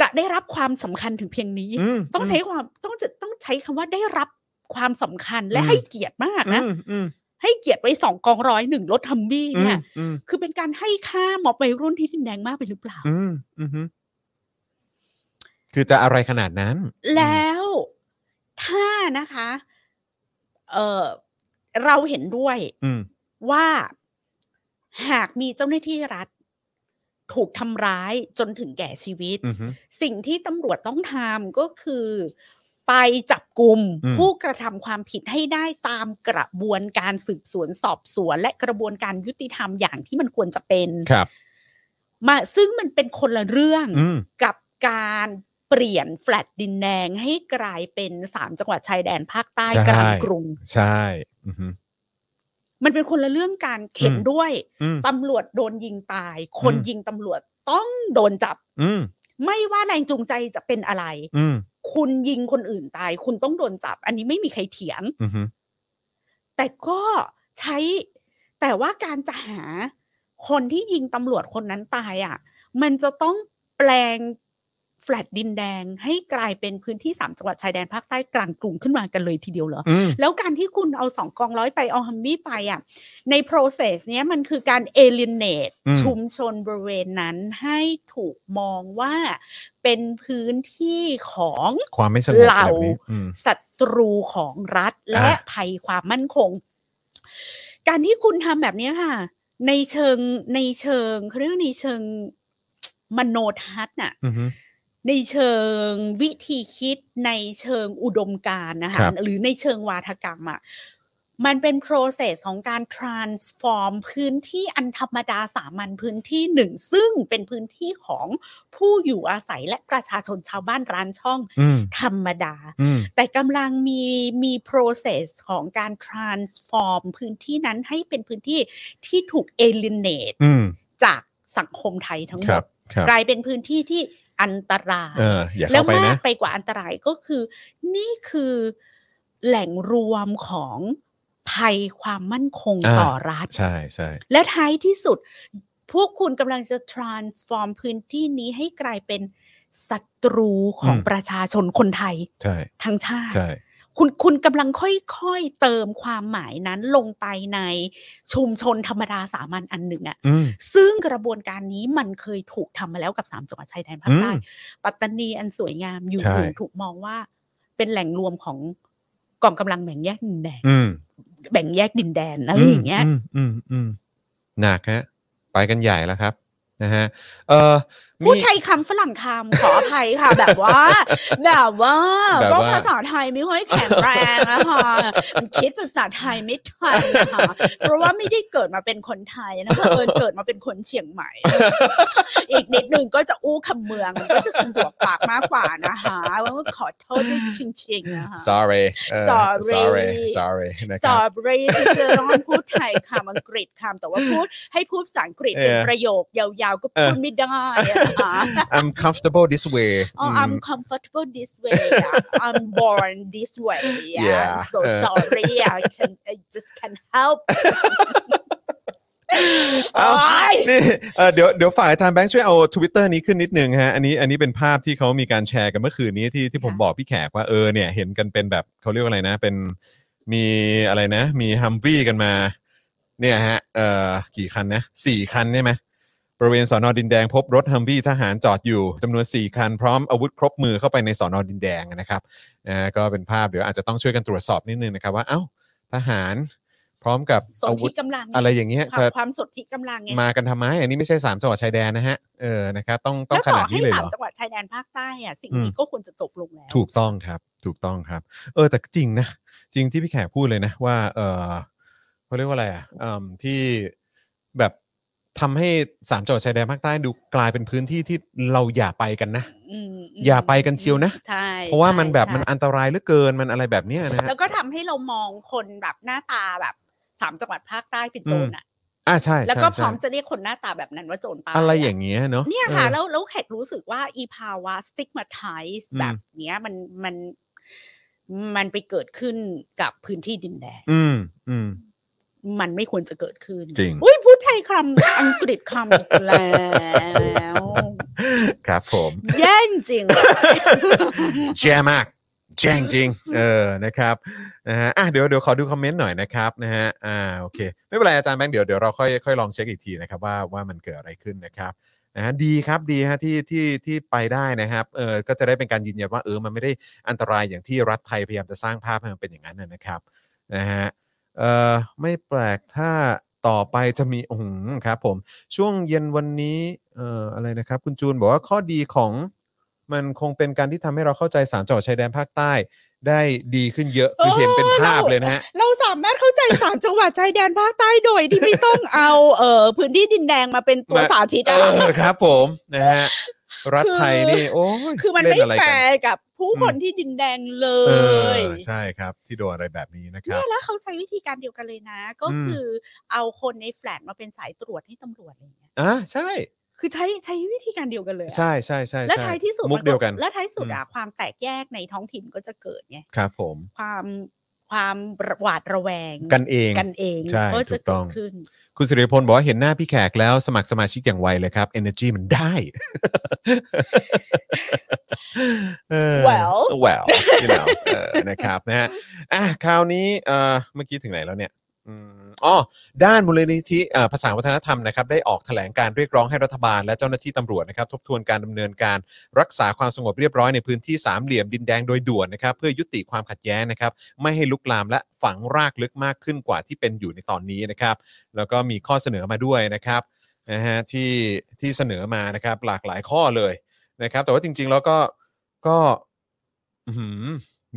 จะได้รับความสำคัญถึงเพียงนี้
อืม
ต้องใช้ความต้องจะต้องใช้คำว่าได้รับความสำคัญและ
อืม
ให้เกียรติมากนะ
อืมอืม
ให้เกียรติไว้สองกองร้อยหนึ่งรถทัมวี่
อืม
เนี่ย
อืม
คือเป็นการให้ค่าม็อบวัยรุ่นที่ดินแดงมากไปหรือเปล่า
อืมอืมอืมคือจะอะไรขนาดนั้น
แล้วถ้านะคะเออเราเห็นด้วย
อืม
ว่าหากมีเจ้าหน้าที่รัฐ ถูกทำร้ายจนถึงแก่ชีวิต
อืมอืม
สิ่งที่ตำรวจต้องทำก็คือ ไปจับกลุ่ม
อืม
ผู้กระทำความผิดให้ได้ตามกระบวนการสืบสวนสอบสวน และกระบวนการยุติธรรมอย่างที่มันควรจะเป็น
ครับ
มาซึ่งมันเป็นคนละเรื่อง
อืม
กับการเปลี่ยนแฟลตดินแดงให้กลายเป็นสามจังหวัดชายแดนภาคใต้
ใช่
กลางกรุง
ใช่อืม
มันเป็นคนละเรื่องการเข็น
อืม
ด้วย
อืม
ตำรวจโดนยิงตาย คน
อืม
ยิงตำรวจต้องโดนจับ
อืม
ไม่ว่าแรงจูงใจจะเป็นอะไร
อืม
คุณยิงคนอื่นตาย คุณต้องโดนจับ อันนี้ไม่มีใครเถียง
อืม
แต่ก็ใช้ แต่ว่าการจะหาคนที่ยิงตำรวจคนนั้นตายอะ่ะ มันจะต้องแปลงแฟลตดินแดงให้กลายเป็นพื้นที่สามจังหวัดชายแดนภาคใต้กลางกรุงขึ้นมากันเลยทีเดียวเหรอ
อืม
แล้วการที่คุณเอาสองกองร้อยไปเอาฮัมมี่ไปอ่ะ ใน process เนี้ยมันคือการ alienate
อืม
ชุมชนบริเวณนั้นให้ถูกมองว่าเป็นพื้นที่ของ
ความไม่สงบ
เรา
แบบนี้อืม
ศัตรูของรัฐและ
อ่ะ
ภัยความมั่นคง การที่คุณทำแบบเนี้ยค่ะ ในเชิงในเชิงเขาเรื่องในเชิงมโนทัศน์น่ะ
อืม
ในเชิงวิธีคิดในเชิงอุดมการณ์นะคะ
ครับ
หรือในเชิงวาทกรรมอะ่ะมันเป็น process ของการ transform พื้นที่อันธรรมดาสามัญพื้นที่หนึ่ง ซึ่งเป็นพื้นที่ของผู้อยู่อาศัยและประชาชนชาวบ้านร้านช่อง
อืม
ธรรมดา
อืม
แต่กำลังมีมี process ของการ transform พื้นที่นั้นให้เป็นพื้นที่ที่ถูก alienate
อืม
จากสังคมไทยทั้งห
ค
ม
รั
ด
บครับ
กลายเป็นพื้นที่ที่อันตราย
เอออย่า
แล้ว
เข้าไป
มา
นะ
กไปกว่าอันตรายก็คือ นี่คือแหล่งรวมของภัยความมั่นคง
า
ต่อรัฐ
ใช่ใช่
และท้ายที่สุด พวกคุณกำลังจะ transform พื้นที่นี้ให้กลายเป็นศัตรูของประชาชนคนไทย
ใช่
ทั้งชาติ
ใช่
คุณคุณกำลังค่อยๆเติมความหมายนั้นลงไปในชุมชนธรรมดาสามัญอันหนึ่งอะ
อืม
ซึ่งกระบวนการนี้มันเคยถูกทำมาแล้วกับสามจังหวัดชายแดนภาคใต้
อืม
ปัตตานีอันสวยงามอยู่
ใช่
ถูกถูกมองว่า เป็นแหล่งรวมของกองกำลังแบ่งแยกดินแดน
อืม
แบ่งแยกดินแดนอะไรอย่างเงี้ย
มอืมอืมหนักฮะไปกันใหญ่แล้วครับนะฮะเออมี
พูดไทยคำฝรั่งคำขออภัยค่ะ แบบ ว่าแบบว่า
แบบ
ก็
ว่า
ภาษาไทยไม่ค่อยแข็งแรงนะคะมันคิดภาษาไทยไม่ทันนะคะเพราะว่าไม่ได้เกิดมาเป็นคนไทยนะคะเออเกิดมาเป็นคนเชียงใหม่ อีกนิดนึงก็จะอู้คำเมืองมันก็จะสะดวกปากมากกว่านะคะว่าขอโทษด้วยจริงๆนะคะ
sorry เออ
Sorry
sorry sorry นะค
ส
รั
อบ บเรียนเจอร้องพูดไทยคำอังกฤษคำแต่ว่าพูดให้พูดภาษาอังกฤษเป็น
เออ
ประโยคยาวๆก็
เออ
พูดไม่ได้อะนะคะ
I'm comfortable this way
อ๋อ
ม
I'm comfortable this way อะ I'm born this way อะ
Yeah.
I'm so
เออ
sorry อะ I can I just can't help
เอ้า
โอ๊ย
นี่เอ่อเดี๋ยวเดี๋ยวฝ่ายอาจารย์แบงค์ช่วยเอา Twitter นี้ขึ้นนิดนึงฮะอันนี้อันนี้เป็นภาพที่เขามีการแชร์กันเมื่อคืนนี้ที่ที่ผม
ค่ะ
บอกพี่แขกว่าเออเนี่ยเห็นกันเป็นแบบเขาเรียกว่าอะไรนะ เป็นมีอะไรนะ มีฮัมวี่กันมา เนี่ยฮะเอ่อกี่คันนะสี่คันใช่ไหมบริเวณสอนอดินแดงพบรถฮัมวี่ทหารจอดอยู่จำนวน 4 คัน พร้อมอาวุธครบมือเข้าไปในสอนอดินแดงนะครับนะฮะก็เป็นภาพเดี๋ยวอาจจะต้องช่วยกันตรวจสอบนิดนึงนะครับว่าเอ้าทหารพร้อมกับ
สน
อาวุธ
ที่กำลัง
อะไรอย่างเงี้ย
ควา
จะ
มความสนที่กำลังไง
มากันทำไม อันนี้ไม่ใช่ 3 จังหวัดชายแดนนะฮะ เออ นะครับ ต้อง ต้อ
แล้
งข
วต่อ
นาด
ให้
นี้เลย
สา
เห
ม
รอ
จังหวัดชายแดนภาคใต้อะสิ่ง
อืม
นี้ก็ควรจะจบลงแล้ว
ถูกต้องครับ ถูกต้องครับ เออ แต่ก็จริงนะ จริงที่พี่แขกพูดเลยนะ ว่า เออเขาเรียกว่าอะไรอ่ะอืมที่แบบทำให้สามจังหวัดชายแดนภาคใต้ดูกลายเป็นพื้นที่ที่เราอย่าไปกันนะ
อืมม
อย่าไปกันเชียวนะ
ใช่
เพราะว่ามันแบบ
ใช่
มันอันตรายเหลือเกิน มันอะไรแบบเนี้ยนะฮะ
แล้วก็ทำให้เรามองคนแบบหน้าตาแบบสามจังหวัดภาคใต้เป็นโจรอ่ะ
อ่าใช่
แล้วก็พ
ใช่
ร้อม
ใช่
จะเรียกคนหน้าตาแบบนั้นว่าโจรตาย
อะไรอ
อะ
ย่างเงี้ยเนาะ
เนี่ยค่ะ
ออ
แล้วแล้วแขกรู้สึกว่าอีภาวะ stigmatize
อืม
แบบเนี้ยมันมันมันไปเกิดขึ้นกับพื้นที่ดินแดน
อืมอืม
มันไม่ควรจะเกิดขึ้น
จริง
อุ้ยพูดไทยคำ อังกฤษคำอีกแล้ว
ครับผม
แย่จริงๆเลย
แจ้มาก แจ้งจริง เออนะครับนะฮะอ่ะเดี๋ยวเดี๋ยวขอดูคอมเมนต์หน่อยนะครับนะฮะอ่าโอเค ไม่เป็นไรอาจารย์แบงค์เดี๋ยวเดี๋ยวเราค่อยค่อยลองเช็คอีกทีนะครับว่าว่ามันเกิดอะไรขึ้นนะครับนะฮะดีครับดีฮะที่ที่ที่ไปได้นะครับเออก็จะได้เป็นการยืนยันว่าเออมันไม่ได้อันตรายอย่างที่รัฐไทยพยายามจะสร้างภาพให้มันเป็นอย่างนั้นนะนะครับนะฮะเออไม่แปลกถ้าต่อไปจะมีอืมครับผม ช่วงเย็นวันนี้เอ่ออะไรนะครับ คุณจูนบอกว่าข้อดีของมันคงเป็นการที่ทำให้เราเข้าใจสามจังหวัดชายแดนภาคใต้ ได้ดีขึ้นเยอะ คือเห็นเป็นภาพเลยนะฮะ
เราสามารถเข้าใจสามจังหวัดชายแดนภาคใต้โดยที่ไม่ต้องเอาเออพื้นที่ดินแดงมาเป็นตัว
มา
สาธิต
เอ
อะ
อครับผมนะฮะรัฐไทยนี่ โอ้ย
คือมัน
เล่
ไม่
อะไร
แฟ
กัน
ร์กับผู้คนที่ดินแดงเล
เอย อใช่ครับที่โดนอะไรแบบนี้นะครับ
เนี่ยแล้วเขาใช้วิธีการเดียวกันเลยนะ ก็
อืม
คือเอาคนในแฟลตมาเป็นสายตรวจให้ตำรวจอะไรอย่างเงี้ย
อ่ะใช่
คือใช้ใช้วิธีการเดียวกันเลยอะ
ใช่ใช่ใช่
และ
ใช่
ท้ายที่สุด
มุกเดียวกัน
และท้ายสุดอะความแตกแยกในท้องถิ่นก็จะเกิดไง
ครับผม
ความความหวาดระแวง
กันเอง
กันเอง
ใช่
ก็
ถู
จะ
กต้
เกิ
อง
ดขึ้น
คุณสิริพลบอกว่าเห็นหน้าพี่แขกแล้วสมัครสมาชิกอย่างไวเลยครับ energy มันได้ เออ
Well
well you know เออนะครับนะฮะอ่ะคราวนี้เอ่อเมื่อกี้ถึงไหนแล้วเนี่ยอืมอ๋อด้านมูลนิธิเอ่อภาษาวัฒนธรรมนะครับได้ออกแถลงการเรียกร้องให้รัฐบาลและเจ้าหน้าที่ตำรวจนะครับทบทวนการดำเนินการรักษาความสงบเรียบร้อยในพื้นที่สามเหลี่ยมดินแดงโดยด่วนนะครับเพื่อยุติความขัดแย้งนะครับไม่ให้ลุกลามและฝังรากลึกมากขึ้นกว่าที่เป็นอยู่ในตอนนี้นะครับ แล้วก็มีข้อเสนอมาด้วยนะครับนะฮะที่ที่เสนอมานะครับ หลากหลายข้อเลยนะครับ แต่ว่าจริง ๆ แล้วก็ก็อื้อหือ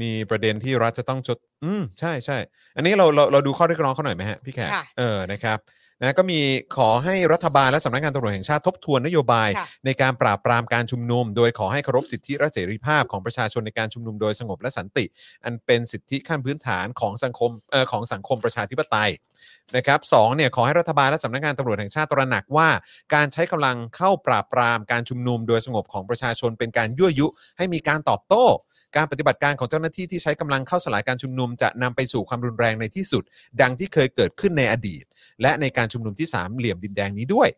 มีประเด็นที่รัฐจะต้องจด อืมใช่ใช่อันนี้เราเราเราดูข้อเรียกร้องเขาหน่อยไหมฮะพี่แขก
ค่ะ
เออนะครับนะก็มีขอให้รัฐบาลและสำนักงานตำรวจแห่งชาติทบทวนนโยบาย
ค่ะ
ในการปราบปรามการชุมนุม โดยขอให้เคารพสิทธิและเสรีภาพของประชาชนในการชุมนุมโดยสงบและสันติ อันเป็นสิทธิขั้นพื้นฐานของสังคมเออของสังคมประชาธิปไตยนะครับสองเนี่ยขอให้รัฐบาลและสำนักงานตำรวจแห่งชาติตระหนักว่า การใช้กำลังเข้าปราบปรามการชุมนุมโดยสงบของประชาชนเป็นการยั่วยุ ให้มีการตอบโต้ การปฏิบัติการของเจ้าหน้าที่ที่ใช้กำลังเข้าสลายการชุมนุมจะนำไปสู่ความรุนแรงในที่สุด ดังที่เคยเกิดขึ้นในอดีต และในการชุมนุมที่สามเหลี่ยมดินแดงนี้ด้วย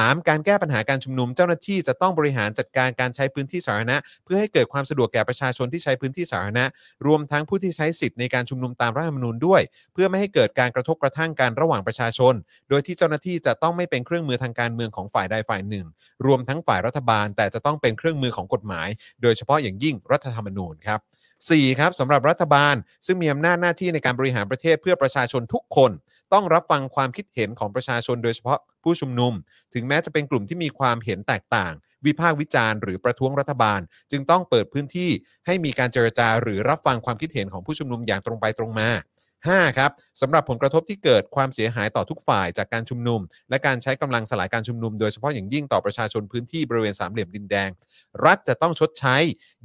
3 การแก้ปัญหาการชุมนุมเจ้าหน้าที่จะต้องบริหารจัดการการใช้พื้นที่สาธารณะ เพื่อให้เกิดความสะดวกแก่ประชาชนที่ใช้พื้นที่สาธารณะ รวมทั้งผู้ที่ใช้สิทธิ์ในการชุมนุมตามรัฐธรรมนูญด้วย เพื่อไม่ให้เกิดการกระทบกระทั่งกันระหว่างประชาชน โดยที่เจ้าหน้าที่จะต้องไม่เป็นเครื่องมือทางการเมืองของฝ่ายใดฝ่ายหนึ่ง รวมทั้งฝ่ายรัฐบาล แต่จะต้องเป็นเครื่องมือของกฎหมาย โดยเฉพาะอย่างยิ่งรัฐธรรมนูญครับ 4. ครับสำหรับรัฐบาล ซึ่งมีอำนาจหน้าที่ในการบริหารประเทศเพื่อประชาชนทุกคน ต้องรับฟังความคิดเห็นของประชาชนโดยเฉพาะผู้ชุมนุม ถึงแม้จะเป็นกลุ่มที่มีความเห็นแตกต่าง วิพากษ์วิจารณ์หรือประท้วงรัฐบาล จึงต้องเปิดพื้นที่ให้มีการเจรจาหรือรับฟังความคิดเห็นของผู้ชุมนุมอย่างตรงไปตรงมา 5. ครับสำหรับผลกระทบที่เกิดความเสียหายต่อทุกฝ่ายจากการชุมนุม และการใช้กำลังสลายการชุมนุม โดยเฉพาะอย่างยิ่งต่อประชาชนพื้นที่บริเวณสามเหลี่ยมดินแดง รัฐจะต้องชดใช้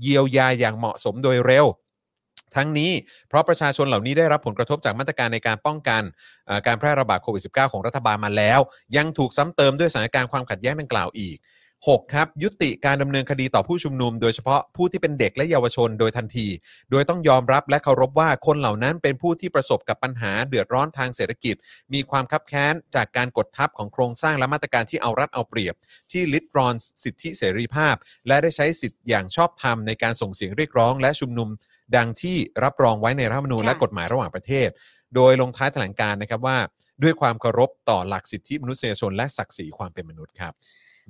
เยียวยาอย่างเหมาะสมโดยเร็ว ทั้งนี้เพราะประชาชนเหล่านี้ได้รับผลกระทบจากมาตรการในการป้องกันเอ่อการแพร่ระบาดโควิด -19 ของรัฐบาลมาแล้ว ยังถูกซ้ำเติมด้วยสถานการณ์ความขัดแย้งดังกล่าวอีก 6. ครับ ยุติการดำเนินคดีต่อผู้ชุมนุม โดยเฉพาะผู้ที่เป็นเด็กและเยาวชนโดยทันที โดยต้องยอมรับและเคารพว่าคนเหล่านั้นเป็นผู้ที่ประสบกับปัญหาเดือดร้อนทางเศรษฐกิจ มีความคับแค้นจากการกดทับของโครงสร้างและมาตรการที่เอารัดเอาเปรียบ ที่ลิดรอนสิทธิเสรีภาพ และได้ใช้สิทธิ์อย่างชอบธรรมในการส่งเสียงเรียกร้อง และชุมนุม ดังที่รับรองไว้ในรัฐธรรมนูญ
ค่ะ
และกฎหมายระหว่างประเทศ โดยลงท้ายแถลงการณ์นะครับว่า ด้วยความเคารพต่อหลักสิทธิมนุษยชนและศักดิ์ศรีความเป็นมนุษย์ครับ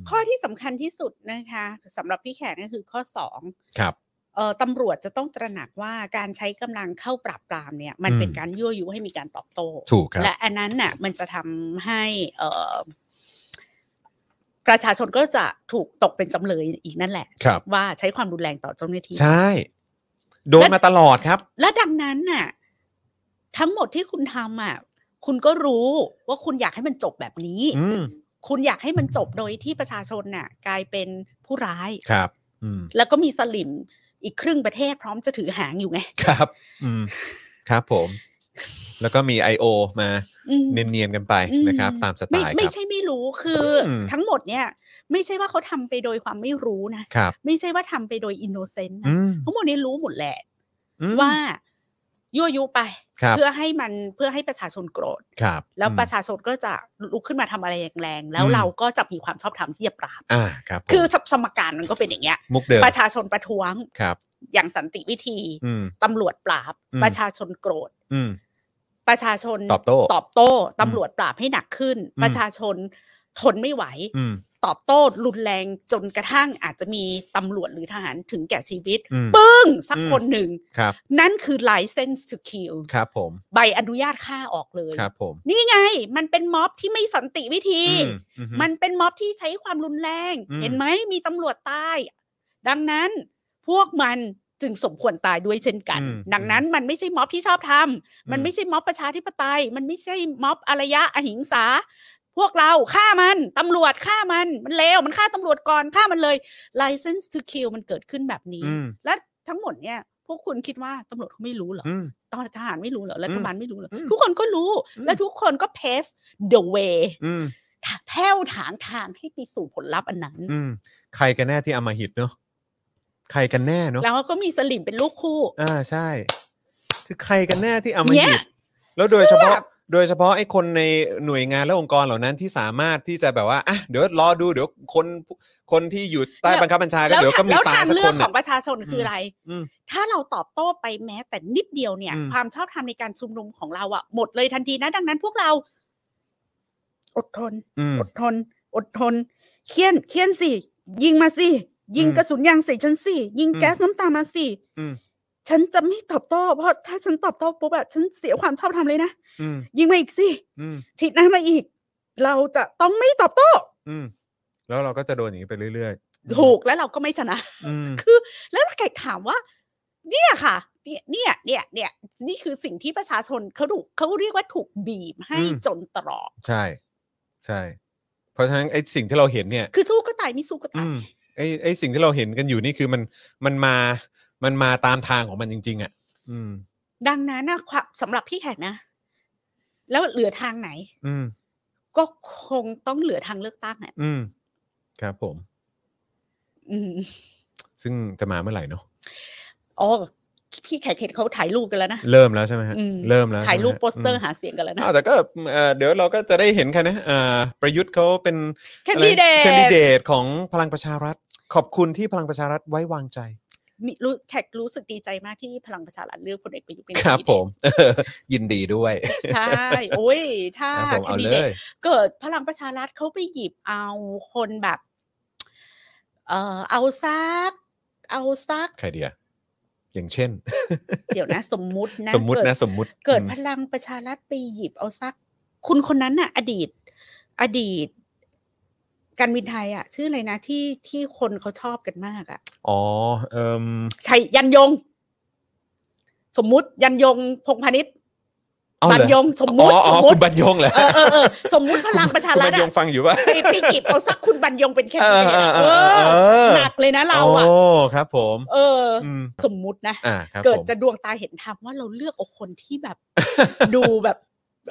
ข้อที่สำคัญที่สุดนะคะสำหรับพี่แขกก็คือข้อสอง
ครับ
เอ่อตำรวจจะต้องตระหนักว่าการใช้กำลังเข้าปราบปรามเนี่ย มัน
อืม
เป็นการยั่วยุให้มีการตอบโต้
ถูกครับ
และอันนั้นน่ะมันจะทำให้เอ่อประชาชนก็จะถูกตกเป็นจำเลยอีกนั่นแหละ
ครับ
ว่าใช้ความรุนแรงต่อเจ้าหน้าที่
ใช่ โดน
และ
มาตลอดครับ
และดังนั้นน่ะ ทั้งหมดที่คุณทำอ่ะคุณก็รู้ว่าคุณอยากให้มันจบแบบนี้
อืม
คุณอยากให้มันจบโดยที่ประชาชนน่ะ กลายเป็นผู้ร้าย
ครับ อืม
แล้วก็มีสลิมอีกครึ่งประเทศพร้อมจะถือหางอยู่ไง
ครับ อืมครับผม แล้วก็มี I.O. มา
อืม
เนียนๆกันไป
อืม
นะครับ ตามสไต
ไม่
ล์ค
ไม่
รับ
ใช่ไม่รู้คืออ
ม
ทั้งหมดเนี่ย ไม่ใช่ว่าเขาทำไปโดยความไม่รู้นะ
ครับ
ไม่ใช่ว่าทำไปโดยอินโนเซนต์
อื
นะ
ม
ทั้งหมดนี้รู้หมดแหละ
อืม
ว่ายั่วยุไป
ครับ
เพื่อให้มันเพื่อให้ประชาชนโกรธ
ครับ
แล้ว
อืม
ประชาชนก็จะลุกขึ้นมาทำอะไรแรงๆแล้ว
อืม
เราก็จะมีความชอบธรรมที่จะปราบ
อ่าครับผม
คือสสมการมันก็เป็นอย่างเงี้ย
มุกเดิม
ประชาชนประท้วง
ครับ
อย่างสันติวิธี
อืม
ตำรวจปราบ
อืม
ประชาชนโกรธ
อืม
ประชาชน
ตอบโต้
ตอบโต้
อืม
ตำรวจปราบให้หนักขึ้น
อืม
ประชาชนทนไม่ไหว
อืม
ตอบโต้รุนแรงจนกระทั่งอาจจะมีตำรวจหรือทหารถึงแก่ชีวิต
อืม
ปึ้งสัก
อืม
คนหนึ่ง
ครับ
นั่นคือ license to kill
ครับผม
ใบอนุญาตฆ่าออกเลย
ครับผม
นี่ไง มันเป็นม็อบที่ไม่สันติวิธี
อืมอือฮึ
มันเป็นม็อบที่ใช้ความรุนแรง
อืม
เห็นไหมมีตำรวจตาย ดังนั้นพวกมันจึงสมควรตายด้วยเช่นกัน
อืม
ดังนั้นมันไม่ใช่ม็อบที่ชอบทำมันไม่ใช่ม็อบประชาธิปไตย มันไม่ใช่ม็อบอารยะอหิงสา พวกเราฆ่ามันตำรวจฆ่ามัน มันเลวมันฆ่าตำรวจก่อนฆ่ามันเลย license to kill มันเกิดขึ้นแบบนี้
อืม
และทั้งหมดเนี่ยพวกคุณคิดว่าตำรวจเขาไม่รู้เหรอ
อืม
ตอนทหารไม่รู้เหรอรัฐบาลไม่รู้เหรอ
อืม
ทุกคนก็รู้
อืม
และทุกคนก็ pave the way
อืม
แผ้วถางทางให้ไปสู่ผลลัพธ์อันนั้น
อืมใครกันแน่ที่เอามาหิตเนาะใครกันแน่เนาะ
แล้วก็มีสลิมเป็นลูกคู่
อ่าใช่ คือใครกันแน่ที่เอามา
เนี่
ห
ย
ยิบแล้วโดยเฉพาะ
คือแบบ
โดยเฉพาะไอ้คนในหน่วยงานและองค์กรเหล่านั้นที่สามารถที่จะแบบว่าอ่ะเดี๋ยวรอดูเดี๋ยวคนคนที่อยู่ใต้บังคับบัญชาก็
แล้ว
เดี๋ยวก็มี
แล้ว
ตา
ทาง
สัก
เลื
ค
อก
น
ข
น่ะ
องประชาชนคืออะไร
อืม
ถ้าเราตอบโต้ไปแม้แต่นิดเดียวเนี่ย
อืม
ความชอบธรรมในการชุมนุมของเราอะหมดเลยทันทีนะ ดังนั้นพวกเรา อดทน
อืม
อดทน อดทน เคี่ยน เคี่ยนสิ ยิงมาสิ ยิง
อืม
กระสุนยางใส่ฉันสิ ยิง
อืม
แก๊สน้ำตามาสิ
อืม
ฉันจะไม่ตอบโต้ เพราะถ้าฉันตอบโต้ปุ๊บอะฉันเสียความชอบธรรมเลยนะ
อืม
ยิงมาอีกสิ
อืม
ฉีดน้ำมาอีก เราจะต้องไม่ตอบโต้
อืมแล้วเราก็จะโดนอย่างนี้ไปเรื่อยๆ
ถูกแล้วเราก็ไม่ชนะ
อืม
คือ แล้วถ้าแขกถามว่า เนี่ยค่ะ เนี่ยเนี่ยเนี่ยเนี่ยนี่คือสิ่งที่ประชาชนเขาถูกเขาเรียกว่าถูกบีบให้
อืม
จนตรอก
ใช่ ใช่ เพราะฉะนั้นไอ้สิ่งที่เราเห็นเนี่ย
คือสู้ก็ตายไม่สู้ก็
อื
ตาย
มไอ้ไอ้สิ่งที่เราเห็นกันอยู่นี่คือมันมันมามันมาตามทางของมันจริง ๆ อ่ะ อืม
ดังนั้นนะความสำหรับพี่แขกนะ แล้วเหลือทางไหน
อืม
ก็คงต้องเหลือทางเลือกตั้งอ่ะ
อืม ครับผม
อืม
ซึ่งจะมาเมื่อไหร่เนาะ
อ๋อ พี่แขกเขตเขาถ่ายรูปกันแล้วนะ
เริ่มแล้วใช่ไหมฮะ
อืม
เริ่มแล้วใช่ไหมฮะ
ถ่ายรูปโปสเตอร์
ม
หาเสียงกันแล้วนะ
อ้าวแต่ก็เอ่อเดี๋ยวเราก็จะได้เห็นค่ะนะเอ่อประยุทธ์เขาเป็น
แคนดีเด
แคนดิเด
ต
ตของพลังประชารัฐ ขอบคุณที่พลังประชารัฐไว้วางใจ
รู้แขกรู้สึกดีใจมากที่พลังประชารัฐเลือกพลเอกประยุทธ์เป็น
ครับ
นดิ
ผ
เดต
ม ยินดีด้วย
ใช่ โอ้ย ถ้า
ครับผม
แค
เอา
นดิ
เล
เดต
ย
เกิดพลังประชารัฐเขาไปหยิบเอาคนแบบ เออเอาซัก เอาซัก
ใครเดียอย่างเช่น
เดี๋ยวนะ สมมุตินะ
สมมุติ
เกิด
นะสมมุติ
เกิด
อืม
พลังประชารัฐไปหยิบเอาซัก คุณคนนั้นน่ะ อดีต อดีต การบินไทยอ่ะ ชื่ออะไรนะที่ที่คนเขาชอบกันมากอ่ะ
อ๋อเอ่ม
ชัยยันยง สมมุติ ยันยงพงษ์พาณิชย์
เอ้า
บั
เหร
น
อย
ง สมมุติ
อ๋ออ๋
ส
อ
มมุ
คุ
ติ
ณบัญยงเหรอ
เออเออเออสมมุติพลังประชา
คุณ
รั
บัญ
ฐ
ยง
อ่ะ
ฟังอยู่ป่ะ
ไปไปหยิบเอาซักคุณบันยงเป็นแคน
เอ
ดิ
อ
เดต
เออ
อะ
เออ
เอ
เอ
อ
อ
หนักเลยนะเราอ่ะ
โอ้ครับ ผม
เอออ
อืม
สมมุตินะ
อ่าครับ
เกิด
ผม
จะดวงตาเห็นธรรมว่าเราเลือกเอาคนที่แบบ ดูแบบ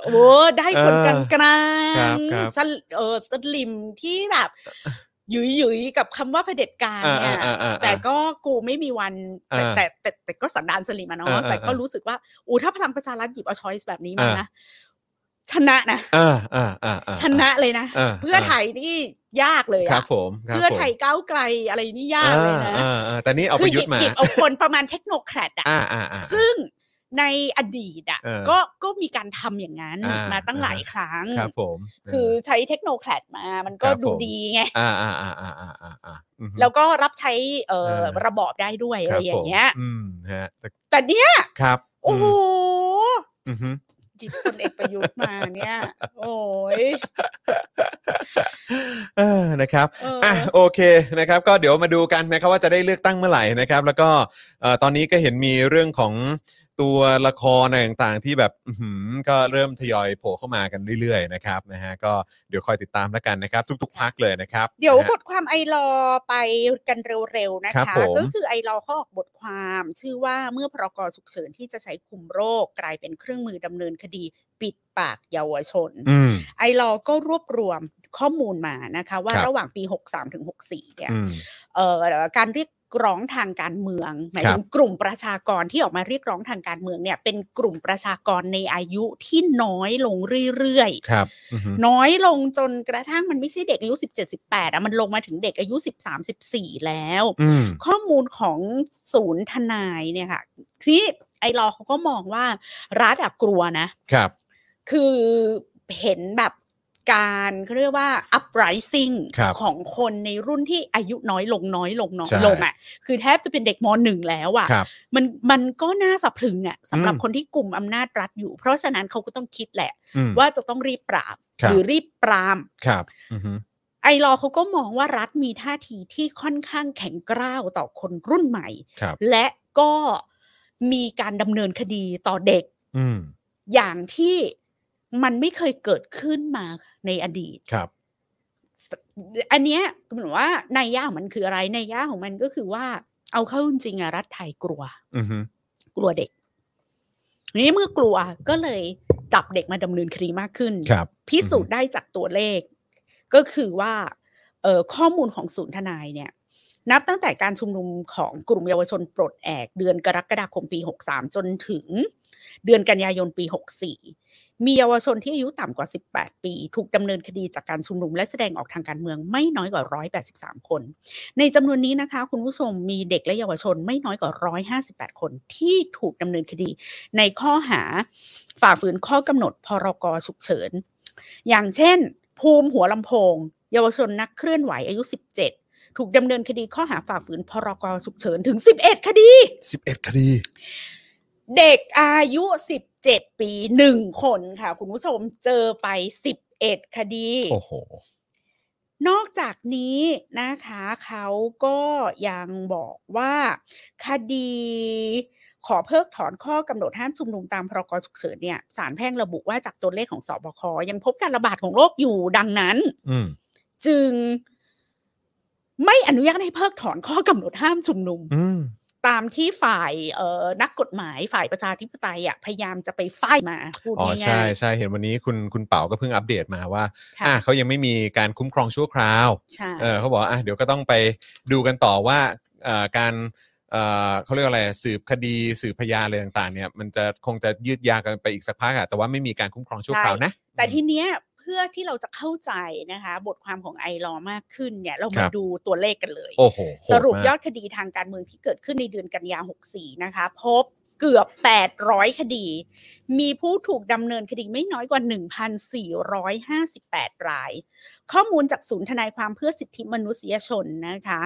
โอ้ได้คน
เออก
ลางกลา
ครับ
ง
ครับ
สลเออสลิมที่ แบบหยุยหยุยๆกับคำว่าเผด็จการเนี่ย
อ่าอ่าอ่าอ่า
แต่ก็กูไม่มีวันแต่
อ่า
แต่แต่แต่ก็สันดานสลิมอะ
อ่า
เนาะ
อ่า
แต่ก็
อ่ารู้
รู้สึกว่าอู้ถ้าพลังประชารัฐหยิบเอาช้อยส์แบบนี้มา
อ่าน
นะชนะนะ
อ่าอ่าอ่าอ่า
ชนะเลยนะ
อ่า
เพื่อไทยนี่ยากเลย
ครับ
อะ
ผมครับ
เพื่อ
ผม
ไทยก้าวไกลอะไรนี่ยากเลยนะ
อ่าอ่าอ่าแต่นี่เอาป
คือ
ระ
ห
ยุท
ยิบ
ธ์มา
หยิบเอาคนประมาณเทคโนแครดอะ
อ่าอ่าอ่า
ซึ่งในอดีตอะ
เออ
ก็ก็มีการทำอย่างนั้น
อ่าม
มาตั้ง
อ่า
หลายครั้ง
ครับผม
คือ
เ
ใช้เทคโนแครดมา มันก็
ครับ
ดู
ผม
ดีไง
อ่าอ่าอ่าอ่าอ่าอ่าอ่าอือฮึ
แล้วก็รับใช้เอ่อ
เออ
ระบอบได้ด้วย
ค
อะ
บ
ไรอย่างเงี้ย
ผมอืมฮะแต่
แต่เนี้ย
ครับ
โอ้โห
อือฮึ
หยิบคนเอกประยุทธ์มาเนี่ย โอ้ย
เออนะครับ
เอออ
อ่ะโอเคนะครับ ก็เดี๋ยวมาดูกันนะครับว่าจะได้เลือกตั้งเมื่อไหร่นะครับ แล้วก็เอ่อตอนนี้ก็เห็นมีเรื่องของตัวละครอะไรต่างๆ ที่แบบอื้อหือก็เริ่มทยอยโผล่เข้ามากันเรื่อยๆนะครับนะฮะก็เดี๋ยวคอยติดตามแล้วกันนะครับ ทุกๆพักเลยนะครับ
เดี๋ยว
นะ
บ
ฮะ
ทความไอรอไปกันเร็ว ๆ นะครับ คะ
ผม
ก็คือไอรอเขาออกบทความชื่อว่าเมื่อพรกฉุกเฉินที่จะใช้คุมโรคกลายเป็นเครื่องมือดำเนินคดีปิดปากเยาวชน
อืม
ไอรอก็รวบรวมข้อมูลมานะคะ ว่า
ครับ
ระหว่างปี 63ถึง64เนี่ย
อืม
เอ่อการเรียกร้องทางการเมืองหมาย
ครับ
ถึงกลุ่มประชากรที่ออกมาเรียกร้องทางการเมืองเนี่ยเป็นกลุ่มประชากรในอายุที่น้อยลงเรื่อยๆ
ครับอือหือ
น้อยลงจนกระทั่งมันไม่ใช่เด็กอายุ 17 18อะมันลงมาถึงเด็กอายุ 13 14 แล้ว
อืม
ข้อมูลของศูนย์ทนายเนี่ยค่ะที่ไอรอว์เขาก็มองว่ารัฐอะกลัวนะ
ครับ
คือเห็นแบบการเขาเรียกว่า uprising
ครับ
ของคนในรุ่นที่อายุน้อยลงน้อยลงน้อ
ใช่
ยลงอะคือแทบจะเป็นเด็กมหนึ่งแล้วอะ
ครับ
มันมันก็น่าสะพรึงอะสำหรับ
อืม
คนที่กลุ่มอำนาจรัฐอยู่ เพราะฉะนั้นเขาก็ต้องคิดแหละ
อืม
ว่าจะต้องรีบปราบ
ครับ
หรือรีบปราม
ครับอือหือ
ไอรอว์เขาก็มองว่ารัฐมีท่าทีที่ค่อนข้างแข็งกร้าวต่อคนรุ่นใหม่
ครับ
และก็มีการดำเนินคดีต่อเด็ก
อืม
อย่างที่มันไม่เคยเกิดขึ้นมาในอดีต
ครับ
อันเนี้ยเหมือนว่าในยย่าของมันคืออะไรในยย่าของมันก็คือว่า เอาเข้าจริงๆอะรัฐไทยกลัว
อือหือก
ลัวเด็กทีนี้เมื่อกลัวก็เลยจับเด็กมาดำเนินคดีมากขึ้น
ครับ
พิสูจน์ได้จากตัวเลข ก็คือว่าเอ่อข้อมูลของศูนย์ทนายเนี่ย นับตั้งแต่การชุมนุมของกลุ่มเยาวชนปลดแอก เดือนกรกฎาคมปี 63 จนถึง เดือนกันยายนปี 64 มีเยาวชนที่อายุต่ำกว่า 18 ปี ถูกดำเนินคดีจากการชุมนุมและแสดงออกทางการเมืองไม่น้อยกว่า 183 คน ในจำนวนนี้นะคะ คุณผู้ชมมีเด็กและเยาวชนไม่น้อยกว่า 158 คนที่ถูกดำเนินคดี ในข้อหาฝ่าฝืนข้อกำหนดพรกฉุกเฉิน อย่างเช่น ภูมิหัวลำโพง เยาวชนนักเคลื่อนไหวอายุ 17 ถูกดำเนินคดีข้อหาฝ่าฝืนพรกฉุกเฉินถึง 11 คดี
สิบเอ็ดคดี
เด็กอายุ 17 ปี 1 คนค่ะ คุณผู้ชมเจอไป 11 คดี
โอ้โห
นอกจากนี้นะคะเขาก็ยังบอกว่าคดี ขอเพิกถอนข้อกำหนดห้ามชุมนุมตามพรกฉุกเฉินเนี่ยสารแพ่งระบุว่าจากตัวเลขของสบคยังพบการระบาดของโรคอยู่ดังนั้น
อืม
จึงไม่อนุญาตให้เพิกถอนข้อกำหนดห้ามชุมนุม
อืม
ตามที่ฝ่ายเอ่อนักกฎหมายฝ่ายประชาธิปไตยอะพยายามจะไปไฟท์มาพูด
อ๋อใช่
ง่าย
ใช่เห็นวันนี้คุณคุณเป๋าก็เพิ่งอัปเดตมาว่า
ๆค่ะ
อ่ะเขายังไม่มีการคุ้มครองชั่วคราว
ใช่
เออเขาบอกว่าอ่ะเดี๋ยวก็ต้องไปดูกันต่อว่าเอ่อการเอ อ่อเขาเรียกว่าอะไรสืบคดีสืบพยานอะไรต่างๆเนี่ยมันจะคงจะยืดยาวกันไปอีกสักพักอะแต่ว่าไม่มีการคุ้มครองชั่วคราวนะ
แต่ทีเนี้ยเพื่อที่เราจะเข้าใจนะคะ บทความของไอรอมากขึ้นเนี่ยเรา
ครั
มา
บ
ดูตัวเลขกันเลย
โอ้โหโห
ส
ด
รุปยอ
มาก
ดคดีทางการเมืองที่เกิดขึ้นในเดือนกันยา64 นะคะ พบเกือบ 800 คดี มีผู้ถูกดำเนินคดีไม่น้อยกว่า 1,458 ราย ข้อมูลจากศูนย์ทนายความเพื่อสิทธิมนุษยชนนะคะ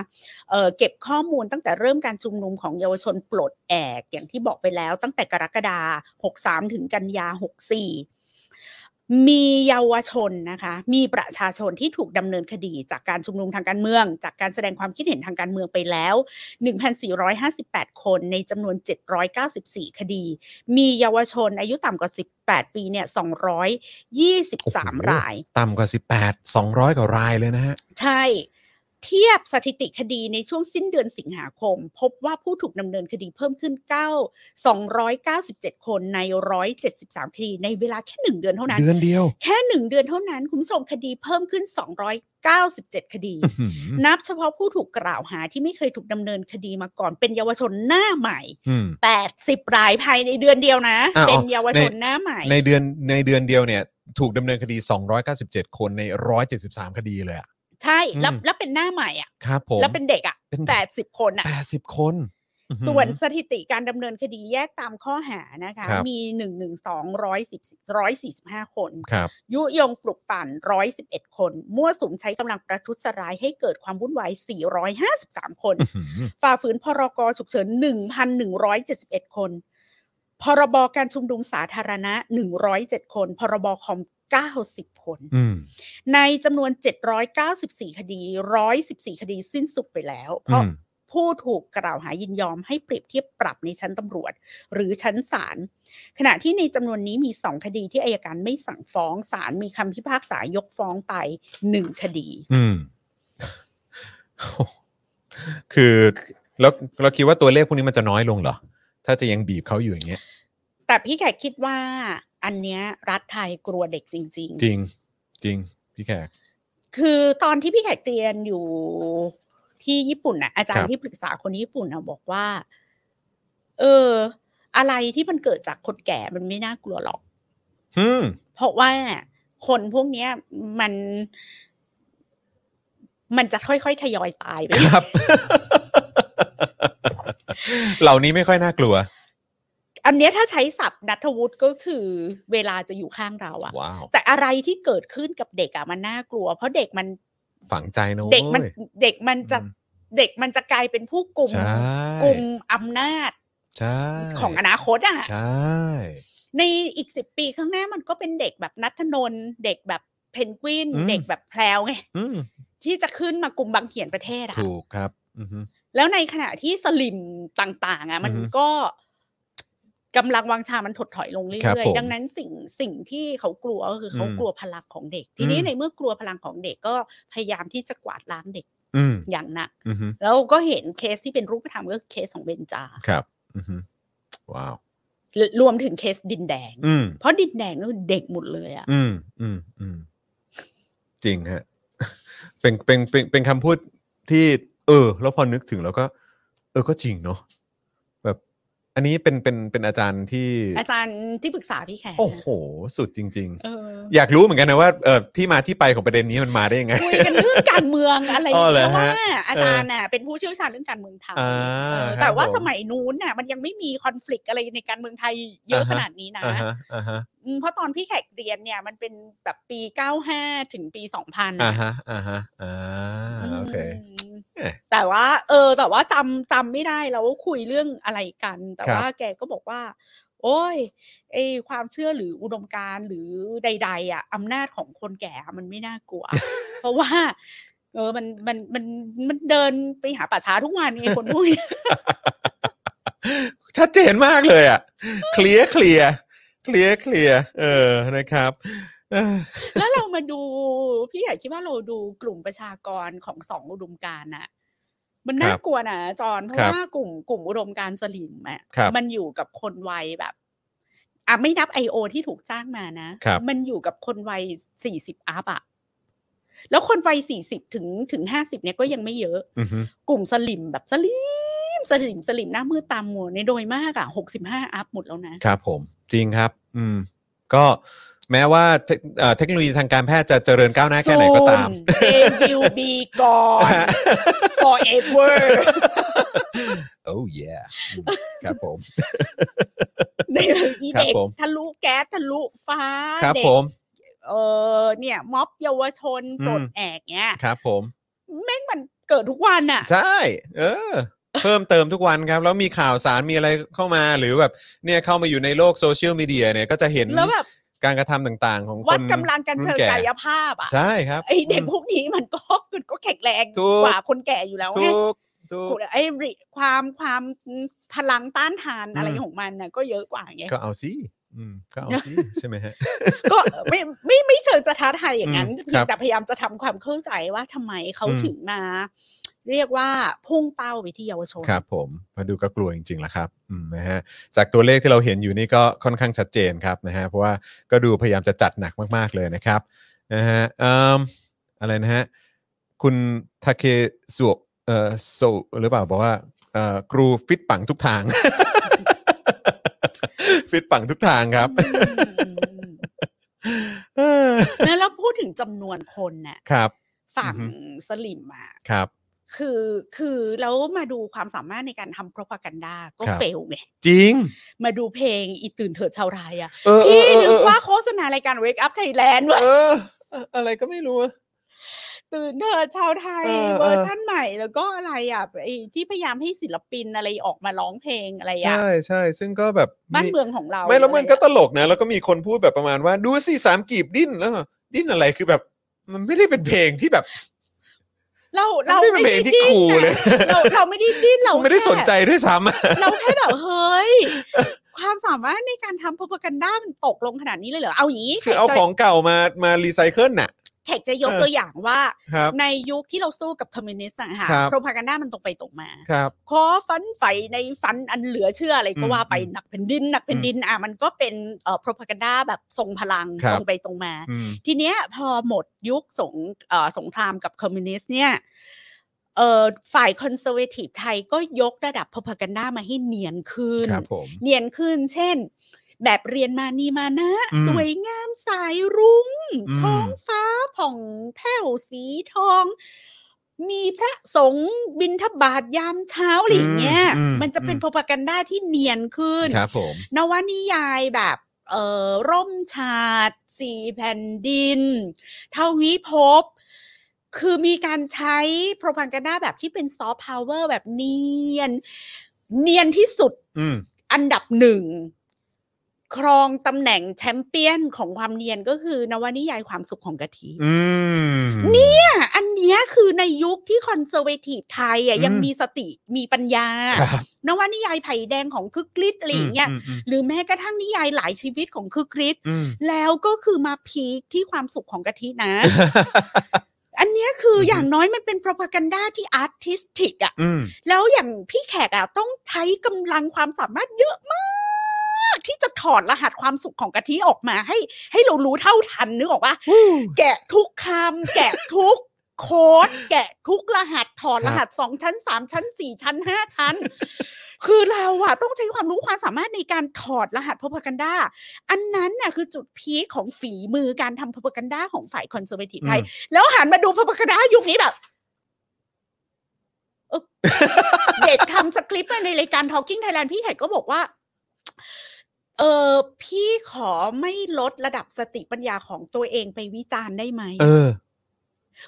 เอ่อเก็บข้อมูลตั้งแต่เริ่มการชุมนุมของเยาวชนปลดแอก อย่างที่บอกไปแล้วตั้งแต่กรกฎาคม63 ถึงกันยา64 มีเยาวชนนะคะ มีประชาชนที่ถูกดำเนินคดีจากการชุมนุมทางการเมือง จากการแสดงความคิดเห็นทางการเมืองไปแล้ว 1,458 คนในจำนวน 794 คดี มีเยาวชนอายุต่ำกว่า 18 ปีเนี่ย223 ราย
ต่ำกว่า 18 200 กว่ารายเลยนะฮะ
ใช่ เทียบสถิติคดีในช่วงสิ้นเดือนสิงหาคม พบว่าผู้ถูกดำเนินคดีเพิ่มขึ้น 9 297 คนใน 173 คดี ในเวลาแค่ 1 เดือนเท่านั้น
เดือนเดียว
แค่ 1 เดือนเท่านั้น คุณผู้ชมคดีเพิ่มขึ้น 297 ค ดี
อื้อหือ
นับเฉพาะผู้ถูกกล่าวหาที่ไม่เคยถูกดำเนินคดีมาก่อนเป็นเยาวชนหน้าใหม่
อืม
80 รายภายในเดือนเดียวนะ
อ่ะอ๋อ
เป็นเยาวชนหน้าใหม่
ในเดือนในเดือนเดียวเนี่ยถูกดำเนินคดี 297 คนใน 173 คดีเลยอะ
ใช่แล้ว
อืม
แล้วเป็นหน้าใหม่อ่ะ
ครับผม
แล้วเป็นเด็กอ่ะ
เป็นเด็ก
แปดสิบคนอ่ะ
80 คนอื้อหือ
ส่วนสถิติการดำเนินคดีแยกตามข้อหานะคะ
ครับ
มีหนึ่งหนึ่งสองร้อยสิบร้อยสี่สิบห้าคน
ครับ
ยุยงปลุกปั่นร้อยสิบเอ็ดคน มั่วสุมใช้กำลังประทุษร้ายให้เกิดความวุ่นวายสี่ร้อยห้าสิบสามคน
อื้อหือ
ฝ่าฝืนพรกฉุกเฉิน 1,171 คน พรบการชุมนุมสาธารณะ 107 คน พรบคอม 90 คน
อืม
ในจำนวน 794 คดี 114 คดีสิ้นสุดไปแล้ว เพราะ
อืม
ผู้ถูกกล่าวหายินยอมให้เปรียบเทียบปรับในชั้นตำรวจ หรือชั้นศาล ขณะที่ในจำนวนนี้มี 2 คดีที่อายการไม่สั่งฟ้องศาลมีคำพิพากษายกฟ้องไป 1 คดี
อืม คือแล้วเราคิดว่าตัวเลขพวกนี้มันจะน้อยลงเหรอ ถ้าจะยังบีบเขาอยู่อย่างเงี้ย
แต่พี่แขกคิดว่าอันเนี้ยรัฐไทยกลัวเด็กจริง ๆ
จริง จริง พี่แขก
คือตอนที่พี่แขกเรียนอยู่ที่ญี่ปุ่นนะอาจาร
ครับ
ย์ที่ปรึกษาคนญี่ปุ่นนะบอกว่า เออ อะไรที่มันเกิดจากคนแก่มันไม่น่ากลัวหรอก
อืม
เพราะว่าคนพวกเนี้ยมัน มันจะค่อยๆทยอยตายไป
ครับ เหล่านี้ไม่ค่อยน่ากลัว
อันเนี้ยถ้าใช้ศัพท์นัทวุฒิก็คือ เวลาจะอยู่ข้างเราอะ
ว้าว
แต่อะไรที่เกิดขึ้นกับเด็กอะมันน่ากลัว เพราะเด็กมัน
ฝังใจนะว้ย
เด็กมันเด็กมันจะ
อืม
เด็กมันจะกลายเป็นผู้กลุ่ม
ใช่
กลุ่มอำนาจ
ใช่
ของอนาคตอ่ะ
ใช่
ในอีกสิบปีข้างหน้ามันก็เป็นเด็กแบบนัทนนท์เด็กแบบเพนกวิน
อืม
เด็กแบบแพรวไง
อืม
ที่จะขึ้นมากลุ่มบางเขียนประเทศอ่ะ
ถูกครับ อือฮึ
แล้วในขณะที่สลิมต่างๆ อ่ะ มัน
อือฮึ
ก็กำลังวังชามันถดถอยลงเรื่
ครับ
อย
ผม
ๆ ดังนั้นสิ่งสิ่งที่เขากลัวก็คืออ
ม
เขากลัวพลังของเด็ก ทีนี้
อืม
ในเมื่อกลัวพลังของเด็กก็พยายามที่จะกวาดล้างเด็ก
อืม
อย่างหนัก
อือฮึ
แล้วก็เห็นเคสที่เป็นรูปธรรมก็คือเคสของเบนจา
ครับ อือฮึว้าว
รวมถึงเคสดินแดง
อืม
เพราะดินแดงก็เด็กหมดเลยอะ
อืมอืมอืมจริงฮะ เป็นเป็นเป็นเป็นคำพูดที่ เออ แล้วพอนึกถึงแล้วก็ เออก็จริงเนาะแบบ อันนี้เป็นเป็นเป็นอาจารย์ที่
อาจารย์ที่ปรึกษาพี่แขก
โอ้โห สุดจริง
เออ
ๆ อยากรู้เหมือนกันนะว่าเออที่มาที่ไปของประเด็นนี้มันมาได้ยัง ไง
คุยกันเรื่องการเมืองอะไร
อ๋อเหรอ
เพราะว่า
ฮะ
อาจารย์น่ะเป็นผู้เชี่ยวชาญเรื่องการเมืองไทย
อ่า
เออ
ครับ
แต่ว่า
ผม
สมัยนู้นน่ะ มันยังไม่มีคอน FLICT อะไรในการเมืองไทยเยอะ
อ่าฮะ
ขนาดนี้นะ
อ่าฮะอ่าฮะ
อืมเพราะตอนพี่แขกเรียนเนี่ย มันเป็นแบบปี 95 ถึงปี 2000
อ่า
นะ
ฮะอ่าฮะอ่าโอเค
ม
เอ๊ะ
แต่ว่า เออ แต่ว่าจำจำไม่ได้แล้วว่าคุยเรื่องอะไรกัน แต่
ครับ
ว่าแกก็บอกว่า โอ้ยไอความเชื่อหรืออุดมการณ์หรือใด ๆ อ่ะอำนาจของคนแก่อะมันไม่น่าก ลัว เพราะว่า เออมันมันมันมันเดินไปหาป่าช้าทุกวันไอคนพวกเนี้ย
ชัดเจนมากเลยอ่ะ เคลียร์เคลียร์เคลียร์เคลียร์เออนะครับ เอ้อ
แล้วเรามาดูพี่ใหญ่คิดว่าเราดูกลุ่มประชากรของสองอุดมการณ์น่ะ มันน่ากลัวนะจอนเพราะว่ากลุ่มกลุ่มอุดมการณ์สลิมอ่ะ
ครับ
มันอยู่กับคนวัยแบบ อ่ะไม่นับไอโอที่ถูกจ้างมานะ
ครับ
มันอยู่กับคนวัยสี่สิบอัพอะแล้วคนวัยสี่สิบถึงถึงห้าสิบเนี่ยก็ยังไม่เยอะ
อือฮึ
กลุ่มสลิมแบบสลิม มสลิมสลิมหน้ามืดตามมัวในยโดยมากอ่ะหกสิบห้าอัพหมดแล้วนะ
ครับผมจริงครับ อืม ก็แม้ว่าเทคเอ่อเทคโนโลยีทางการแพทย์จะเจริญก้าวหน้าแค่ไหนก็ตาม
Soon they will be gone forever
โอ้ yeah อืมครับผม
อี
ครับ
เด็ก
ผม
ทะลุแก๊สทะลุฟ้า
ครับ
เด็
ผ
ก
ม
เออเนี่ย ม็อบเยาวชน
อืม
ปลดแอกเนี่ย
ครับผม
แม่งมันเกิดทุกวันอ่ะ
ใช่ เออ เพิ่มเติมทุกวันครับ แล้วมีข่าวสารมีอะไรเข้ามาหรือแบบเนี่ยเข้ามาอยู่ในโลกโซเชียลมีเดียเนี่ยก็จะเห็น
แล้วแบบ
การกระทำต่างๆ ของคน
วัดกำลังกันเชิง
แ
กายภาพอ่ะ
ใช่ครับ
ไอเด็กพวกนี้มันก็มันก็แข็งแรง
ถูก
กว่าคนแก่อยู่แล้ว
ทุ
ไง
กทุก
ไอ้ความความพลังต้านทานอะไร
อืม
ของมันน่ะก็เยอะกว่าไง
ก็เอาสิอืมก็เอา สิใช่ไหมฮะ
ก็ไม่ไม่ไม่เชิญจะท้าทายอย่างนั้น
อืม
เพี
ค
ย
รั
ง
บ
แต่พยายามจะทำความเข้าใจว่าทำไมเขา
อืม
ถึงมา เรียกว่าพุ่งเป้าไปที่เยาวชน
ครับผมมาดูก็กลัวจริงๆละครับอืมนะฮะจากตัวเลขที่เราเห็นอยู่นี่ก็ค่อนข้างชัดเจนครับนะฮะเพราะว่าก็ดูพยายามจะจัดหนักมากๆเลยนะครับนะฮะเอิ่มอะไรนะฮะคุณทาเคสุเอ่อโซหรือเปล่าบอกว่าเอ่อครูฟิตปังทุกทาง ฟิตปังทุกทางครับ
อืมแล้วเราพูดถึงจำนวนคนน่ะ
ครับ
ฝั่ง
อือ
สลิมอ่ะ
ครับ
คือคือแล้วมาดูความสามารถในการทำโปรพากันดาก็
ครับ
เฟลไง
จริง
มาดูเพลงอีตื่นเถิดชาวไทยอ่ะ
เออเอ
พี่
อเออ
นึ
ก
ว่าโฆษณารายการ Wake Up Thailand เว่ะ
เออเอออะไรก็ไม่รู้อะ
ตื่นเถิดชาวไทย
เออเออ
เวอร์ชั่นใหม่ แล้วก็อะไรอ่ะไอ้ที่พยายามให้ศิลปินอะไรออกมาร้องเพลงอะไรอ่ะ
ใช่ใช่ซึ่งก็แบบ
บ้าน
มี
เมืองของเรา
ไม่แล้วมันก็
อะไร
ตลกนะ แล้วก็มีคนพูดแบบประมาณว่า ดูสิสามกีบดิ้นแล้วดิ้นอะไรคือแบบ มันไม่ได้เป็นเพลงที่แบบ
เงี้ยเราเรา
ไม่ได้เป็นเพลงที่
ดิ้น
คูลเลย
เราเราไม่ได้ดิ้นเรา
ไม่ได้
แค่
สนใจด้วยซ้ำ อะ
เราแค่แบบเฮ้ย ความสามารถในการทำพ r o พ a กันด้ามันตกลงขนาดนี้เลยเหรอ เอาอย่างนี้
คือเอาของเก่ามามารีไซเคิลน่ะ
แขกจะยก
เออ
ตัวอย่างว่า
ครับ
ในยุคที่เราสู้กับคอมมิวนิสต์นะฮะ
ครับ
พ r o พ a กันด้ามันตรงไปตรงมา
ครับ
ขอฝันใฝ่ในฝันอันเหลือเชื่ออะไรก็
อืม
ว่าไป
อืม
หนักแผ่นดินหนักแผ่นดินอ่ะมันก็เป็นเอ่อพ r o พ a กันด้าแบบทรงพลัง
ครับ
ตรงไปตรงมา
อืม
ทีเนี้ยพอหมดยุคสงเอ่อสงครามกับคอมมิวนิสต์เนี่ยเอ่อฝ่ายคอนเซอร์เวทีฟไทยก็ยกระดับพ r o พ a กันด้ามาให้เนียนขึ้น
ครับผม
เนียนขึ้น เช่น แบบเรียนมานีมานะ
อืม
สวยงามสายรุง้ง
อืม
ท้องฟ้าผ่องแผ้วสีทอง มีพระสงฆ์บินทบาทยามเช้าอะไรอย่างเงี้ย
อืมอืม
มันจะเป็นพ r o พ a กันด้าที่เนียนขึ้น
ครับผม
นวนิยายแบบเอ่อร่มชาติสี่แผ่นดิน เทวิภพ คือมีการใช้โปรพังก n นดาแบบที่เป็นซอฟต์พาวเวอร์แบบเนียน เนียนที่สุด
อืม
อันดับหนึ่ง ครองตำแหน่งแชมเปี้ยนของความเนียนก็คือนวนิยายความสุขของกะทิ
อืม
เนี่ยอันเนี้ยคือในยุคที่คอนเซอร์เวทีฟไทยอ่ะยัง
อืม
มีสติมีปัญญา
ครับ
นวนิยายไผ่แดงของคึกฤทธิ์อะไรอย่างเงี้ย
มอืม
หรือแม้กระทั่งนิยายหลายชีวิตของคือคริส
อืม
แล้วก็คือมาพีคที่ความสุขของกะทินะ อันเนี้ยคือ
อฮึ
อย่างน้อยมันเป็น propaganda ที่ artistic อะ
อืม
แล้วอย่างพี่แขกอะต้องใช้กำลังความสามารถเยอะมาก ที่จะถอดรหัสความสุขของกะทิออกมาให้ ให้เรารู้เท่าทันนึกออกปะแกะทุกคำ แกะทุกโค้ดแกะทุกรหัสถอด
ค
ร
รับ
หัสสองชั้นสามชั้นสี่ชั้นห้าชั้น คือเราอะต้องใช้ความรู้ความสามารถในการถอดรหัสพ r o พ a กันดาอันนั้นน่ะคือจุดพีคของฝีมือการทำพ r o พ a กันดาของฝ่ายคอนเซอร์เวทีฟไทย แล้วหันมาดูพ r o พ a กันดายุคนี้แบบ เออ เด็กทำสคริปต์มาในรายการ Talking Thailand พี่ไข่ก็บอกว่า เออพี่ขอไม่ลดระดับสติปัญญาของตัวเองไปวิจารณ์ได้ไหม
เออ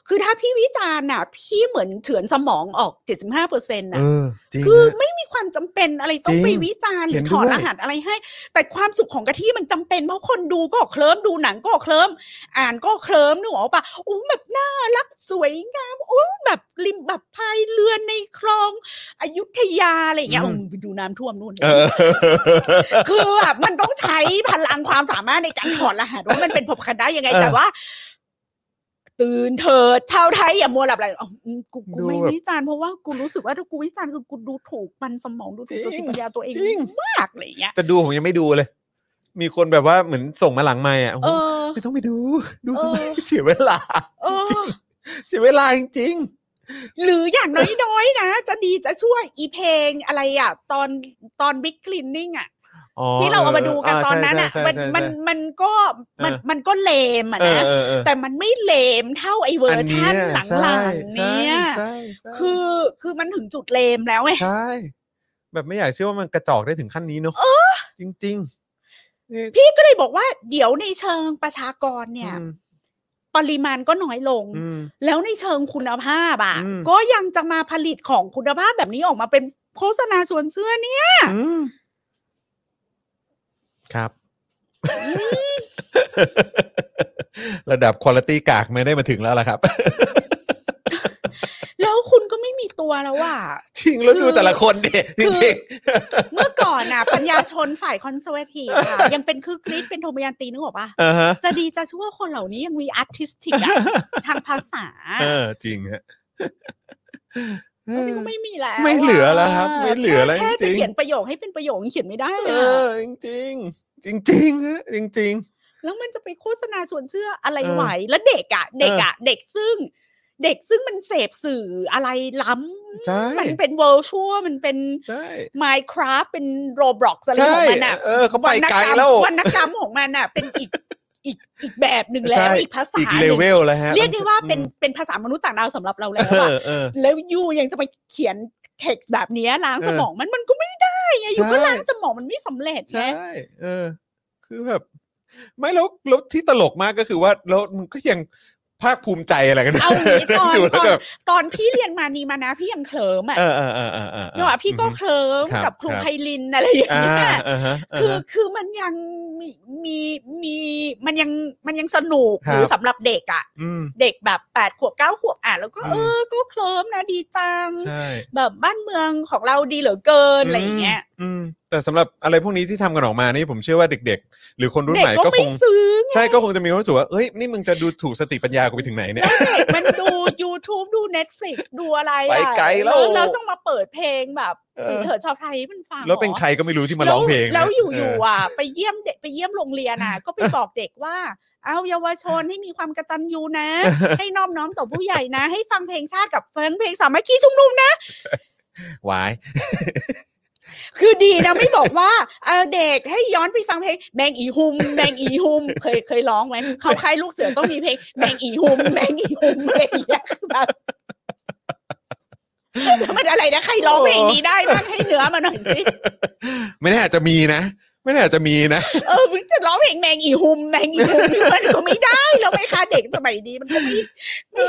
คือถ้าพี่วิจารณ์น่ะ พี่เหมือนเฉือนสมองออก 75เปอร์เซ็นต์
เอ
น่ะ
อ จริง
คือ
ฮะ
ไม่มีความจำเป็นอะไรต้อ
จริ
ง
ง
ไปวิจารณ์ห
เห็
รื
นด้
อ
วย
ถอดรหัสอะไรให้ แต่ความสุขของกะทิมันจำเป็น เพราะคนดูก็เคลิ้มดูหนังก็เคลิ้มอ่านก็เคลิ้มนึกออกปะอู้แบบน่ารักสวยงามอู้แบบริมแบบพายเรือในคลอง อยุธยาอะไรอย่างเงี้ยเอามึงไปดูน้ำท่วมนู่น
เอ อ
คือแบบมันต้องใช้พลังความสามารถในการถอดรหัสว่ามันเป็นผมคันได้ยังไง
เออ
แต่ว่า ตื่นเถิดชาวไทยอย่ามัวหลับไหลอ๋ออืมกูกู
ดู
ไม่
แบบ
วิจารณ์เพราะว่ากูรู้สึกว่าถ้ากูวิจารณ์คือกูดูถูกมันสมองดูถูก
จริง
สติปัญญาตัวเอง
จริง
มากอะไรอย่างเงี้ย
แต่ดูผมยังไม่ดูเลย มีคนแบบว่าเหมือนส่งมาหลังไม่อ่ะโอ้
เอ
โห
อ
ไม่ต้องไปดู ดู
เออ
ทำไมเสียเวลา
เออ
เสียเวลาจริง
หรืออย่างน้อยๆนะ จะดีจะช่วยอีเพลงอะไรอ่ะ ตอนตอนบิ๊กคลินนิ่งอ่ะ
อ๋อ
ที่เราเอามาดูกันตอนนั้นอ่ะ
ใช่
มัน
ใช่
มัน
ใช่
มันก็มัน
เออ
มันก็เลมอ่ะ
เออ
นะ
เออเออ
แต่มันไม่เลมเท่าไอเวอร์ชันหลังๆเนี่ย
ใช่ใช่ใช่
คือคือมันถึงจุดเลมแล้วไง
ใช่ แบบไม่อยากเชื่อว่ามันกระจอกได้ถึงขั้นนี้เนอะจริงๆนี่
พี่ก็เลยบอกว่าเดี๋ยวในเชิงประชากรเนี่ย
อืม
ปริมาณก็น้อยลง
อืม
แล้วในเชิงคุณภาพอ่ะ
อืม
ก็ยังจะมาผลิตของคุณภาพแบบนี้ออกมาเป็นโฆษณาชวนเชื่อเนี่ย
อืมครับ ระดับคุณ i t y กากไม่ได้มาถึงแล้วล่ะครับ
แล้วคุณก็ไม่มีตัวแล้วอ่ะ
จริงแล้ว
คือ
ดูแต่ละคนดิ
คื
จ
อ
ริง
เมื่อก่อนน่ะ ปัญญาชนฝ่ายคอนเซอร์เวทีฟค่ะ ยังเป็นคือกรีดเป็นโทมยันตีนึกออกปะ
ๆอ่าฮะ
จะดีจะชั่วคนเหล่านี้ยังมีอาร์ติสติก ทางภาษา
เออจริงฮะ
อันนี้ก็ไม่มีแล้ว
ไม่เหลือแล้วครับ
ะ
ไม่เหลือแล้ว
ค่
จริงๆ
จะเขียนประโยคให้เป็นประโยคยังเขียนไม่ได้เล
เอย
อะ
อจริงๆ จริงๆฮะจริง
แล้วมันจะไปโฆษณาชวนเชื่ออะไร
เออ
ไหว แล้วเด็กอ่ะ เด็กอ่ะ เด็กซึ่ง เด็กซึ่งมันเสพสื่ออะไรล้
ใช่
ำมันเป็นเว r ร์ชวมันเป็น
ๆ ใช่
Minecraft เป็น Roblox อะไรข
ใช่
องมันอ่ะ
เออเขาไป
วรรณ
ไกล
รรม
แล้ว
วรรณกรรมของมันอ่ะ เป็นอีกอีกอีกแบบหนึ่งแล้ว
ใช่
อีกภาษา
อีก
ห
เล
นึ่ง
เวลแล้วฮะ
เรียกได้ว่าเป็นเป็นภาษามนุษย์ต่างดาวสำหรับเราแล้ว
เอ
อะ
อเออ
แล้วอยูยังจะไปเขียนเท็กซ์แบบเนี้ยล้าง
เออ
สมองมันมันก็ไม่ได้ไงอยู
ใช่
ก็ล้างสมองมันไม่สำเร็จไง
ใช่ เออ คือแบบ ไม่แล้วแล้วที่ตลกมากก็คือว่าแล้วมึงก็ยังภาคภูมิใจอะไรกัน
เอาอย่างงี้ต อน
ดู
ต
แล้ว
อน
แบบ
ตอนพี่เรียนมานีมานะพี่ยังเคลิมอ่ะ
เออเออเออเออเออ
เนกอะพี่ก็เคลิม
ครับ
กับครู
ครับ
ไพลินอะไรอย่าง
อ่า
เงี้ย
อ่าฮะอ่า
คือ
ฮะ
คือมันยังมีมีมีมันยังมันยังสนุก
ครั
ห
บ
รือสำหรับเด็กอะ่ะ
อืม
เด็กแบบแปดขวบเก้าขวบอ่ะแล้วก็
อืม
เออก็เคลิ้มนะดีจัง
ใช่
แบบบ้านเมืองของเราดีเหลือเกินอะไรอย่างเงี้ย
อืมแต่สำหรับอะไรพวกนี้ที่ทำกันออกมานี่ผมเชื่อว่าเด็ก ๆ หรือคนรุ่น
เด็ก
ใหม่
ก็
ก็ค
ไม่
ง
ซื้อไง
ใช่ก็คงจะมีความรู้สึกว่าเอ้ยนี่มึงจะดูถูกสติปัญญากูไปถึงไหนเนี่ย
แล้วเด็กมันดู YouTube ดู Netflix ดูอะไรอะ
ไปไกลแล้ว
เราต้องมาเปิดเพลงแบบ
เออ
จีเถิดชาวไทยให้มันฟัง
แล้วเป็น
หรอ
ใครก็ไม่รู้ที่มาร้องเพลงนะ
แล้วแล้วอ
เ
ยู่ๆอ่ะ ไปเยี่ยมเด็กไปเยี่ยมโรงเรียนอ่ะ ก็ไปบอกเด็กว่า เอาเยาวชนให้มีความกระตันยูนะ ให้น้อมน้อมต่อผู้ใหญ่นะ ให้ฟังเพลงชาติกับเฟนเพลงสามัคคีชุมนุมนะ
วาย
คือดีนะไม่บอกว่าเออเด็กให้ย้อนไปฟังเพลงแมงอีฮุมแมงอีฮุมเคยเคยร้องไหมเขาใครลูกเสือต้องมีเพลงแมงอีฮุมแมงอีฮุมอะไรอย่างเงี้ยคือแบบแล้วมันอะไรนะใครร้องเพลงนี้ได้บ้างให้เนื้อมาหน่อยสิ
ไม่แน่อาจจะมีนะ ไม่แน่อาจจะมีนะ
เออมึงจะร้องเพลงแมงอีฮุมแมงอีฮุมนี่มันก็ไม่ได้แล้วไหมคะเด็กสมัยนี้มันก็ไม่ไม่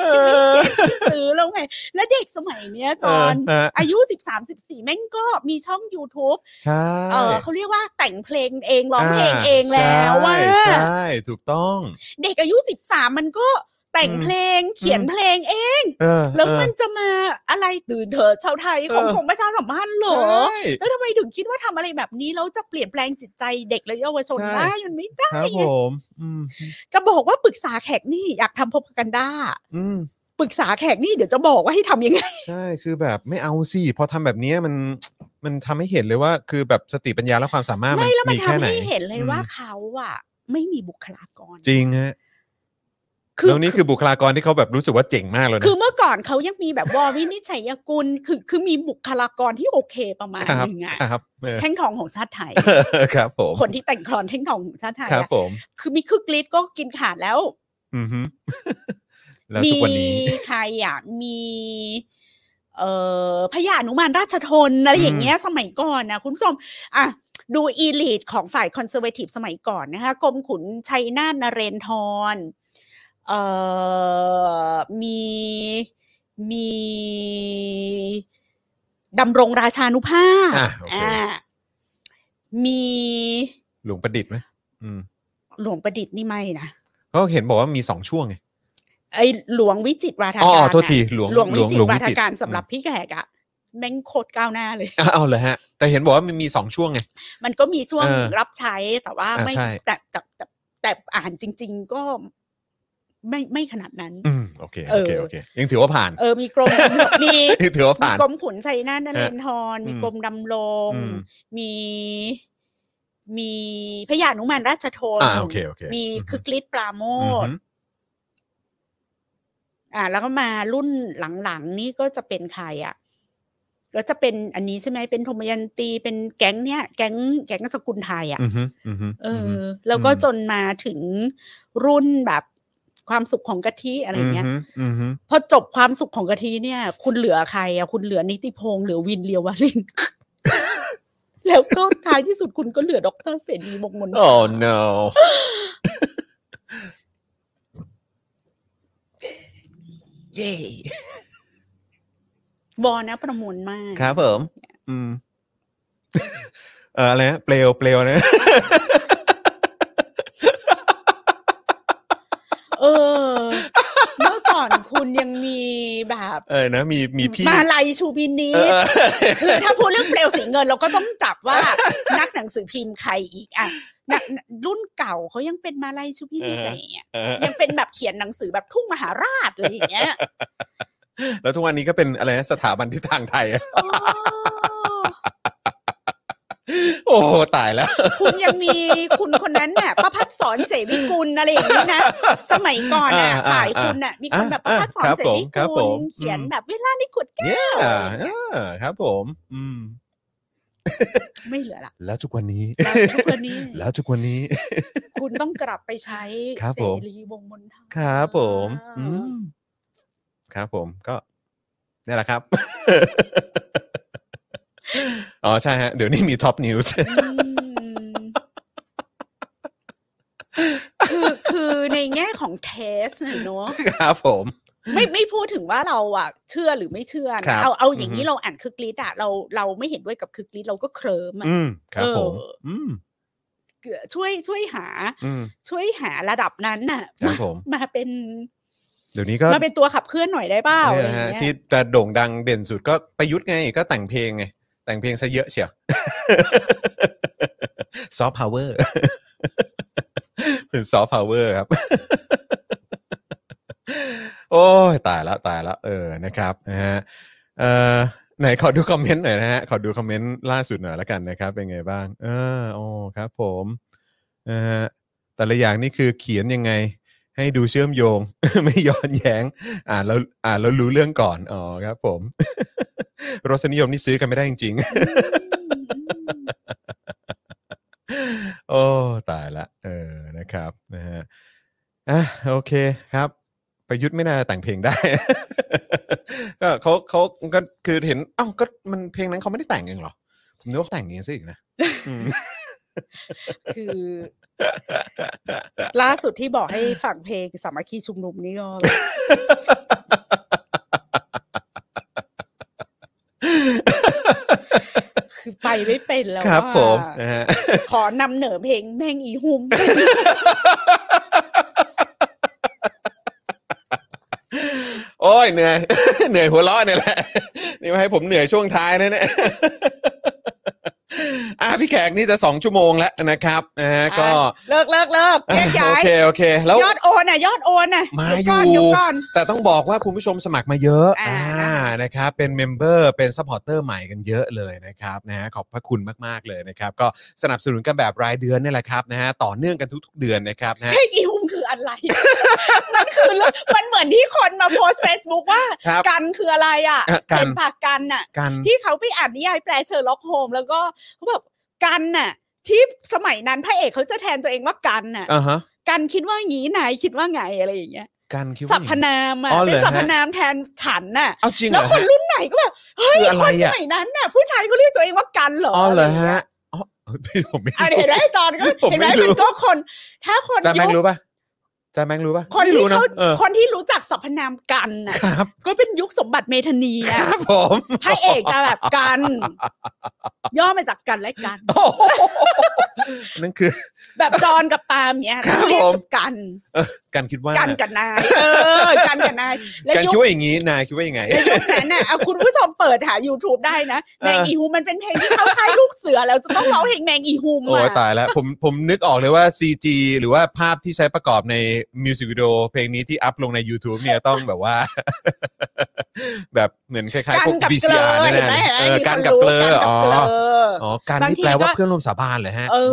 ไม่เก็ตไม่ซื้อแล้วไงแล้วเด็กสมัยเนี้ยจ
เอ
อ
อน เออ
อายุ 13 14แม่งก็มีช่อง YouTube
ใช่
เออเขาเรียกว่าแต่งเพลงเองร้องเพลงเองแล้วว่า
ใช่ใช่ถูกต้อง
เด็กอายุ 13 มันก็แต่ง
อืม
เพลงเขียนเพลงเอง
เออ
แล้ว
เออ
มันจะมาอะไรตื่นเถิดชาวไทยของ
เออ
ของประชาสัมพันธ์เหรอ
ใช่
แล้วทำไมถึงคิดว่าทำอะไรแบบนี้แล้วจะเปลี่ยนแปลงจิตใจเด็กและเยาวชน
ใช่
ได้มันไม่ได้
ครับผมอืม
จะบอกว่าปรึกษาแขกนี่อยากทำพบกันด้า
อืม
ปรึกษาแขกนี่เดี๋ยวจะบอกว่าให้ทำยังไง
ใช่คือแบบไม่เอาสิพอทำแบบเนี้ยมันมันทำให้เห็นเลยว่า คือแบบสติปัญญาและความสามารถมัน
ไม่แล้วมัน
มีแค่
ทำ
ไหน
ให้เห็นเลยว่า
อืม
เขาอะไม่มีบุคลากร
จริงฮะแล้วนี่คือบุคลากรที่เขาแบบรู้สึกว่าเจ๋งมากเลยนะ
คือเมื่อก่อนเขายังมีแบบวอวินิจฉัยกุลคือคือมีบุคลากรที่โอเคประมาณ
ครับ
หนึงอะ
ครับเออ
แท่งทองของชาติไทย
ครับผม
คนที่แต่งกลอนแท่งทองของชาติไทย
ครับ
อะ
ผม
คือมีคึกฤทธิ์ก็กินขาดแล้ว
อื อฮึแล้ว
มี
ทุกวันนี้
ใครอะมี เอ่อพญาหนุมานราชทนอะไรอย่างเงี้ยสมัยก่อนนะคุณผู้ชมอ่ะดูอีลิทของฝ่ายคอนเซอร์เวทีฟสมัยก่อนนะคะกรมขุนชัยนาทนเรนทรเอ่อมีมีดำรงราชานุภาพ
อ่ะโอเค
มี
หลวงประดิษฐ์ไหมอืม
หลวงประดิษฐ์นี่ไม่นะ
ก็เห็นบอกว่ามีสองช่วงไง
ไอ้หลวงวิจิตรวาทการ
อ๋อ
น่ะ
โทษทีหลวง
หลวงวิจิตรวาทการสำหรับ
อื
พี่แขกอะแม่งโคตรก้าวหน้าเลย
มอ่ะเอาเลยฮะ แต่เห็นบอกว่ามันมีสองช่วงไง
มันก็มีช่วง
เออ
รับใช้แต่ว่า
อ่า
ไม่
ใช่
แต่แต่แต่แต่อ่านจริง ๆ ก็ไม่ไม่ขนาดนั้น
อืมโอเคโอเค
เออ
โอเค ยังถือว่าผ่าน
เออมีกรมกำหนดมี
ยังถือว่า
มี
ผ่าน
กรมขุนชัยนาทนเรนทร
ฮะ
มีกรมดำรง
อืม
มีมีพระยาหนุมานราชทน
อ่าโอเคโอเค
มีคึกฤทธิ์ปราโม
อือ
ท
ฮึ
อ่าแล้วก็มารุ่นหลังๆนี่ก็จะเป็นใครอ่ะก็จะเป็นอันนี้ใช่ไหมเป็นธมยันตีเป็นแก๊งเนี้ยแก๊งแก๊งสกุลไทยอ่ะ
อืมฮึอืมฮึ
เออ
มฮึ
อแล้วก็
อืม
จนมาถึงรุ่นแบบความสุขของกะทิอะไรเงี้ย
อืมฮึ
พอจบความสุขของกะทิเนี่ย คุณเหลือใครอ่ะคุณเหลือนิติพงษ์เหลือวินเลียววาริน แล้วก็ท้ายที่สุดคุณก็เหลือดรเสรีบงศ์มน
โอ้ no เย้
วอนะประมวลมาก
ครับผมอืม เอออะไรนะเปลวเปลวนะ
เออ เมื่อก่อนคุณยังมีแบบ
เออนะมีมีพี่
มาลัยชูพินิ
เอ
จ
อ
คือถ้าพูดเรื่องเปลวสีเงิน เราก็ต้องจับว่า นักหนังสือพิมพ์ใครอีกอ่ะนักรุ่นเก่าเขายังเป็นมาลัยชูพินิจ
เอออ
อะไรอย่างเงี้ ย
เออ
ยังเป็นแบบเขียนหนังสือแบบทุ่งมหาราชอะไรอย่างเงี้ย
แล้วทุกวันนี้ก็เป็นอะไรนะสถาบันทิศทางไทยอะ
โอ้
โอ้ตายแล้ว
คุณยังมีคุณคนนั้นน่ะประพัดสอนเสวิกุลอะไรอย่างนี้นะ สมัยก่อนน่ะ
อ่าอ่า
ฝ่ายคุณน่ะมีคนแบบประ
อ่า
พัดสอน
ครับ
เส
ผม
วิ
ครับผ
กุ
ม
ลเขียน
อืม
แบบเวลาในขวดแก้ว
เนี่ยเออครับผม อืม
ไม่เหลือ ละ
แล้วทุกวันนี้
แล้วทุกวันนี้
แล้วทุกวันนี้
คุณต้องกลับไปใช้
ครับ
เส
ผม
รีวงศ์มนทา
ครับผม อืม ครับผมก็นี่แหละครับ อ๋อใช่ฮะ เดี๋ยวนี้มีท็อปนิวส์
อืมคือคือในแง่ของเทสน่ะเนอะ
ครับผม
ไม่ไม่พูดถึงว่าเราอะเชื่อหรือไม่เชื่อ
ครั
นะ
บ
เอาเอาอย่างนี้
อือฮึ
เราอ่านคึกฤทธิ์อะเราเราไม่เห็นด้วยกับคึกฤทธิ์เราก็เคลิ้มอะ
อืม ครับ
เออ
ผม อืม
ช่วยช่วยหา
อืม
ช่วยหาระดับนั้นน่ะ
ครับผม
มาเป็น
เดี๋ยวนี้ก็
มาเป็นตัวขับเคลื่อนหน่อยได้เปล่าอะ
เนี่ยนะ
ไรอย่า
ฮะ
งเงี้
ที่
ย
จะโด่งดังเด่นสุดก็ประยุทธ์ไง ก็แต่งเพลงไง แต่งเพลงซะเยอะเชียว ซอฟต์พาวเว อร์ เป็นซอฟต์พาวเวอร์ครับ โอ้ยตายละตายละเออนะครับนะฮะเอ่อไหนขอดูคอมเมนต์หน่อยนะฮะ ขอดูคอมเมนต์ล่าสุดหน่อยละกันนะครับ เป็นไงบ้าง เออโอ้ครับผมนะฮะแต่ละอย่างนี่คือเขียนยังไง ให้ดูเชื่อมโยง ไม่ย้อนแย้ง อ่านแล้วอ่านแล้วรู้เรื่องก่อนอ๋อครับผม รสนิยมนี่ซื้อกันไม่ได้จริง ๆ โอ้ ตายละ เออนะครับนะฮะอ่ะโอเคครับ ประยุทธ์ไม่น่าแต่งเพลงได้ ก็เขาเขาก็คือเห็นเอ้าก็มันเพลงนั้นเขาไม่ได้แต่งเองเหรอ ผมนึกว่าเขาแต่งเองซะอีกนะอืม
คือ ล่าสุดที่บอกให้ฝั่งเพลงสามัคคีชุมนุมนี่ก็คือไปไม่เป็นแล้ว
ครับ
อะ
ผมนะฮะ
ขอนำเหนอเพลงแม่งอีหุม
โอ้ยเหนื่อย เหนื่อยหัวเราะเนี่ยแหละ นี่มาให้ผมเหนื่อยช่วงท้ายนะเนี่ย อ่ะพี่แขกนี่จะสองชั่วโมงแล้วนะครับนะฮะก็
เลิกเลิกเลิกแยกย้า
โอย เคโอเค แล้ว
ยอดโอนน่ะ ยอดโอนน่ะ
มาอยู่
เดี๋วก่นเดี๋วก่อน
แต่ต้องบอกว่าคุณผู้ชมสมัครมาเยอะ
อ่า
อ่านะครับ เป็นเมมเบอร์ เป็นซัพพอร์เตอร์ใหม่กันเยอะเลยนะครับนะฮะขอบพระคุณมาก ๆ เลยนะครับ ก็สนับสนุนกันแบบรายเดือนนี่แหละครับนะฮะ ต่อเนื่องกันทุก ๆ เดือนนะครับนะฮะ
เพลงอีฮุมคือ อะไร มันคือเรื่องมันเหมือนที่คนมาโพสเฟซบุ๊กว่า
ครับ
กันคืออะไรอ่ะ
อ่ะกัน
เป็นปากกันน่ะ
กัน
ที่เขาไปอ่านนิยายแปลเชอร์ล็อกโฮมแล้วก็เขาแบบกันน่ะ ที่สมัยนั้นพระเอกเขาจะแทนตัวเองว่ากันน่ะ
อ่าฮะ
กันคิดว่างี้นายคิดว่าไงอะไรอย่างเงี้ย
กันคิดว่า
สรรพ
อย่างไร
นามอ่ะ
อ๋อเหรอ
เป็นสรรพ
ฮะ
นามแทนฉันน่ะ
เอาจริงเห
แล้
ร
ว
อ
คน
ฮะ
รุ่นไหนก็แบบเฮ้ย
คืออะไร
คนส
อ่ะ
มัยนั้นน่ะ ผู้ชายก็เรียกตัวเองว่ากันเหรอ
อ๋อ
อะ
เหร
ไร
อ
อย่างเงี้
ฮะ
ย
อ๋อพี่ผมไม่
อัน
รู้
เห็นไหมจอนก็
ผม
เห็นไหม
ไม่รู้
มันก็คน ถ้าคน
จานแมง
ยุ
รู้
ค
ป่ะจานแมงรู้ป่ะ
คน
ไม่
ที่
รู้นะ
เขา
เออ
คนที่รู้จักสรรพนามกันน่ะ
ครับ
ก็เป็นยุคสมบัติเมธานี
ค
อะ
รับผม
พระเอกจะแบบกัน ย่อมาจากกันและกัน
โอ้โหนั่นคือ
แบบจอนกับปาล์มเนี่ย
ครับ
เรียก
ผม
กัน
เออกันคิดว่า
กัน
ก
กับนายเออ กันกับนาย และ
ัน
ยุ
คิด
ค
ว่าอย่างนี้นายคิดว่ายังไง
และยุคนั้นน่ะเอาคุณผู้ชมเปิดหา YouTube ได้นะใน
เอออี
อีฮูมันเป็นเพลงที่เขาค่ายลูกเสื ลือแล้วจะต้องร้องเพลงแมงอีฮุม
โอ้ย
อ่ะ
ตายแล้ว ผมผมนึกออกเลยว่า CG หรือว่าภาพที่ใช้ประกอบในมิวสิกวิดีโอเพลงนี้ที่อัพลงใน YouTube เนี่ยต้องแบบว่า แบบเหมือนคล้ายๆพวก
กันกับเกล
VCR
อ
แน่
เห็นไหม
ๆเออ
มีคน
การกับเกลอ
รู้กันกับ
อ๋อ
เกลออ
อ๋
๋
อการ
บาง
นี่
ที
แปลว่า
ก็
เพื่อนร่วมสาบานเหรอฮะ
เออ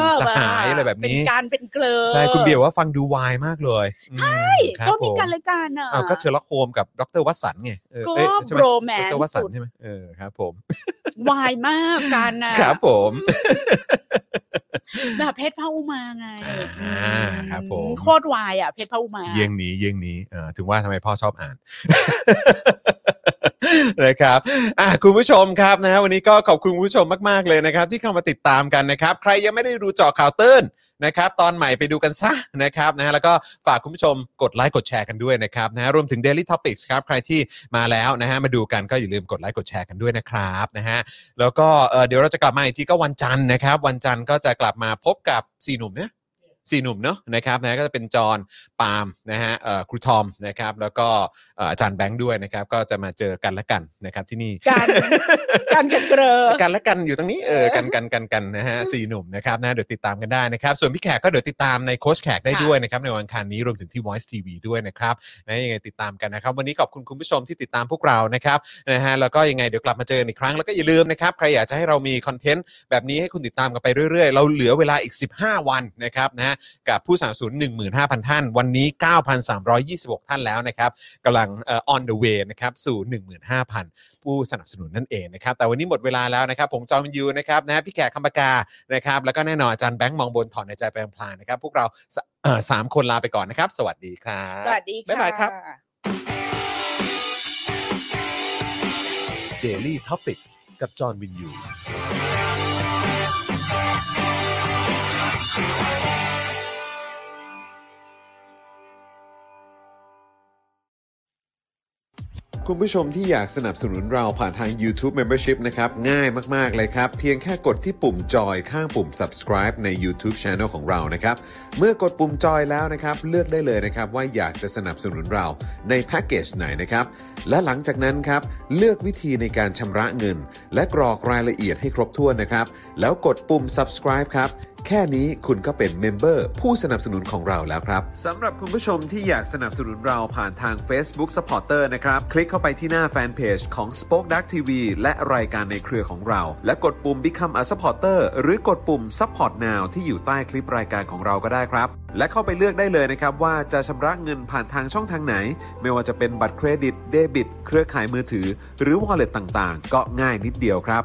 มส
แบบ
หายอะไรแบบนี้
เป็นการเป็นเกลอ
ใช่คุณเบียร์ว่าฟังดูวายมากเลยใช่
ก็มีการรายการอ่ะ
อ้าวก็เชอร์ล็อกโฮมส์กับดรวัตสันไงเออ
ก็
เอ้ยใช่ไหม
โรแม
ด
น
ร
ต์
วัตสัน
สุด
ใช่ไหมเออครับผม
วายมากกันอ่ะ
ครับผม
แบบเพชรพระอุมาไง
อ่าครับผม
โคตรวายอ่ะเพชรพระอุมา
เยี่ยงหนี้เยี่ยงหนี้อ่าถึงว่าทำไมพ่อชอบอ่าน นะครับอ่ะคุณผู้ชมครับนะวันนี้ก็ขอบคุณคุณผู้ชมมากๆเลยนะครับ ที่เข้ามาติดตามกันนะครับ ใครยังไม่ได้ดูเจอข่าวตื้นนะครับ ตอนใหม่ไปดูกันซะนะครับนะแล้วก็ฝากคุณผู้ชมกดไลค์กดแชร์กันด้วยนะครับนะรวมถึง Daily Topics ครับใครที่มาแล้วนะฮะมาดูกันก็อย่าลืมกดไลค์กดแชร์กันด้วยนะครับนะฮะ แล้วก็เอ่อเดี๋ยวเราจะกลับมาอีกทีก็วันจันทร์นะครับ วันจันทร์ก็จะกลับมาพบกับสี่หนุ่มเนี่ยสี่หนุ่มเนอะนะครับนะก็จะเป็นจอห์นปาล์มนะฮะเอ่อครูทอมนะครับแล้วก็เอ่ออาจารย์แบงค์ด้วยนะครับ ก็จะมาเจอกันและกันนะครับที่นี่
กัน กันกับเกลอ
กันและกันอยู่ตรงนี้เออกันกันกันกันนะฮะสี่หนุ่มนะครับนะเดี๋ยวติดตามกันได้นะครับ ส่วนพี่แขกก็เดี๋ยวติดตามในโค้ชแขกได้
ค่ะ
ด้วยนะครับ ในวันอังคารนี้รวมถึงที่ Voice TV ด้วยนะครับนะยังไงติดตามกันนะครับ วันนี้ขอบคุณคุณผู้ชมที่ติดตามพวกเรานะครับนะฮะแล้วก็ยังไงเดี๋ยวกลับมาเจอกันอีกครั้งแล้วก็อย่าลืมนะครับใครอยากจะให้เรามีคอนเทนต์แบบนี้ให้คุณติดตามกันไปเรื่อยๆ เราเหลือเวลาอีก 15 วันนะครับนะฮะกับผู้สนับสนุน15,000 ท่าน วันนี้ 9,326 ท่านแล้วนะครับกำลังเอ่อ on the way นะครับสู่ 15,000 ผู้สนับสนุนนั่นเองนะครับ แต่วันนี้หมดเวลาแล้วนะครับ ผมจอมยูนะครับนะพี่แขกคำปากานะครับ แล้วก็แน่นอนอาจารย์แบงค์มองบนถอนในใจไปพลางๆนะครับ พวกเราสเอ่อสามคนลาไปก่อนนะครับ สวัสดีครับ
สวัสดีค่ะ
บ๊ายบายครับ Daily Topics กับจอห์นวินยู
คุณผู้ชมที่อยากสนับสนุนเราผ่านทาง YouTube Membership นะครับ ง่ายมาก ๆ เลยครับ เพียงแค่กดที่ปุ่มจอยข้างปุ่ม subscribe ใน YouTube Channel ของเรานะครับ เมื่อกดปุ่มจอยแล้วนะครับ เลือกได้เลยนะครับ ว่าอยากจะสนับสนุนเราในแพ็กเกจไหนนะครับ และหลังจากนั้นครับ เลือกวิธีในการชำระเงิน และกรอกรายละเอียดให้ครบถ้วนนะครับ แล้วกดปุ่ม subscribe ครับ แค่นี้คุณก็เป็นเมมเบอร์ผู้สนับสนุนของเราแล้วครับสำหรับคุณผู้ชมที่อยากสนับสนุนเราผ่านทาง Facebook Supporter นะครับ คลิกเข้าไปที่หน้าแฟนเพจของ Spoke Dark TV และรายการในเครือของเรา และกดปุ่ม Become a Supporter หรือกดปุ่ม Support Now ที่อยู่ใต้คลิปรายการของเราก็ได้ครับ และเข้าไปเลือกได้เลยนะครับว่าจะชำระเงินผ่านทางช่องทางไหน ไม่ว่าจะเป็นบัตรเครดิตเดบิตเครือข่ายมือถือ หรือ Wallet ต่างๆ ก็ง่ายนิดเดียวครับ